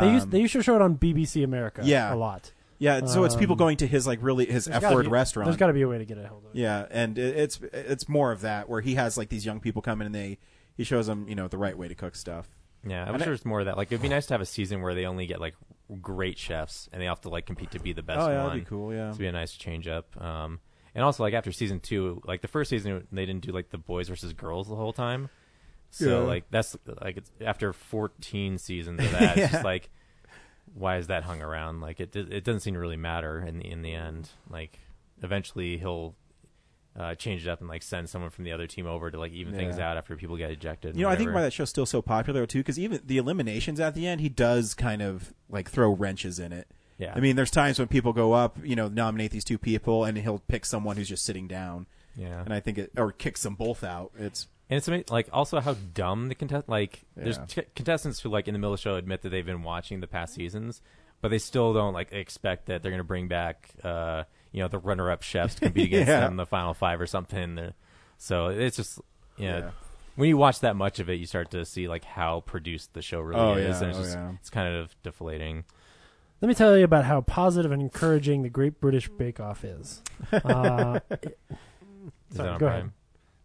They used they used to show it on BBC America. yeah. a lot. Yeah, so it's people Um, going to his like really his There's F gotta Word be- restaurant. There's got to be a way to get a hold of it. Yeah, and it, it's it's more of that where he has like these young people come in and they he shows them you know the right way to cook stuff. Yeah, I And wish I- there was more of that. Like, it'd be nice to have a season where they only get like great chefs and they have to like compete to be the best Oh, yeah, one. that'd be cool, yeah. to be a nice change up. Um, and also like after season two, like the first season, they didn't do like the boys versus girls the whole time. So Yeah. like that's like it's after 14 seasons of that, it's just like why is that hung around? Like it do- it doesn't seem to really matter in the in the end. Like eventually he'll. Uh, change it up and like send someone from the other team over to like even things Yeah. out after people get ejected. and You know, I think whatever. why that show's still so popular too, because even the eliminations at the end, he does kind of like throw wrenches in it. Yeah. I mean, there's times when people go up, you know, nominate these two people, and he'll pick someone who's just sitting down. Yeah. and I think it or kicks them both out. It's And it's ama- like also how dumb the contest like there's Yeah. t- contestants who like in the middle of the show admit that they've been watching the past seasons, but they still don't like expect that they're gonna bring back uh you know the runner up chefs to compete against Yeah. them in the final five or something. They're- So it's just you know, Yeah. when you watch that much of it, you start to see like how produced the show really Oh, yeah. is, and it's Oh, just yeah. it's kind of deflating. Let me tell you about how positive and encouraging the Great British Bake Off is. Uh, Is Sorry, that on go Prime? Oh. ahead.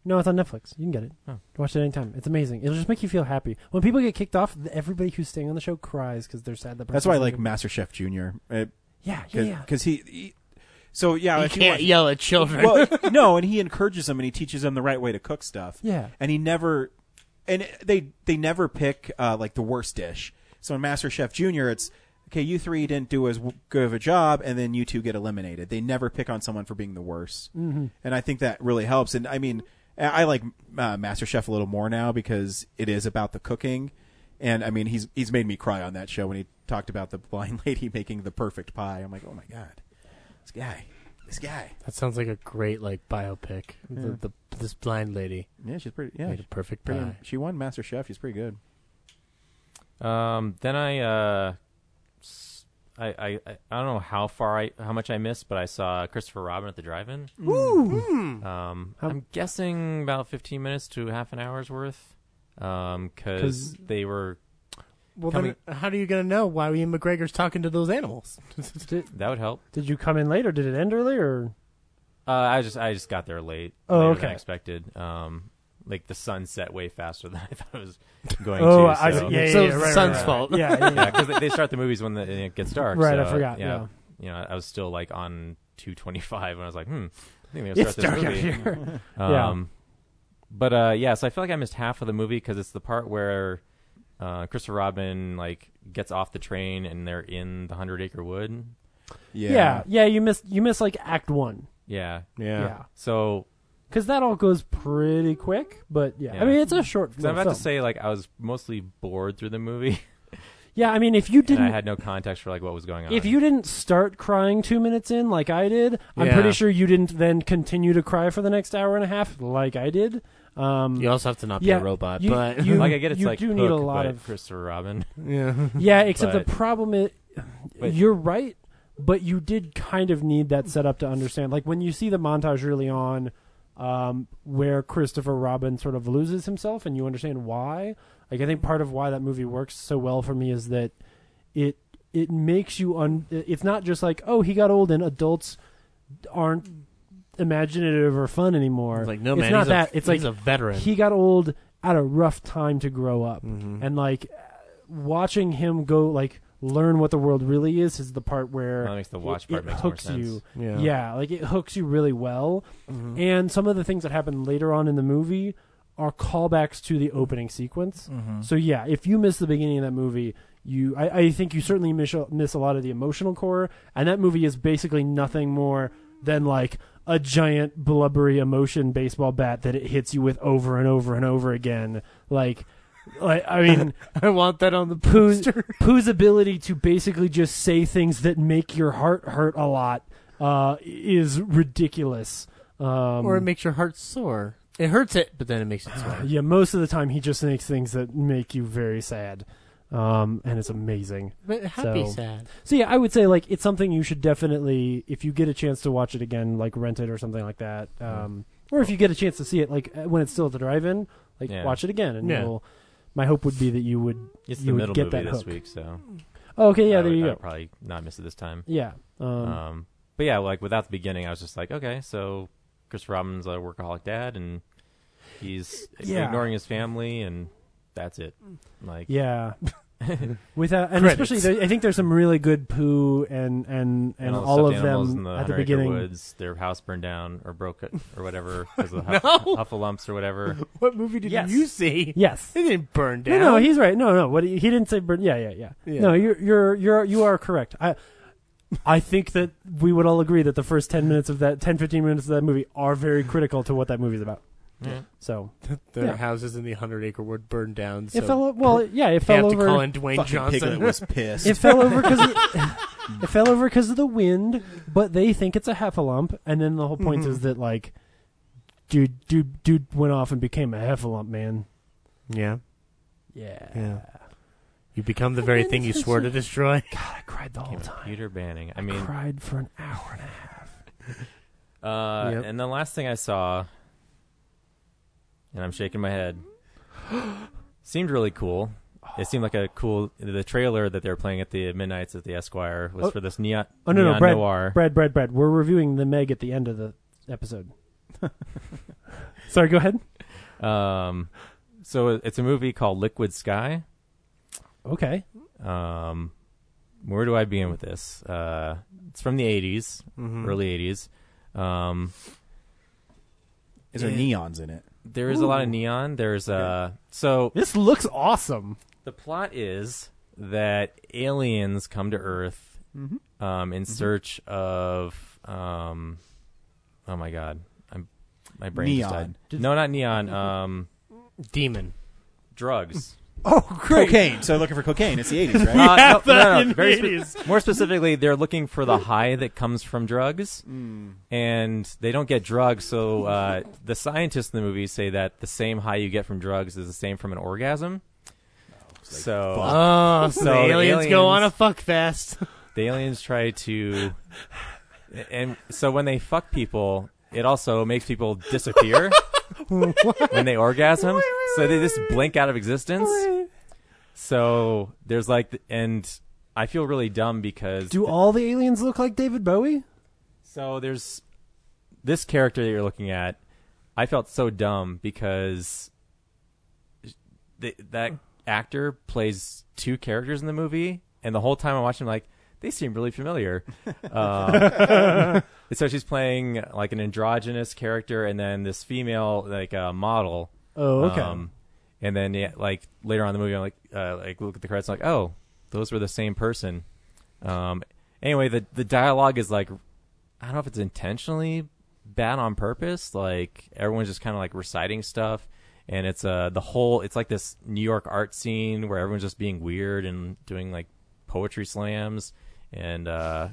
no, it's on Netflix. You can get it. Watch it anytime. It's amazing. It'll just make you feel happy. When people get kicked off, th- everybody who's staying on the show cries because they're sad. That that's why I like MasterChef Junior. It, Yeah, yeah, yeah. because he, he- so yeah, You if can't watch- yell at children. Well, no, and he encourages them and he teaches them the right way to cook stuff. Yeah. and he never, and they they never pick uh, like the worst dish. So in Master Chef Junior, it's okay. You three didn't do as w- good of a job, and then you two get eliminated. They never pick on someone for being the worst, mm-hmm. and I think that really helps. And I mean, I I like uh, Master Chef a little more now because it is about the cooking. And I mean, he's he's made me cry on that show when he talked about the blind lady making the perfect pie. I'm like, oh my god, this guy, this guy. That sounds like a great like biopic. The, the this blind lady Yeah, she's pretty. Yeah, made a she's perfect pretty. pie. She won Master Chef. She's pretty good. Um, then I, uh, s- I, I, I- I don't know how far I, how much I missed, but I saw Christopher Robin at the drive-in. Um, I'm guessing about 15 minutes to half an hour's worth. Um, 'cause 'Cause- they were, Well, Coming- then uh, how are you gonna know why Ian McGregor's talking to those animals? Did, that would help. did you come in late or did it end early? Or Uh, I just, I just got there late. Oh, later Than okay. I expected. Um, like the sun set way faster than I thought it was going oh, to. I, so- yeah, yeah, So yeah, it's right, the right, sun's right. fault. Yeah, yeah, yeah. yeah, because they, they start the movies when the, it gets dark. Right, I so, forgot, uh, Yeah, yeah. you know, I was still like on two twenty five, and I was like, hmm, I think they're gonna It's start this dark out movie. here. Yeah. Um, but uh, yeah, so I feel like I missed half of the movie because it's the part where uh, Christopher Robin like gets off the train and they're in the Hundred Acre Wood. Yeah, yeah, yeah. You missed you missed like Act One. Yeah. Yeah. So Because that all goes pretty quick, but yeah, I Yeah. mean it's a short. 'cause I'm little about to film. say like I was mostly bored through the movie, yeah. I mean, if you and didn't, I had no context for like what was going on. if you didn't start crying two minutes in like I did, I'm Yeah. pretty sure you didn't then continue to cry for the next hour and a half like I did. Um, You also have to not be Yeah, a robot, you- but you- like I get it's you like do Hook, need a lot but of- Christopher Robin. yeah. yeah, except But- the problem is, But- you're right, but you did kind of need that setup to understand. Like when you see the montage early on, um, where Christopher Robin sort of loses himself, and you understand why. Like I think part of why that movie works so well for me is that it it makes you un. It's not just like oh he got old and adults aren't imaginative or fun anymore. It's like no it's man, not he's that. A, it's like he's a veteran. he got old at a rough time to grow up Mm-hmm. and like watching him go like learn what the world really is is the part where That makes the watch it, part it makes more hooks sense. Mm-hmm. you Yeah. Mm-hmm. like it hooks you really well and some of the things that happen later on in the movie are callbacks to the opening sequence Mm-hmm. so yeah if you miss the beginning of that movie you i, I think you certainly miss, miss a lot of the emotional core and that movie is basically nothing more than like a giant blubbery emotion baseball bat that it hits you with over and over and over again like like i mean I want that on the Pooh's, poster. Pooh's ability to basically just say things that make your heart hurt a lot uh, is ridiculous. Um, Um, or it makes your heart sore. It hurts it, but then it makes it sweater. Yeah, most of the time he just makes things that make you very sad, um, and it's amazing. But happy So- sad. So yeah, I would say like it's something you should definitely, if you get a chance to watch it again, like rent it or something like that, um, or if you get a chance to see it like uh, when it's still at the drive-in, like Yeah. watch it again, and Yeah. you'll. My hope would be that you would It's the you would middle get movie that this hook. week, so Oh, okay, yeah, I there would- you I go. would probably not miss it this time. Yeah, um, Um, but yeah, like without the beginning, I was just like, okay, so Chris Robin's a workaholic dad, and he's Yeah. ignoring his family, and that's it. Like, yeah. Without and Credits. especially, there, I think there's some really good poo and and and, and, all, all the of stuffed animals in them the at the 100 Acre beginning. woods, their house burned down or broke it or whatever because of the huff, Huffalumps or whatever. What movie did Yes. you see? Yes, It didn't burn No, down. no, he's right. No, no, what he he didn't say. Burn. Yeah, yeah, yeah, Yeah. No, you're you're you're you are correct. I I think that we would all agree that the first ten minutes of that 10, 15 minutes of that movie are very critical to what that movie's about. Yeah. So Their Yeah. houses in the hundred acre wood burned down. So it fell. o- Well, yeah, it they fell have to call over. in Dwayne Fucking Piglet Johnson. was pissed. It fell over because it fell over because of the wind. But they think it's a heffalump, and then the whole point Mm-hmm. is that like, dude, dude, dude went off and became a heffalump man. yeah, Yeah. yeah. You become the very thing you swore to destroy. I cried the whole time. Peter Banning. I mean, cried for an hour and a half. uh, Yep. and the last thing I saw, and I'm shaking my head, seemed really cool. It seemed like a cool. The trailer that they were playing at the midnights at the Esquire was Oh. for this neon, Oh no, no, neon Brad, noir. Brad, Brad, Brad. We're reviewing the Meg at the end of the episode. Sorry, go ahead. Um, so it's a movie called Liquid Sky. Okay. Um, where do I begin with this? Uh, it's from the '80s, Mm-hmm. early '80s. Um, Is there neons in it? there is a lot of neon. There's uh, so This looks awesome. the plot is that aliens come to Earth Mm-hmm. um, in search of um, oh my god, I'm my brain just Neon. died. No, not neon. Um, Demon. drugs. Cocaine. So they're looking for cocaine. It's the eighties, right? Uh, no, no, no, in the very spe- more specifically, they're looking for the high that comes from drugs, Hmm. and they don't get drugs. So uh, the scientists in the movie say that the same high you get from drugs is the same from an orgasm. So Oh, so So the the aliens, go on a aliens- fuck fest. the aliens try to, and so when they fuck people, it also makes people disappear when they orgasm. so they just blink out of existence. So there's like, th- and I feel really dumb because Do all the aliens look like David Bowie? So there's this character that you're looking at. I felt so dumb because th- that actor plays two characters in the movie, and the whole time I watched him, like they seem really familiar. Um, so she's playing like an androgynous character, and then this female like uh, model. Oh, okay. Um, and then yeah, like later on in the movie, I'm like uh, like look at the credits, I'm like oh, those were the same person. Um, anyway, the the dialogue is like I don't know if it's intentionally bad on purpose. Like everyone's just kind of like reciting stuff, and it's uh the whole it's like this New York art scene where everyone's just being weird and doing like poetry slams and uh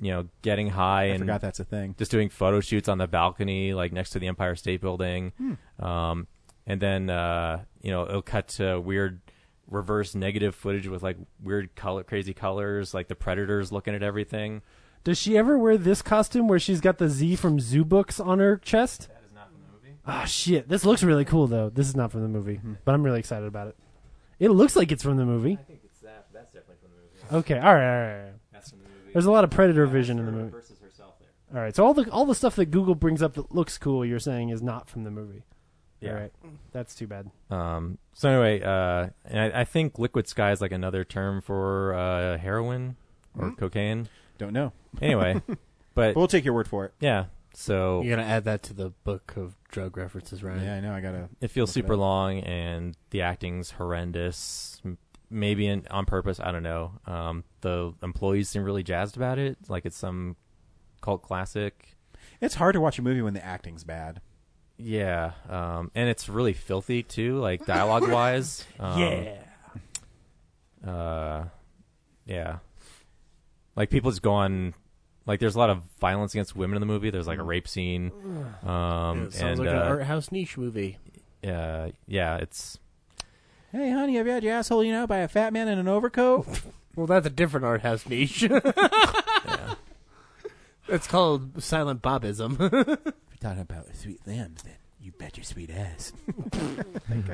you know getting high I and forgot that's a thing. just doing photo shoots on the balcony, like next to the Empire State Building. Hmm. Um, and then, uh, you know, it'll cut to weird reverse negative footage with like weird color, crazy colors, like the predators looking at everything. Does she ever wear this costume where she's got the Z from Zoo Books on her chest? That is not from the movie. Hmm. Ah, shit. This looks really cool, though. This is not from the movie, but I'm really excited about it. It looks like it's from the movie. I think it's that. That's definitely from the movie. Okay, all right, all right. All right. That's from the movie. There's a lot of predator vision in the movie. Versus herself there. All right, so all the all the stuff that Google brings up that looks cool, you're saying is not from the movie. All right, that's too bad. Um, so anyway, uh, and I, I think liquid sky is like another term for uh, heroin or Hmm? cocaine. Don't know. Anyway, but But we'll take your word for it. yeah, so You gotta add that to the book of drug references, Ryan. Yeah, I know. I gotta. it feels Look it super up. long, and the acting's horrendous. M- Maybe in, on purpose, I don't know. Um, the employees seem really jazzed about it, like it's some cult classic. It's hard to watch a movie when the acting's bad. Yeah, um, and it's really filthy too, like dialogue wise. Um, uh, yeah, like people just go on Like there's a lot of violence against women in the movie. There's like a rape scene. Um, It sounds and like an uh, art house niche movie. uh, yeah, it's Hey, honey, have you had your asshole eaten out by a fat man in an overcoat? Well, that's a different art house niche. It's called silent bobism. We're talking about sweet lambs, then you bet your sweet ass.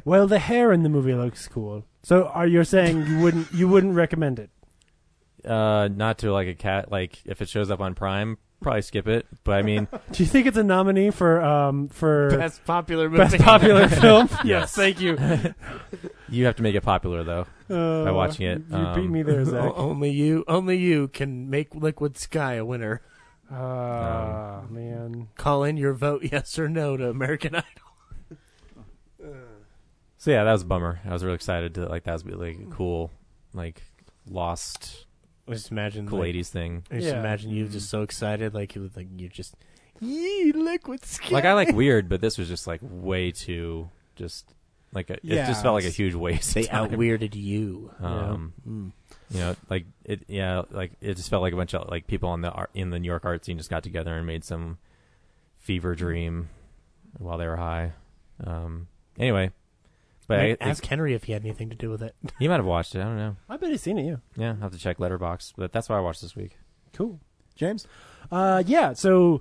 Well, the hair in the movie looks cool. So are you saying you wouldn't you wouldn't recommend it? uh, not to like a cat. Like if it shows up on Prime, probably skip it. But I mean, Do you think it's a nominee for um for best, Best popular movie. popular film? Yes. thank you. you have to make it popular though. Uh, By watching it, you beat um, me there, Zach. O- only you, only you can make Liquid Sky a winner. Ah, man. Call in your vote, yes or no, to American Idol. So yeah, that was a bummer. I was really excited to like that was like a cool, like lost Just imagine, cool like, '80s thing. just Yeah. imagine you just so excited, like you, like you just, yee, Liquid Sky. Like I like weird, but this was just like way too just like a, it just Yeah. felt like a huge waste. they of time. out weirded you. Mm. Um, you know, like it, yeah, like it just felt like a bunch of like people on the art, in the New York art scene just got together and made some fever dream while they were high. Um, anyway, but Like, I, ask Henry if he had anything to do with it. he might have watched it. I don't know. I bet he's seen it. Yeah. Yeah, I'll have to check Letterbox, but that's what I watched this week. Cool. James, Uh, yeah. So,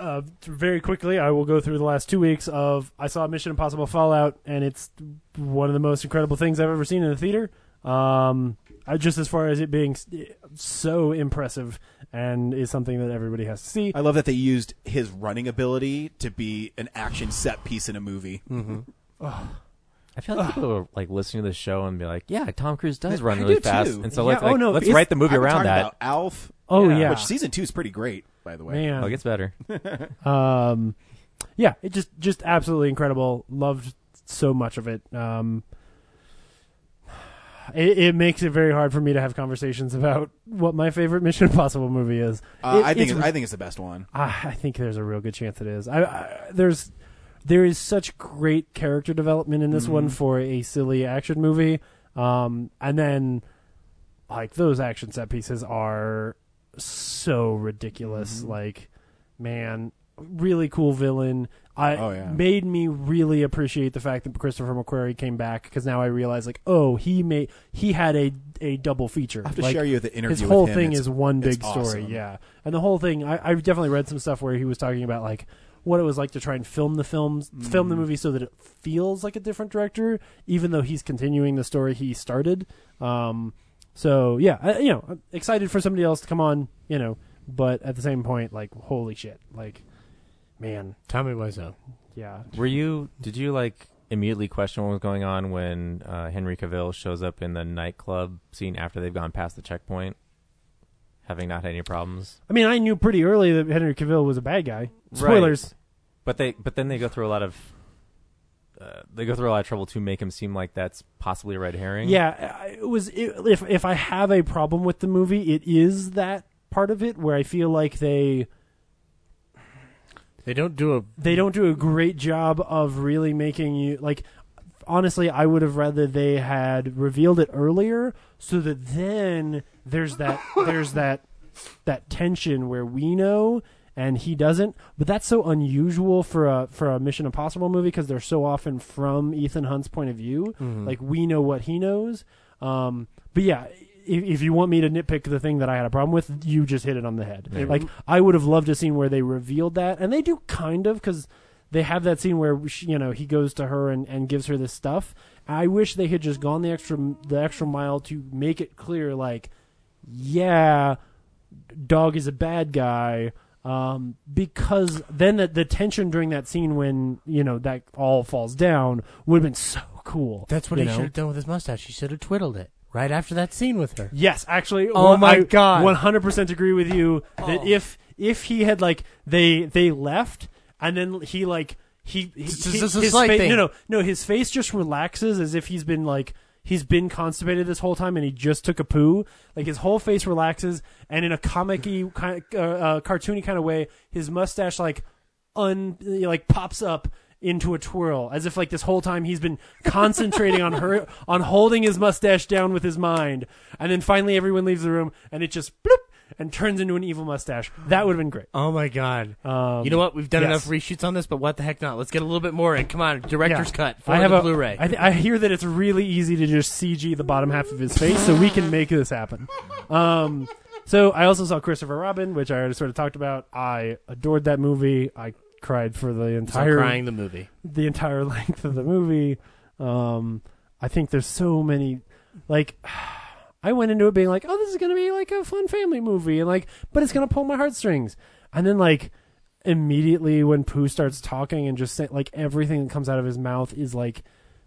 uh, very quickly, I will go through the last two weeks of I saw Mission Impossible Fallout, and it's one of the most incredible things I've ever seen in the theater. Um, I, just as far as it being s- so impressive, and is something that everybody has to see. I love that they used his running ability to be an action set piece in a movie. I feel like people are like listening to the show and be like, "Yeah, Tom Cruise does I- run I really do, fast," too. and so Yeah, let's like, oh, no, let's it's- write the movie I've been around talking that. About Alf, oh yeah, which season two is pretty great, by the way. man. Oh, it gets better. Um, yeah, it just just absolutely incredible. Loved so much of it. Um, it, it makes it very hard for me to have conversations about what my favorite Mission Impossible movie is. Uh, It- I think it's it's, I think it's the best one. Ah, I I think there's a real good chance it is. I, I there's there is such great character development in this Mm-hmm. one for a silly action movie, um, and then like those action set pieces are so ridiculous. Mm-hmm. Like, man, really cool villain. I Oh, yeah. made me really appreciate the fact that Christopher McQuarrie came back because now I realize like oh he made he had a a double feature. I have to Like, share you the interview. his whole with him. thing It's- is one it's big story awesome. yeah and the whole thing I, i've definitely read some stuff where he was talking about like what it was like to try and film the films film Mm. the movie so that it feels like a different director even though he's continuing the story he started um, so yeah I, you know I'm excited for somebody else to come on you know but at the same point like holy shit like man Tommy Wiseau. yeah Were you? Did you like immediately question what was going on when uh, Henry Cavill shows up in the nightclub scene after they've gone past the checkpoint, having not had any problems? i mean i knew pretty early that henry cavill was a bad guy spoilers But they, but then they go through a lot of, uh, they go through a lot of trouble to make him seem like that's possibly a red herring. Yeah, I- it was. It, if if I have a problem with the movie, it is that part of it where I feel like they They don't do a they don't do a great job of really making you like. Honestly, I would have rather they had revealed it earlier, so that then there's that there's that that tension where we know and he doesn't. But that's so unusual for a for a Mission Impossible movie because they're so often from Ethan Hunt's point of view. Like we know what he knows. Um, but yeah, if, if you want me to nitpick the thing that I had a problem with, you just hit it on the head. Like I would have loved a scene where they revealed that, and they do kind of because they have that scene where she, you know he goes to her and, and gives her this stuff. I wish they had just gone the extra the extra mile to make it clear, like, yeah, dog is a bad guy um, because then the, the tension during that scene when you know that all falls down would have been so cool. That's what you he know? should have done with his mustache. He should have twiddled it right after that scene with her. Yes, actually. Oh one- my I God. One hundred percent agree with you that if if he had like they they left and then he like he, he This he- is his a slight face thing. no no no his face just relaxes as if he's been like he's been constipated this whole time and he just took a poo like his whole face relaxes and in a comic-y kind uh, uh, cartoony kind of way his mustache like un like pops up into a twirl as if like this whole time he's been concentrating on her on holding his mustache down with his mind and then finally everyone leaves the room and it just bloop and turns into an evil mustache. That would have been great. Oh my god! Um, you know what? We've done yes. enough reshoots on this, but what the heck not? Let's get a little bit more. And come on, director's Yeah. cut for I have the a- Blu-ray. I, th- I hear that it's really easy to just CG the bottom half of his face, so we can make this happen. Um, so I also saw Christopher Robin, which I already sort of talked about. I adored that movie. I cried for the So entire crying the movie. the entire length of the movie. Um, I think there's so many like I went into it being like, oh, this is gonna be like a fun family movie, and like, but it's gonna pull my heartstrings, and then like immediately when Pooh starts talking and just say, like everything that comes out of his mouth is like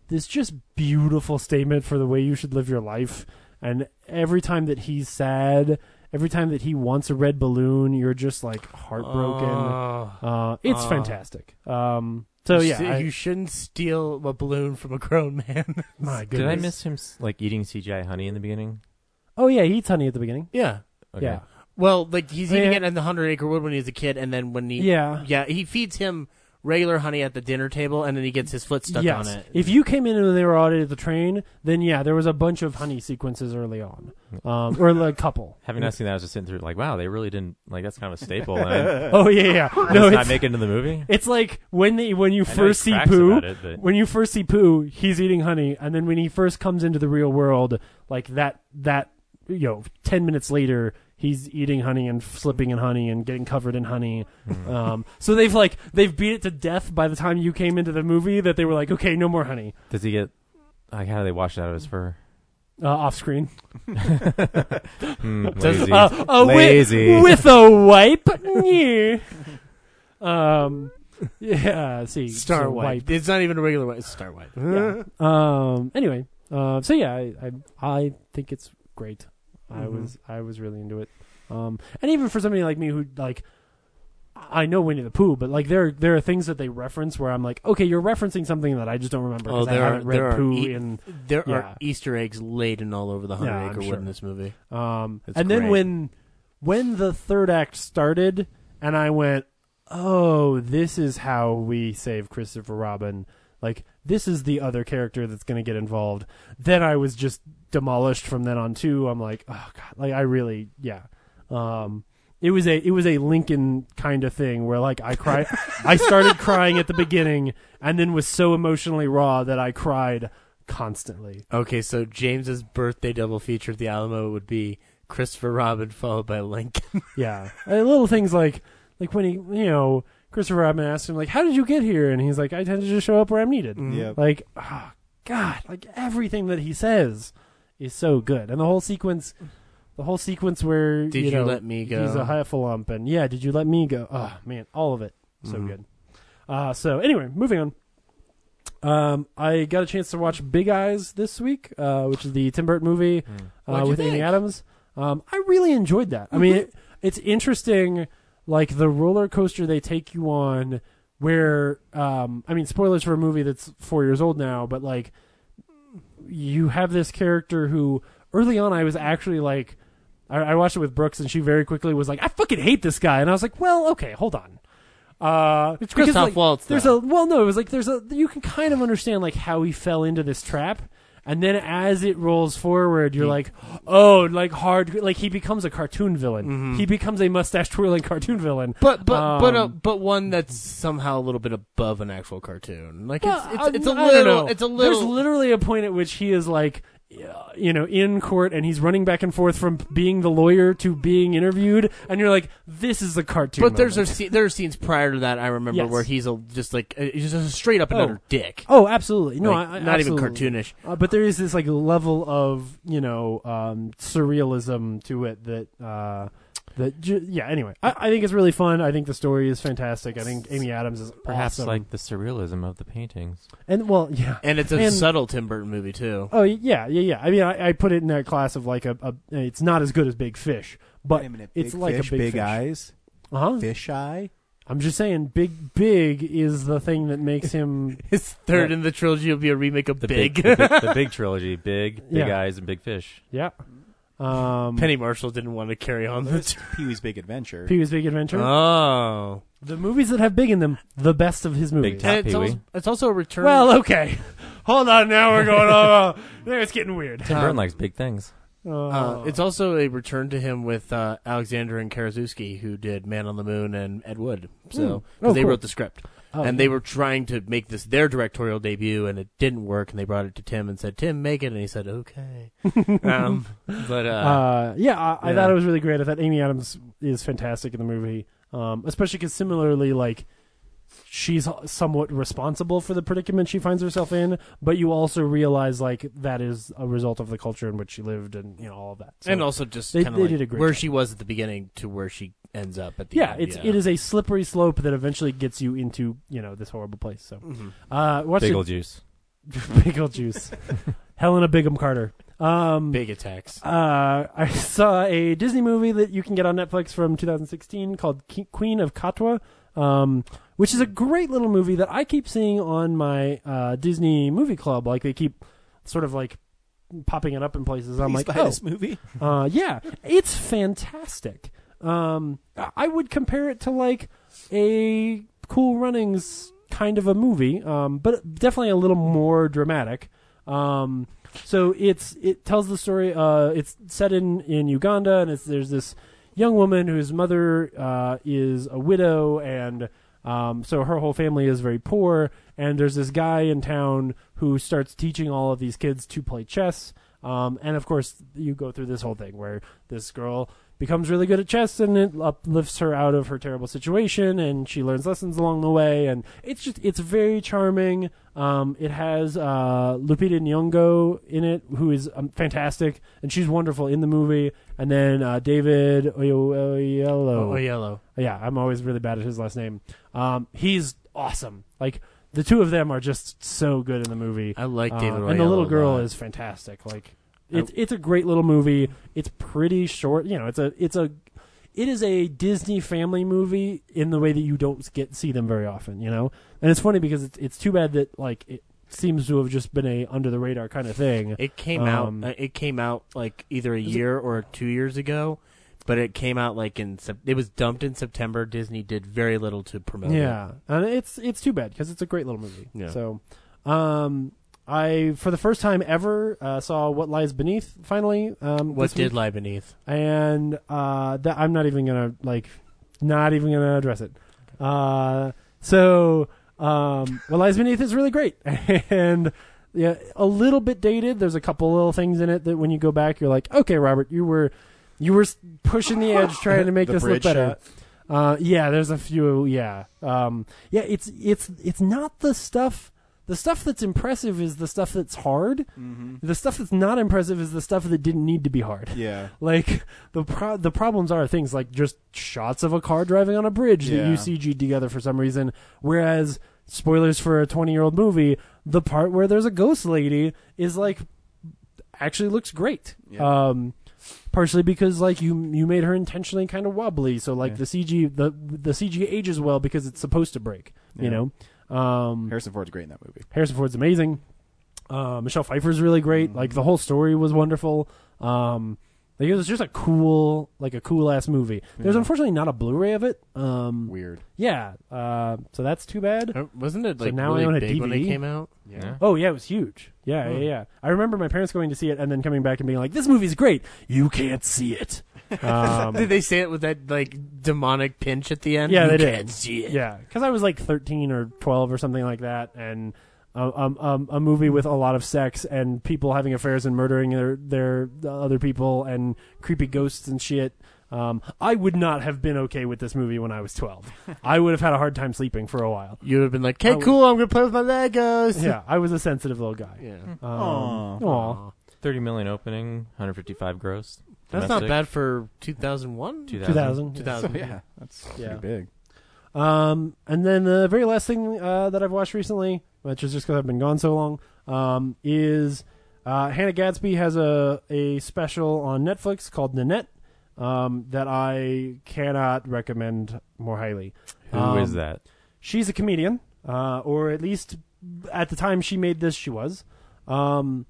this just beautiful statement for the way you should live your life, and every time that he's sad. Every time that he wants a red balloon, you're just like heartbroken. Oh. uh, it's Oh. fantastic. Um, so You yeah, see- I- you shouldn't steal a balloon from a grown man. my goodness. Did I miss him s- like eating CGI honey in the beginning? Oh yeah, he eats honey at the beginning. yeah. Okay. Yeah. Well, like he's eating Yeah. it in the Hundred Acre Wood when he was a kid, and then when he Yeah. yeah he feeds him regular honey at the dinner table, and then he gets his foot stuck yes. on it. If you came in and they were already at the train, then yeah, there was a bunch of honey sequences early on, um, or like a couple. Having not seen that, I was just sitting through it like, wow, they really didn't like that's kind of a staple. And I- Oh yeah, yeah. yeah. No, it's not it's, making it into the movie. it's like when they when you I know first he see cracks Pooh, about it, but- when you first see Pooh, he's eating honey, and then when he first comes into the real world, like that that you know, ten minutes later, he's eating honey and slipping in honey and getting covered in honey. Hmm. Um, so they've like they've beat it to death by the time you came into the movie that they were like, okay, no more honey Does he get like how do they wash it out of his fur? uh, off screen. Hmm, Does- lazy. Uh, uh, wi- Lazy. with, a wipe. yeah. Um. Yeah. let's See. Star so wipe. It's not even a regular wipe. It's Star wipe. Yeah. Um. Anyway. Uh, so yeah, I, I I think it's great. I Mm-hmm. was I was really into it. Um. And even for somebody like me who like. I know Winnie the Pooh, but like there, there are things that they reference where I'm like, okay, you're referencing something that I just don't remember Oh, because I there are- haven't read there are Pooh e- in. There Yeah. are Easter eggs laden all over the Hundred Yeah, I'm Acre Wood sure. in this movie. Um, It's and then great. when when the third act started, and I went, "Oh, this is how we save Christopher Robin." Like this is the other character that's going to get involved. Then I was just demolished from then on too. I'm like, "Oh god!" Like I really, yeah. Um, it was a it was a Lincoln kind of thing where like I cried. I started crying at the beginning, and then was so emotionally raw that I cried constantly. Okay, so James's birthday double feature at the Alamo would be Christopher Robin followed by Lincoln. Yeah, and little things like like when he you know Christopher Robin asks him like, "How did you get here?" and he's like, "I tend to just show up where I'm needed." Mm. Yeah. Like, oh, God, like everything that he says is so good, and the whole sequence, the whole sequence where Did you know, let me go? He's a heffalump, and yeah, did you let me go? Oh man, all of it so Mm-hmm. good. Uh, so anyway, moving on. Um, I got a chance to watch Big Eyes this week, uh, which is the Tim Burton movie uh, Hmm. What'd you with Amy think? Mm-hmm. Adams. Um, I really enjoyed that. I mean, it, it's interesting, like the roller coaster they take you on. Where, um, I mean, spoilers for a movie that's four years old now, but like, you have this character who early on I was actually like, I, I watched it with Brooks, and she very quickly was like, "I fucking hate this guy," and I was like, "Well, okay, hold on." Uh, it's Christoph Waltz, There's though. a well, no, it was like there's a you can kind of understand like how he fell into this trap, and then as it rolls forward, you're like, oh, like hard, like he becomes a cartoon villain. Mm-hmm. He becomes a mustache twirling cartoon villain. But but but a, Um, but one that's somehow a little bit above an actual cartoon. Like Well, it's it's, it's I- a I don't little know. it's a There's little literally a point at which he is like, you know, in court and he's running back and forth from being the lawyer to being interviewed, and you're like, this is a cartoon. but there's a, moment. sce- there are scenes prior to that I remember Yes. where he's a just like uh, he's just a straight up another dick. oh, absolutely no, Like, I, I- not even absolutely. cartoonish. Uh, but there is this like level of you know um, surrealism to it that. Uh, that ju- yeah. Anyway, I, I think it's really fun. I think the story is fantastic. I think Amy Adams is Perhaps awesome. like the surrealism of the paintings. and well, yeah. And it's a And- subtle Tim Burton movie too. Oh yeah, yeah, yeah. I mean, I, I put it in that class of like a, a. It's not as good as Big Fish, but Wait a minute, it's big like fish, a big, fish. eyes, Uh-huh. fish eye. I'm just saying, big, big is the thing that makes him. His third in the trilogy will be a remake of The Big. the, big the big trilogy, big, big Yeah. eyes and big fish. yeah. Um, Penny Marshall didn't want to carry on the. Pee Wee's Big Adventure. Pee Wee's Big Adventure. Oh, the movies that have big in them, the best of his movies. Top and it's Pee-wee. also, it's also a return. Well, okay. Hold on, now we're going. on. there, it's getting weird. Tim Burton likes big things. Uh, it's also a return to him with uh, Alexander and Karaszewski, who did Man on the Moon and Ed Wood. So Mm. Oh, they cool. wrote the script, Oh, and they were trying to make this their directorial debut, and it didn't work. And they brought it to Tim and said, "Tim, make it," and he said, "Okay." um, but uh, uh, yeah, I, I yeah. thought it was really great. I thought Amy Adams is fantastic in the movie, um, especially because similarly, like she's somewhat responsible for the predicament she finds herself in, but you also realize like that is a result of the culture in which she lived and you know all of that. So, and also just they- kind of they like did a great where job. she was at the beginning to where she ends up at the yeah, end. it's it is a slippery slope that eventually gets you into you know this horrible place. So, Mm-hmm. uh, what's Bagel juice. your, Bagel juice, Helena Bigham Carter. Um, big attacks. Uh, I saw a Disney movie that you can get on Netflix from 2016 called Ki Queen of Katwa, um, which is a great little movie that I keep seeing on my uh, Disney movie club. Like they keep sort of like popping it up in places. I'm Please like, buy oh, this movie. uh, yeah, it's fantastic. Um, I- I would compare it to like a Cool Runnings kind of a movie, um, but definitely a little more dramatic. Um, so it's it tells the story. Uh, it's set in in Uganda, and it's there's this young woman whose mother uh, is a widow, and um, so her whole family is very poor. And there's this guy in town who starts teaching all of these kids to play chess. Um, and of course, you go through this whole thing where this girl becomes really good at chess and it uplifts her out of her terrible situation and she learns lessons along the way and it's just it's very charming um, it has uh, lupita nyong'o in it who is um, fantastic and she's wonderful in the movie and then uh, david Oh, oyelowo yellow. yeah, I'm always really bad at his last name. Um, he's awesome. Like the two of them are just so good in the movie. I like David Uh, and the Oyelowo little a girl lot. is fantastic. Like it's it's a great little movie. It's pretty short. You know, it's a it's a it is a Disney family movie in the way that you don't get see them very often. You know, and it's funny because it's it's too bad that like it seems to have just been a under the radar kind of thing. It came Um, out. uh, It came out like either a year or two years ago, but it came out like in. Sep- It was dumped in September. Disney did very little to promote. it. Yeah, and it's it's too bad because it's a great little movie. Yeah. So, um, I for the first time ever uh, saw What Lies Beneath. Finally, um, What this week. did lie beneath? and uh, that I'm not even gonna like, not even gonna address it. Uh, so, um, What Lies Beneath is really great, and yeah, a little bit dated. There's a couple little things in it that when you go back, you're like, okay, Robert, you were, you were s- pushing the edge, trying to make The this look bridge better. shot. Uh, yeah, there's a few. Yeah, um, yeah. It's it's it's not the stuff. The stuff that's impressive is the stuff that's hard. Mm-hmm. The stuff that's not impressive is the stuff that didn't need to be hard. Yeah. Like the pro- the problems are things like just shots of a car driving on a bridge Yeah. that you CG'd together for some reason. Whereas spoilers for a twenty year old movie, the part where there's a ghost lady is like actually looks great. Um, partially because like you you made her intentionally kind of wobbly, so like the CG the the CG ages well because it's supposed to break. You know, um, Harrison Ford's great in that movie. Harrison Ford's amazing. Uh, Michelle Pfeiffer's really great. Like the whole story was wonderful. Um, like it was just a cool, like a cool ass movie. There's unfortunately not a Blu-ray of it. Um, Weird. yeah, uh, so that's too bad. Uh, Wasn't it So like now I really own a big when it DVD? came out? Oh yeah, it was huge. Yeah, yeah, yeah. I remember my parents going to see it and then coming back and being like, "This movie's great. You can't see it." Um, Did they say it with that like demonic pinch at the end? Yeah, you they did. can't see it. Yeah, because I was like 13 or 12 or something like that, and um, um, um, a movie with a lot of sex and people having affairs and murdering their their the other people and creepy ghosts and shit. Um, I would not have been okay with this movie when I was 12. I would have had a hard time sleeping for a while. You'd have been like, "Hey, cool, I'm gonna play with my Legos." Oh, Yeah, I was a sensitive little guy. Yeah. Um, aw. Aw. Thirty million opening, 155 gross. That's not bad for 2001. 2000. yeah. 2000. yeah, that's Yeah. pretty big. Um, and then the very last thing uh, that I've watched recently, which is just because I've been gone so long, um, is uh, Hannah Gadsby has a a special on Netflix called Nanette um, that I cannot recommend more highly. Who is Um, that? She's a comedian, uh, or at least at the time she made this, she was. Um,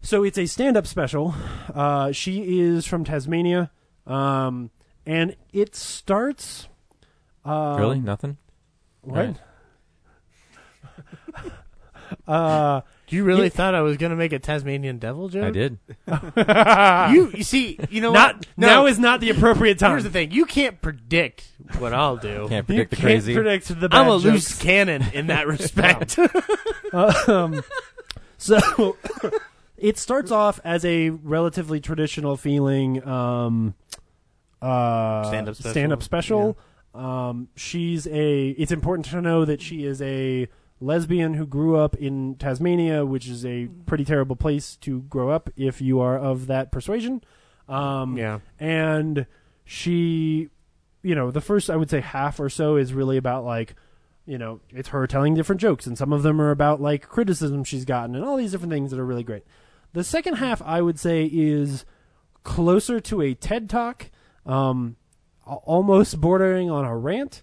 so it's a stand-up special. Uh, she is from Tasmania, um, and it starts. Uh, really? Nothing. What? Right. uh, You really thought I was going to make a Tasmanian devil joke? I did. you you see, you know Ah. Not what? No. now is not the appropriate time. Here's the thing: you can't predict what I'll do. Can't You predict the can't crazy. predict the bad I'm a jokes. loose cannon in that respect. um, so it starts off as a relatively traditional feeling um, uh, Stand-up special. stand-up special. Um, she's a. It's important to know that she is a lesbian who grew up in Tasmania, which is a pretty terrible place to grow up if you are of that persuasion. Um, yeah. and she you know the first i would say half or so is really about like you know it's her telling different jokes and some of them are about like criticism she's gotten and all these different things that are really great the second half i would say is closer to a ted talk um, a- almost bordering on a rant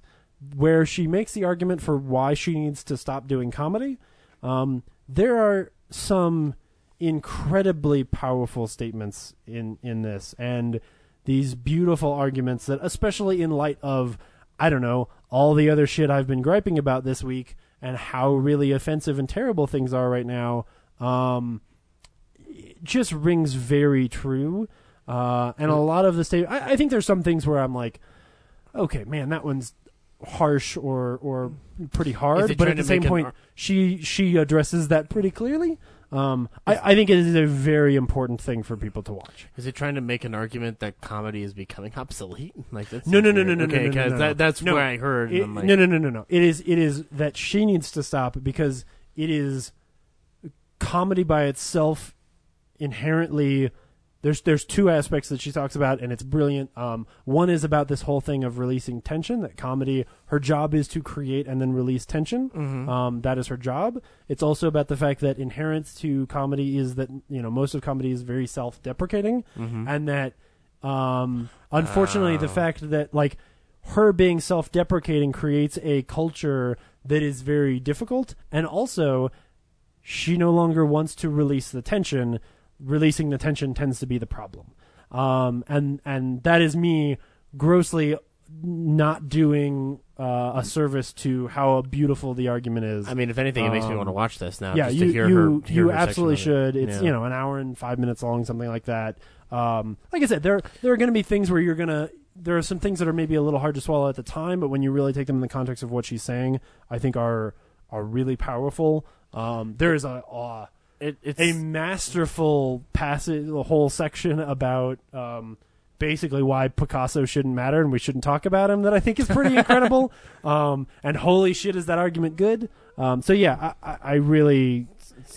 where she makes the argument for why she needs to stop doing comedy um, there are some incredibly powerful statements in in this and these beautiful arguments that especially in light of i don't know all the other shit i've been griping about this week and how really offensive and terrible things are right now um it just rings very true uh and a lot of the state I, I think there's some things where i'm like okay man that one's harsh or or pretty Is hard it but trying at the to same make an point ar- she she addresses that pretty clearly. Um, I, I think it is a very important thing for people to watch. Is it trying to make an argument that comedy is becoming obsolete? Like that's No, no, no, weird. no, no, no, Okay, no, 'cause no, no. that, that's No. where I heard. and It- I'm like, no, no, no, no, no. It is it is that she needs to stop because it is comedy by itself inherently. There's there's two aspects that she talks about, and it's brilliant. Um, one is about this whole thing of releasing tension. That comedy, her job is to create and then release tension. Um, that is her job. It's also about the fact that inherent to comedy is that you know most of comedy is very self-deprecating, and that um, unfortunately the fact that like her being self-deprecating creates a culture that is very difficult and also she no longer wants to release the tension releasing the tension tends to be the problem um, and and that is me grossly not doing uh, a service to how beautiful the argument is I mean, if anything, it makes me Um, want to watch this now. yeah just you to hear you, her, hear you her section absolutely of it. should it's Yeah. you know an hour and five minutes long something like that um, like i said there there are going to be things where you're going to there are some things that are maybe a little hard to swallow at the time but when you really take them in the context of what she's saying i think are are really powerful um, there is a uh, It, it's a masterful passage the whole section about um, basically why picasso shouldn't matter and we shouldn't talk about him that i think is pretty incredible um, and holy shit is that argument good um, so yeah i, I, I really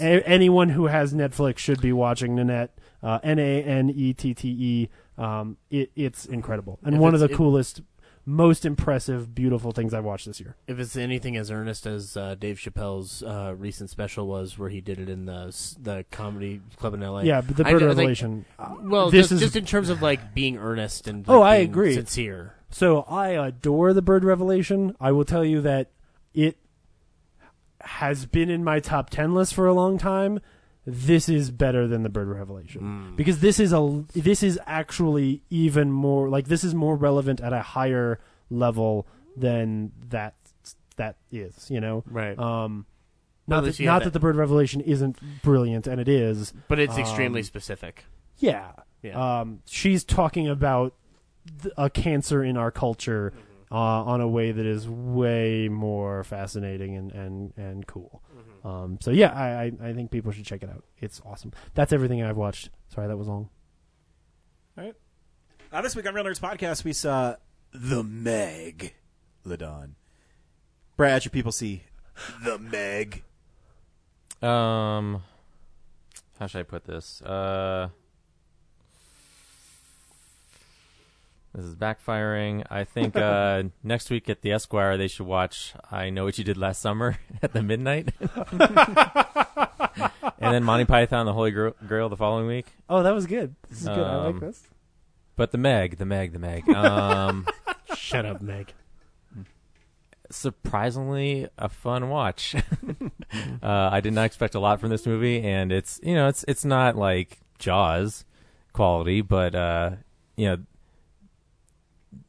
a- anyone who has netflix should be watching nanette uh, n-a-n-e-t-t-e um, it, it's incredible and If one of the it's- it- coolest most impressive beautiful things i've watched this year if it's anything as earnest as uh, Dave Chappelle's uh, recent special was, where he did it in the s- the comedy club in L.A. yeah but the I- bird I think- revelation well, This just, is- just in terms of like being earnest and Oh, like, I being agree. sincere. So I adore the Bird Revelation. I will tell you that it has been in my top 10 list for a long time. This is better than the Bird Mm. Revelation because this is a this is actually even more like this is more relevant at a higher level than that that is, you know. Right. Um not Well, at that, least you not have that. that- the Bird Revelation isn't brilliant and it is. But it's um, extremely specific. Yeah. Yeah. Um, she's talking about th- a cancer in our culture Mm-hmm. uh, on a way that is way more fascinating and, and, and cool. Mm-hmm. Um, so, yeah, I, I, I think people should check it out. It's awesome. That's everything I've watched. Sorry, that was long. Uh, this week on Real Nerds Podcast, we saw The Meg. Ladon. Brad, how'd your people see The Meg. Um, how should I put this? Uh, this is backfiring. I think uh, next week at the Esquire, they should watch "I Know What You Did Last Summer" at the midnight, and then Monty Python: The Holy Gro- Grail the following week. Oh, that was good. This is good. I like Um, this. But the Meg, the Meg, the Meg. Um, Shut up, Meg. surprisingly a fun watch. uh, I did not expect a lot from this movie, and it's you know it's it's not like Jaws quality, but uh, you know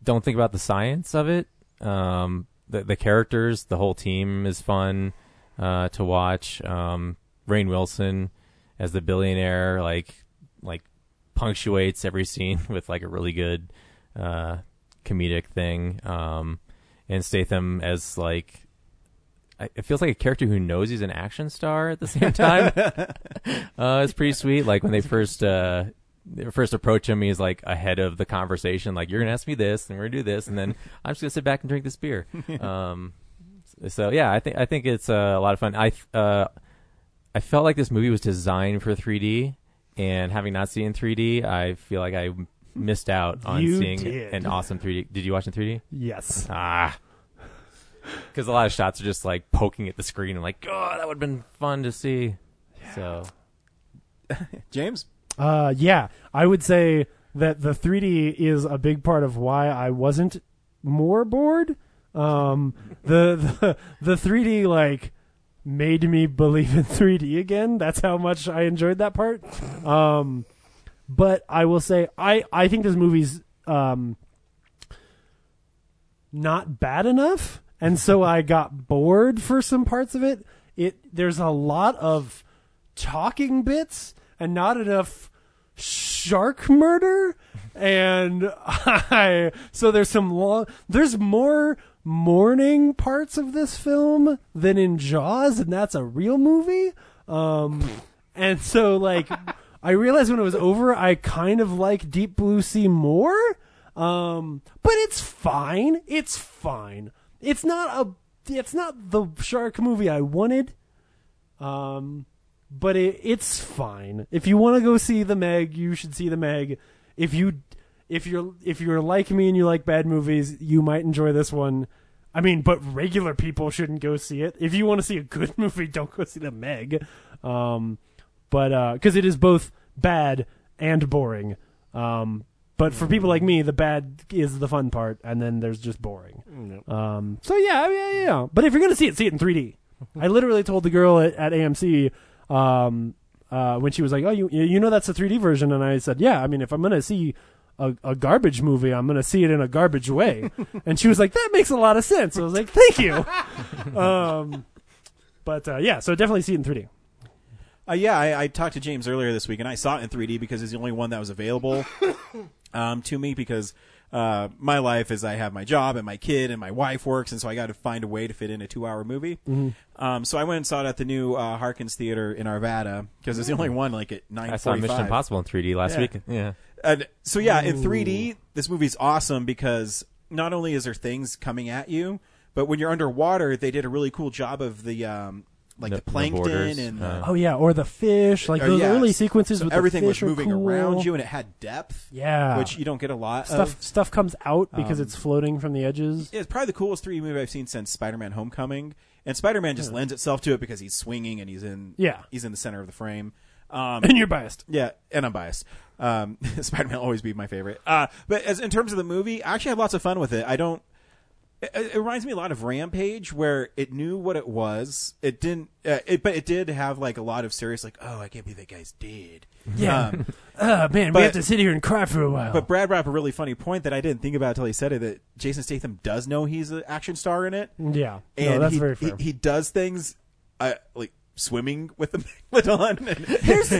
don't think about the science of it. Um, the the characters, the whole team is fun uh, to watch. Um, Rain Wilson as the billionaire, like like punctuates every scene with like a really good uh, comedic thing. Um, and Statham as like I- it feels like a character who knows he's an action star at the same time. uh, it's pretty sweet. Like when they first uh, they first approach him, he's like ahead of the conversation. Like you're gonna ask me this, and we're gonna do this, and then I'm just gonna sit back and drink this beer. um, so yeah, I think I think it's uh, a lot of fun. I th- uh, I felt like this movie was designed for 3D, and having not seen it in 3D, I feel like I missed out on You seeing did. an awesome 3D. Did you watch in 3D? Yes. Ah. Because a lot of shots are just like poking at the screen and like, oh, that would have been fun to see. So James? Uh, yeah, I would say that the 3D is a big part of why I wasn't more bored. Um, the, the the 3D like made me believe in 3D again. That's how much I enjoyed that part. Um, but I will say I I think this movie's um not bad enough, and so I got bored for some parts of it. It there's a lot of talking bits and not enough shark murder, and I so there's some long there's more mourning parts of this film than in Jaws, and that's a real movie. Um, and so like I realized when it was over, I kind of like Deep Blue Sea more. Um, but it's fine. It's fine. It's not a. It's not the shark movie I wanted. Um, but it it's fine. If you want to go see the Meg, you should see the Meg. If you if you're if you're like me and you like bad movies, you might enjoy this one. I mean, but regular people shouldn't go see it. If you want to see a good movie, don't go see the Meg. Um, but because it is both bad and boring. Um, but for people like me, the bad is the fun part, and then there's just boring. Mm, Um, so yeah, yeah, yeah, yeah. But if you're gonna see it, see it in 3D. Mm-hmm. I literally told the girl at, at AMC um, uh, when she was like, "Oh, you you know that's the 3D version," and I said, "Yeah, I mean, if I'm gonna see a, a garbage movie, I'm gonna see it in a garbage way," and she was like, "That makes a lot of sense." I was like, "Thank you." um, but uh, yeah, so definitely see it in 3D. Uh, yeah, I, I talked to James earlier this week, and I saw it in 3D because it's the only one that was available um, to me. Because uh, my life is I have my job and my kid and my wife works, and so I got to find a way to fit in a two-hour movie. Mm-hmm. Um, so I went and saw it at the new uh, Harkins Theater in Arvada because it's the only one like at nine. Mm. I saw Mission Impossible in 3D last Yeah. week. Yeah. And so yeah, in 3D, this movie's awesome because not only is there things coming at you, but when you're underwater, they did a really cool job of the um, like The- the, the plankton borders, and uh, the, Oh yeah, or the fish, like or, those Oh, yeah, early sequences so with the everything fish was moving are cool. around you and it had depth. Yeah. which you don't get a lot Stuff of. stuff comes out Um, because it's floating from the edges. It's probably the coolest 3D movie I've seen since Spider-Man: Homecoming, and Spider-Man just lends itself to it because he's swinging and he's in Yeah. he's in the center of the frame. Um, And you're biased. yeah, and I'm biased. Um, Spider-Man will always be my favorite. Uh, but as in terms of the movie, I actually had lots of fun with it. I don't. It, it reminds me a lot of Rampage, where it knew what it was. It didn't, uh, it, but it did have like a lot of serious, like, oh, I can't believe that guy's dead. Yeah. Um, Oh man, but- we have to sit here and cry for a while. but Brad brought up a really funny point that I didn't think about until he said it. That Jason Statham does know he's an action star in it, yeah, and no, that's he, very he fair. he does things uh, like swimming with the megalodon.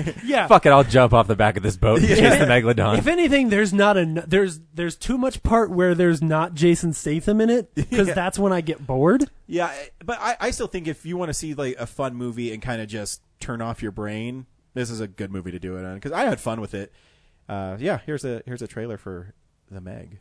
and- yeah, Fuck it, I'll jump off the back of this boat and chase the megalodon. If anything, there's not a there's there's too much part where there's not Jason Statham in it because that's when I get bored. Yeah, I- but I, I still think if you want to see like a fun movie and kind of just turn off your brain, this is a good movie to do it on because I had fun with it. Uh, yeah, here's a here's a trailer for the Meg.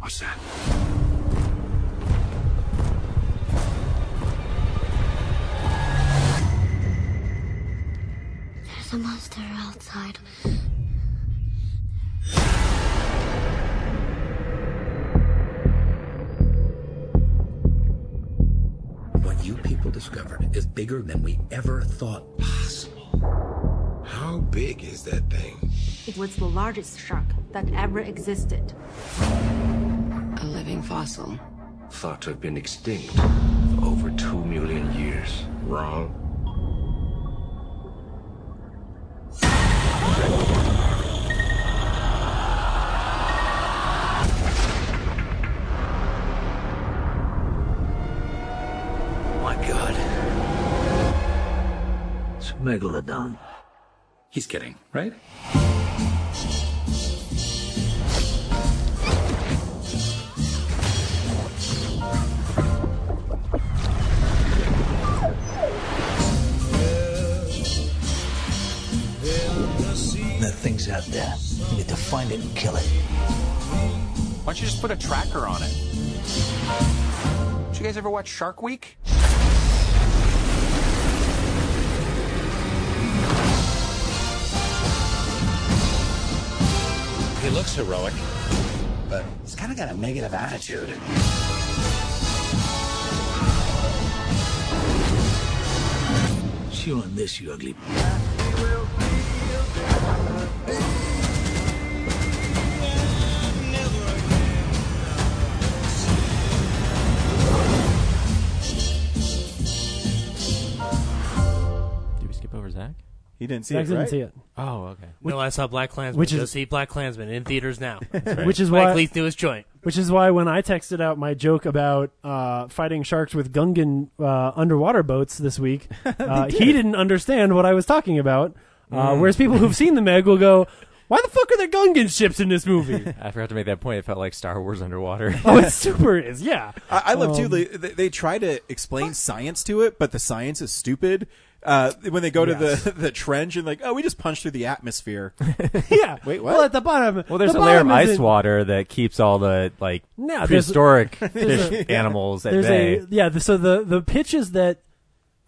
What's that? There's a monster outside. What you people discovered is bigger than we ever thought possible. How big is that thing? It was the largest shark that ever existed. A living fossil. Thought to have been extinct for over two million years. Wrong. my god. It's a megalodon. He's kidding, right? That thing's out there. We need to find it and kill it. Why don't you just put a tracker on it? Did you guys ever watch Shark Week? He looks heroic, but he's kind of got a negative attitude. Chew on this, you ugly. Did we skip over Zach? He didn't see Zach it, didn't right? see it. Oh, okay. No, I saw Black Klansman. Which Which is- is, Go see Black Klansman in theaters now. Which is Spike why- Lee's newest joint. Which is why when I texted out my joke about uh, fighting sharks with Gungan uh, underwater boats this week, uh, he didn't understand what I was talking about. Uh, Mm. Whereas people who've seen the Meg will go, "Why the fuck are there Gungan ships in this movie?" I forgot to make that point. It felt like Star Wars underwater. oh, it super is. Yeah, I, I love too. Um, They, they they try to explain science to it, but the science is stupid. Uh, when they go to Yes. the the trench and like, oh, we just punched through the atmosphere. yeah. Wait, what? Well, at the bottom. Well, there's a the layer of bottom ice isn't- water that keeps all the like No, there's- prehistoric there's fish a- animals at there's bay. A, yeah, the- so the the pitch is that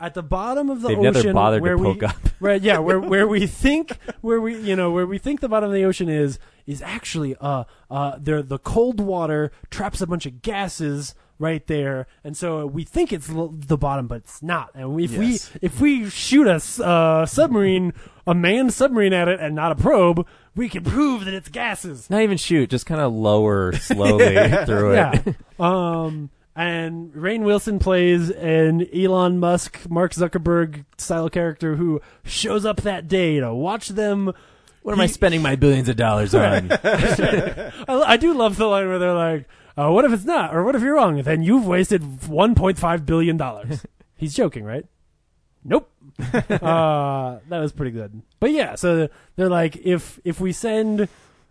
at the bottom of the They've ocean never bothered to where we poke up. where- yeah, where where we think where we you know where we think the bottom of the ocean is is actually uh uh there the cold water traps a bunch of gases right there and so we think it's l- the bottom but it's not and if Yes. we if we shoot a s- uh, submarine a manned submarine at it and not a probe we can prove that it's gases Not even shoot, just kind of lower slowly Yeah. through it. Yeah. Um, and Rain Wilson plays an Elon Musk, Mark Zuckerberg style character who shows up that day to watch them. What am I spending my billions of dollars on? I, I do love the line where they're like, uh, "What if it's not? Or what if you're wrong? Then you've wasted 1.5 billion dollars." He's joking, right? Nope. uh, that was pretty good. But yeah, so they're like, if if we send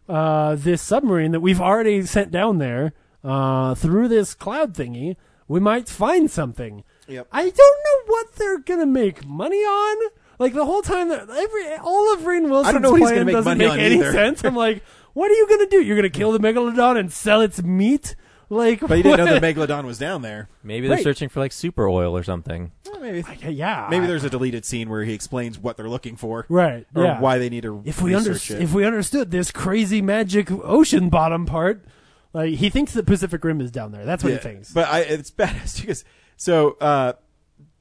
uh, this submarine that we've already sent down there uh, through this cloud thingy, we might find something. Yep. I don't know what they're gonna make money on. Like the whole time, that every all of Rain Wilson's I don't know what he's plan gonna make doesn't money make on any either. sense. I'm like, what are you gonna do? You're gonna kill the megalodon and sell its meat? Like, But you didn't know what? the megalodon was down there. Maybe they're Right. searching for like super oil or something. maybe. yeah. Maybe there's a deleted scene where he explains what they're looking for, Right. Or yeah. why they need to If we research underst- it. if we understood this crazy magic ocean bottom part, like he thinks the Pacific Rim is down there. That's what Yeah, he thinks. But I, it's badass because so uh,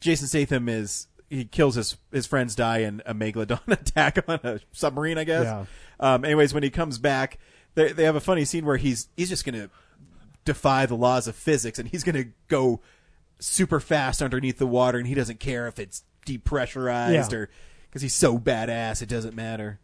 Jason Statham is he kills his his friends die in a megalodon attack on a submarine, I guess. Yeah. Um, anyways, when he comes back, they they have a funny scene where he's he's just gonna defy the laws of physics and he's gonna go super fast underneath the water and he doesn't care if it's depressurized Yeah. or because he's so badass it doesn't matter.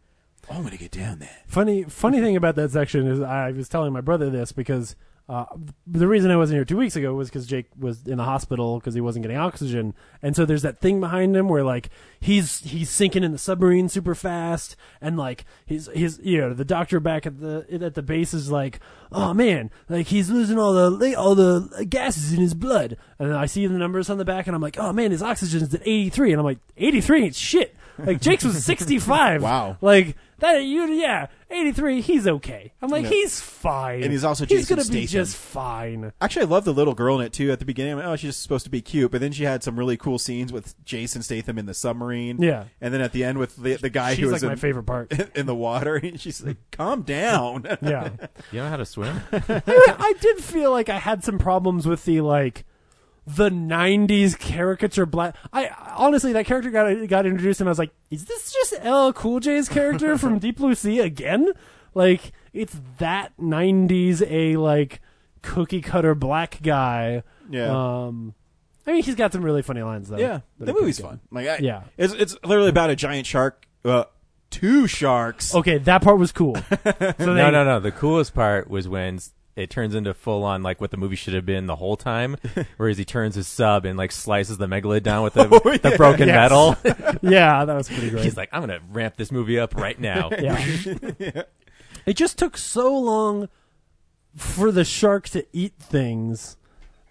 Oh, I'm gonna get down there. Funny, funny thing about that section is I was telling my brother this because uh, the reason I wasn't here two weeks ago was because Jake was in the hospital because he wasn't getting oxygen, and so there's that thing behind him where like he's he's sinking in the submarine super fast, and like his his you know the doctor back at the at the base is like, oh man, like he's losing all the la- all the gases in his blood, and I see the numbers on the back, and I'm like, oh man, his oxygen's at 83, and I'm like, 83 ain't shit. Like Jake's was 65. Wow. Like that you yeah, 83, he's okay. I'm like Yeah. he's fine. And he's also he's Jason going to be Statham. just fine. Actually, I love the little girl in it too. At the beginning, I'm like, oh, she's just supposed to be cute, but then she had some really cool scenes with Jason Statham in the submarine. Yeah. and then at the end with the, the guy She's who like was my in- favorite part. in the water. And she's like, "Calm down." Yeah. You know how to swim? I, I did feel like I had some problems with the like the '90s caricature black. I honestly, that character got got introduced, and I was like, "Is this just LL Cool J's character from Deep Blue Sea again?" Like, it's that '90s a like cookie cutter black guy. Yeah. Um, I mean, he's got some really funny lines though. Yeah, that the are pretty movie's good. fun. Like, I, yeah. it's it's literally about a giant shark, uh, two sharks. Okay, that part was cool. So no, they- no, no. The coolest part was when s- it turns into full on like what the movie should have been the whole time, whereas he turns his sub and like slices the megalid down with the, Oh, the yeah. broken Yes. metal. Yeah, that was pretty great. He's like, I'm gonna ramp this movie up right now. Yeah. It just took so long for the shark to eat things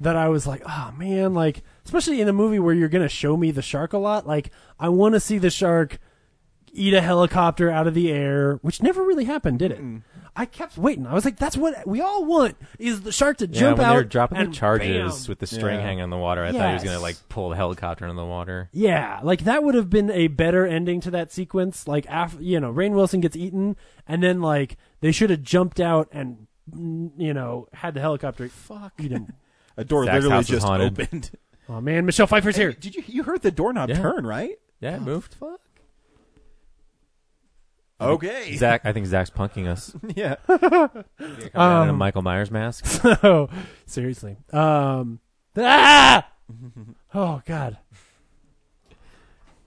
that I was like, oh man, like especially in a movie where you're gonna show me the shark a lot, like I wanna see the shark eat a helicopter out of the air, which never really happened, did it? Mm. I kept waiting. I was like, that's what we all want is the shark to Yeah, jump when out. they were dropping and the charges bam. with the string Yeah. hanging on the water, I thought he was gonna Yes. like pull the helicopter in the water. Yeah, like that would have been a better ending to that sequence. Like after you know, Rain Wilson gets eaten, and then like they should have jumped out and mm, you know had the helicopter. Fuck, eat him. A door Zach's literally house is just haunted. opened. Oh man, Michelle Pfeiffer's Hey, here. Did you you heard the doorknob Yeah. turn right? Yeah, it moved. Fuck. I think Okay. Zach. I think Zach's punking us. Yeah. Come down in a Um, Michael Myers mask. So seriously, um, ah! oh god,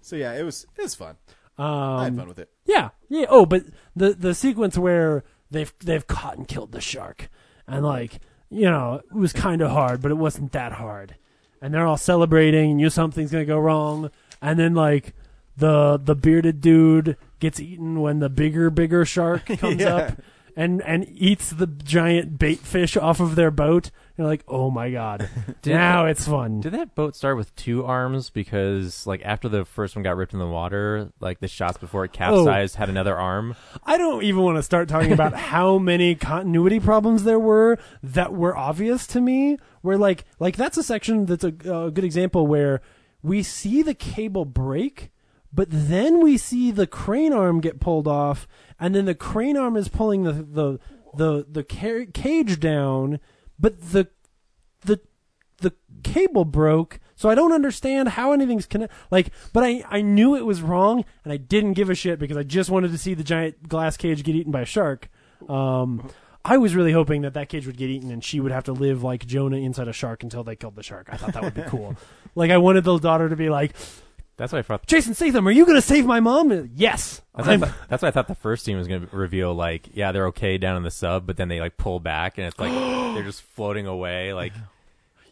So yeah, it was it was fun. um, I had fun with it. Yeah, yeah. Oh, but the the sequence where they've they've caught and killed the shark, and like you know, it was kind of hard, but it wasn't that hard. And they're all celebrating, and you something's gonna go wrong, and then like the the bearded dude gets eaten when the bigger bigger shark comes Yeah. up. And and eats the giant bait fish off of their boat. You're like, oh my god, Did- now it's fun. Did that boat start with two arms? Because like after the first one got ripped in the water, like the shots before Oh. it capsized had another arm. I don't even want to start talking about how many continuity problems there were that were obvious to me. Where like like that's a section that's a, a good example where we see the cable break, but then we see the crane arm get pulled off, and then the crane arm is pulling the the the the ca- cage down, but the the the cable broke so i don't understand how anything's connected like but i i knew it was wrong and i didn't give a shit because i just wanted to see the giant glass cage get eaten by a shark um I was really hoping that that cage would get eaten and she would have to live like Jonah inside a shark until they killed the shark. I thought that would be cool. like I wanted the daughter to be like, That's what I thought. "Jason Statham, are you going to save my mom?" Yes. That's what I I'm- thought, that's what I thought the first scene was going to reveal. Like, yeah, they're okay down in the sub, but then they like pull back and it's like they're just floating away. Like,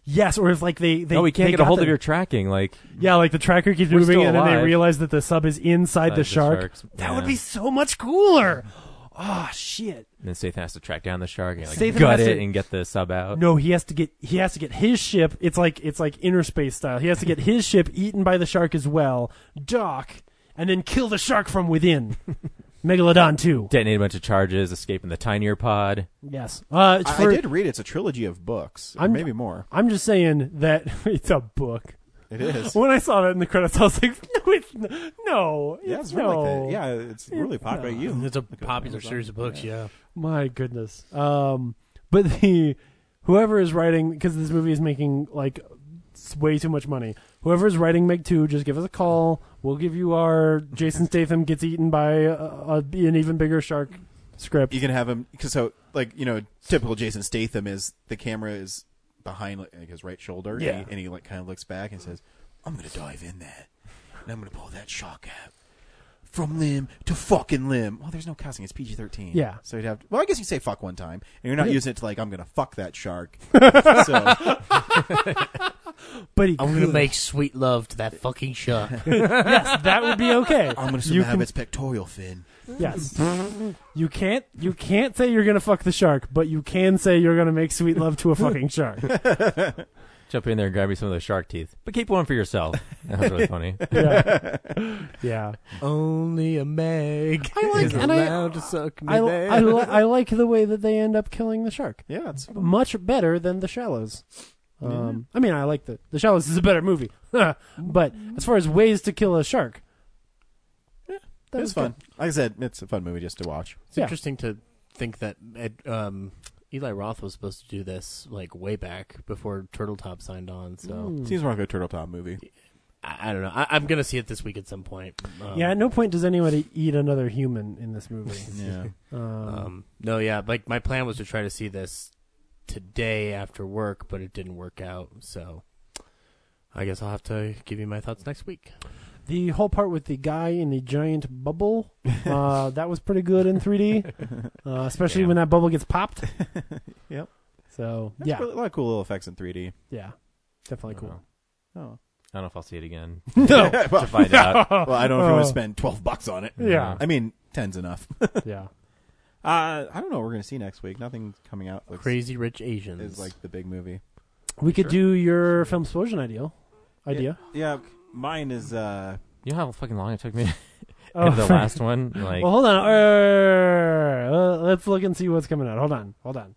Yes, or if like they they no, we can't they get a got hold them- of your tracking. Like, Yeah, like the tracker keeps We're moving, still and then they alive. realize that the sub is inside Inside the the shark. sharks, that yeah. would be so much cooler. Oh shit! and then Statham has to track down the shark and like Statham gut has it to- and get the sub out. No, he has to get he has to get his ship. It's like it's like inner space style. He has to get his ship eaten by the shark as well, dock, and then kill the shark from within. Megalodon too. detonate a bunch of charges, escaping the tinier pod. Yes. Uh, it's I, for- I did read it's a trilogy of books, or I'm- maybe more. I'm just saying that it's a book. It is. When I saw that in the credits, I was like, "No, it's n- no, Yeah, it's it's really no. good. Yeah, it's really popular. not. You It's a popular series of books, yeah. My goodness. Um, but the whoever is writing because this movie is making like s- way too much money. Whoever is writing Meg Two, just give us a call. We'll give you our Jason Statham gets eaten by a, a, an even bigger shark script. you can have him because so like you know typical Jason Statham is the camera is behind like his right shoulder. and he- Yeah. and he, like kind of looks back and says, "I'm gonna dive in there, and I'm gonna pull that shock out." From limb to fucking limb. Well, there's no cussing. It's PG-13. Yeah. So you'd have. To, well, I guess you say fuck one time, and you're not Yeah. using it to like I'm gonna fuck that shark. so, But he I'm could. gonna make sweet love to that fucking shark. yes, that would be okay. I'm gonna You somehow have can- its pectoral fin. Yes. You can't you can't say you're gonna fuck the shark, but you can say you're gonna make sweet love to a fucking shark. Jump in there and grab me some of those shark teeth, but keep one for yourself. That was really funny. Yeah. Yeah. Only a Meg I like is and allowed I, to suck me I, li- there. I, li- I like the way that they end up killing the shark. Yeah, it's much better than The Shallows. Um, I mean, I like the The Shallows is a better movie, but as far as ways to kill a shark, It that was fun. Like I said, it's a fun movie just to watch. It's Yeah. interesting to think that Ed, um, Eli Roth was supposed to do this like way back before Turtle Top signed on. So Mm. Seems more like a Turtle Top movie. I, I don't know. I, I'm gonna see it this week at some point. Um, yeah, at no point does anybody eat another human in this movie. Yeah. Um, Um, no, yeah. Like my plan was to try to see this today after work, but it didn't work out. So I guess I'll have to give you my thoughts next week. the whole part with the guy in the giant bubble, uh, that was pretty good in 3D, uh, especially when that bubble gets popped. Yep. So, That's yeah. really- a lot of cool little effects in 3D. Yeah. Definitely cool. Oh. I don't know if I'll see it again. Oh. No. to find out. Well, I don't know if you want to spend 12 bucks on it. Yeah. I mean, 10's enough. yeah. Uh, I don't know what we're going to see next week. Nothing's coming out. Looks, Crazy Rich Asians is like the big movie. We could do your film explosion ideal idea. Yeah. Mine is. uh You know how fucking long it took me Oh. the last one? Like, well, hold on. Err, uh, let's look and see what's coming out. Hold on. Hold on.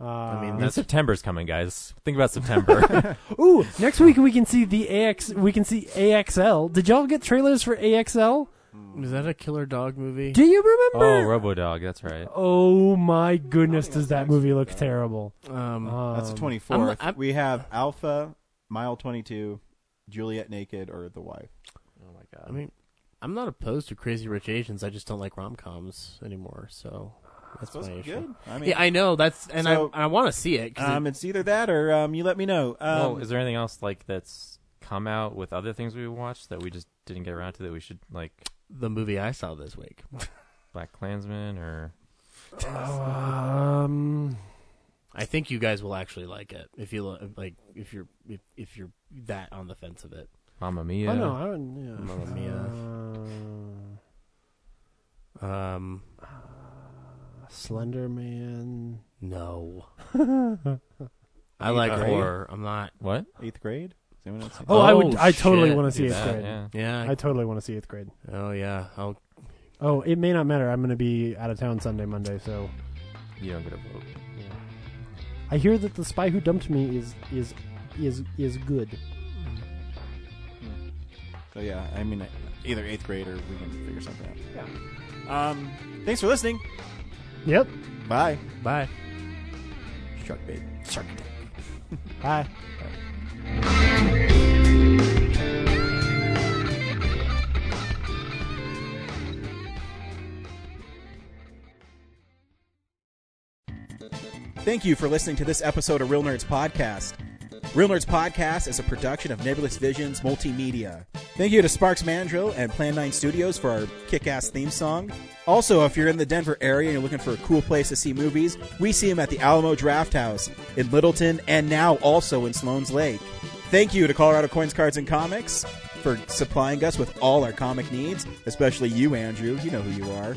Uh, I mean, that's September's coming, guys. Think about September. Ooh, next week we can see the AX. We can see AXL. Did y'all get trailers for AXL? Is that a killer dog movie? Do you remember? oh, RoboDog. That's right. Oh my goodness, does that movie look terrible? Um, That's the Um, 24th. I'm- I'm- we have Alpha, Mile 22, Juliet Naked, or The Wife. Oh my god. I mean, I'm not opposed to Crazy Rich Asians. I just don't like rom coms anymore. So that's supposed my to be issue. good. I mean- yeah, I know that's, and So, I I want to see it. 'cause Um, it- it's either that or um, you let me know. Um, well, is there anything else like that's come out with other things we watched that we just didn't get around to that we should like the movie I saw this week, Black Klansman or Um, I think you guys will actually like it if you lo- like if you're if, if you're that on the fence of it. Mamma Mia? Oh no, I wouldn't. Yeah. Mamma Mia. Um, Uh, Slender Man. no, I Eighth like grade? horror. I'm not. What? Eighth grade? Is anyone else seen Oh, I would. Oh, I totally shit. want to see Do eighth that, grade. yeah. Yeah. I totally want to see eighth grade. oh yeah. I'll. Oh, it may not matter. I'm going to be out of town Sunday, Monday, so You don't get a vote. I hear that the spy who dumped me is is is is good. So yeah, I mean, either eighth grade or we can figure something out. Yeah. Um, thanks for listening. Yep. Bye. Bye. Shark bait. Shark bait. Bye. Thank you for listening to this episode of Real Nerds Podcast. Real Nerds Podcast is a production of Nebulous Visions Multimedia. Thank you to Sparks Mandrill and Plan 9 Studios for our kick ass theme song. Also, if you're in the Denver area and you're looking for a cool place to see movies, we see them at the Alamo Draft House in Littleton and now also in Sloan's Lake. Thank you to Colorado Coins, Cards, and Comics for supplying us with all our comic needs, especially you, Andrew. You know who you are.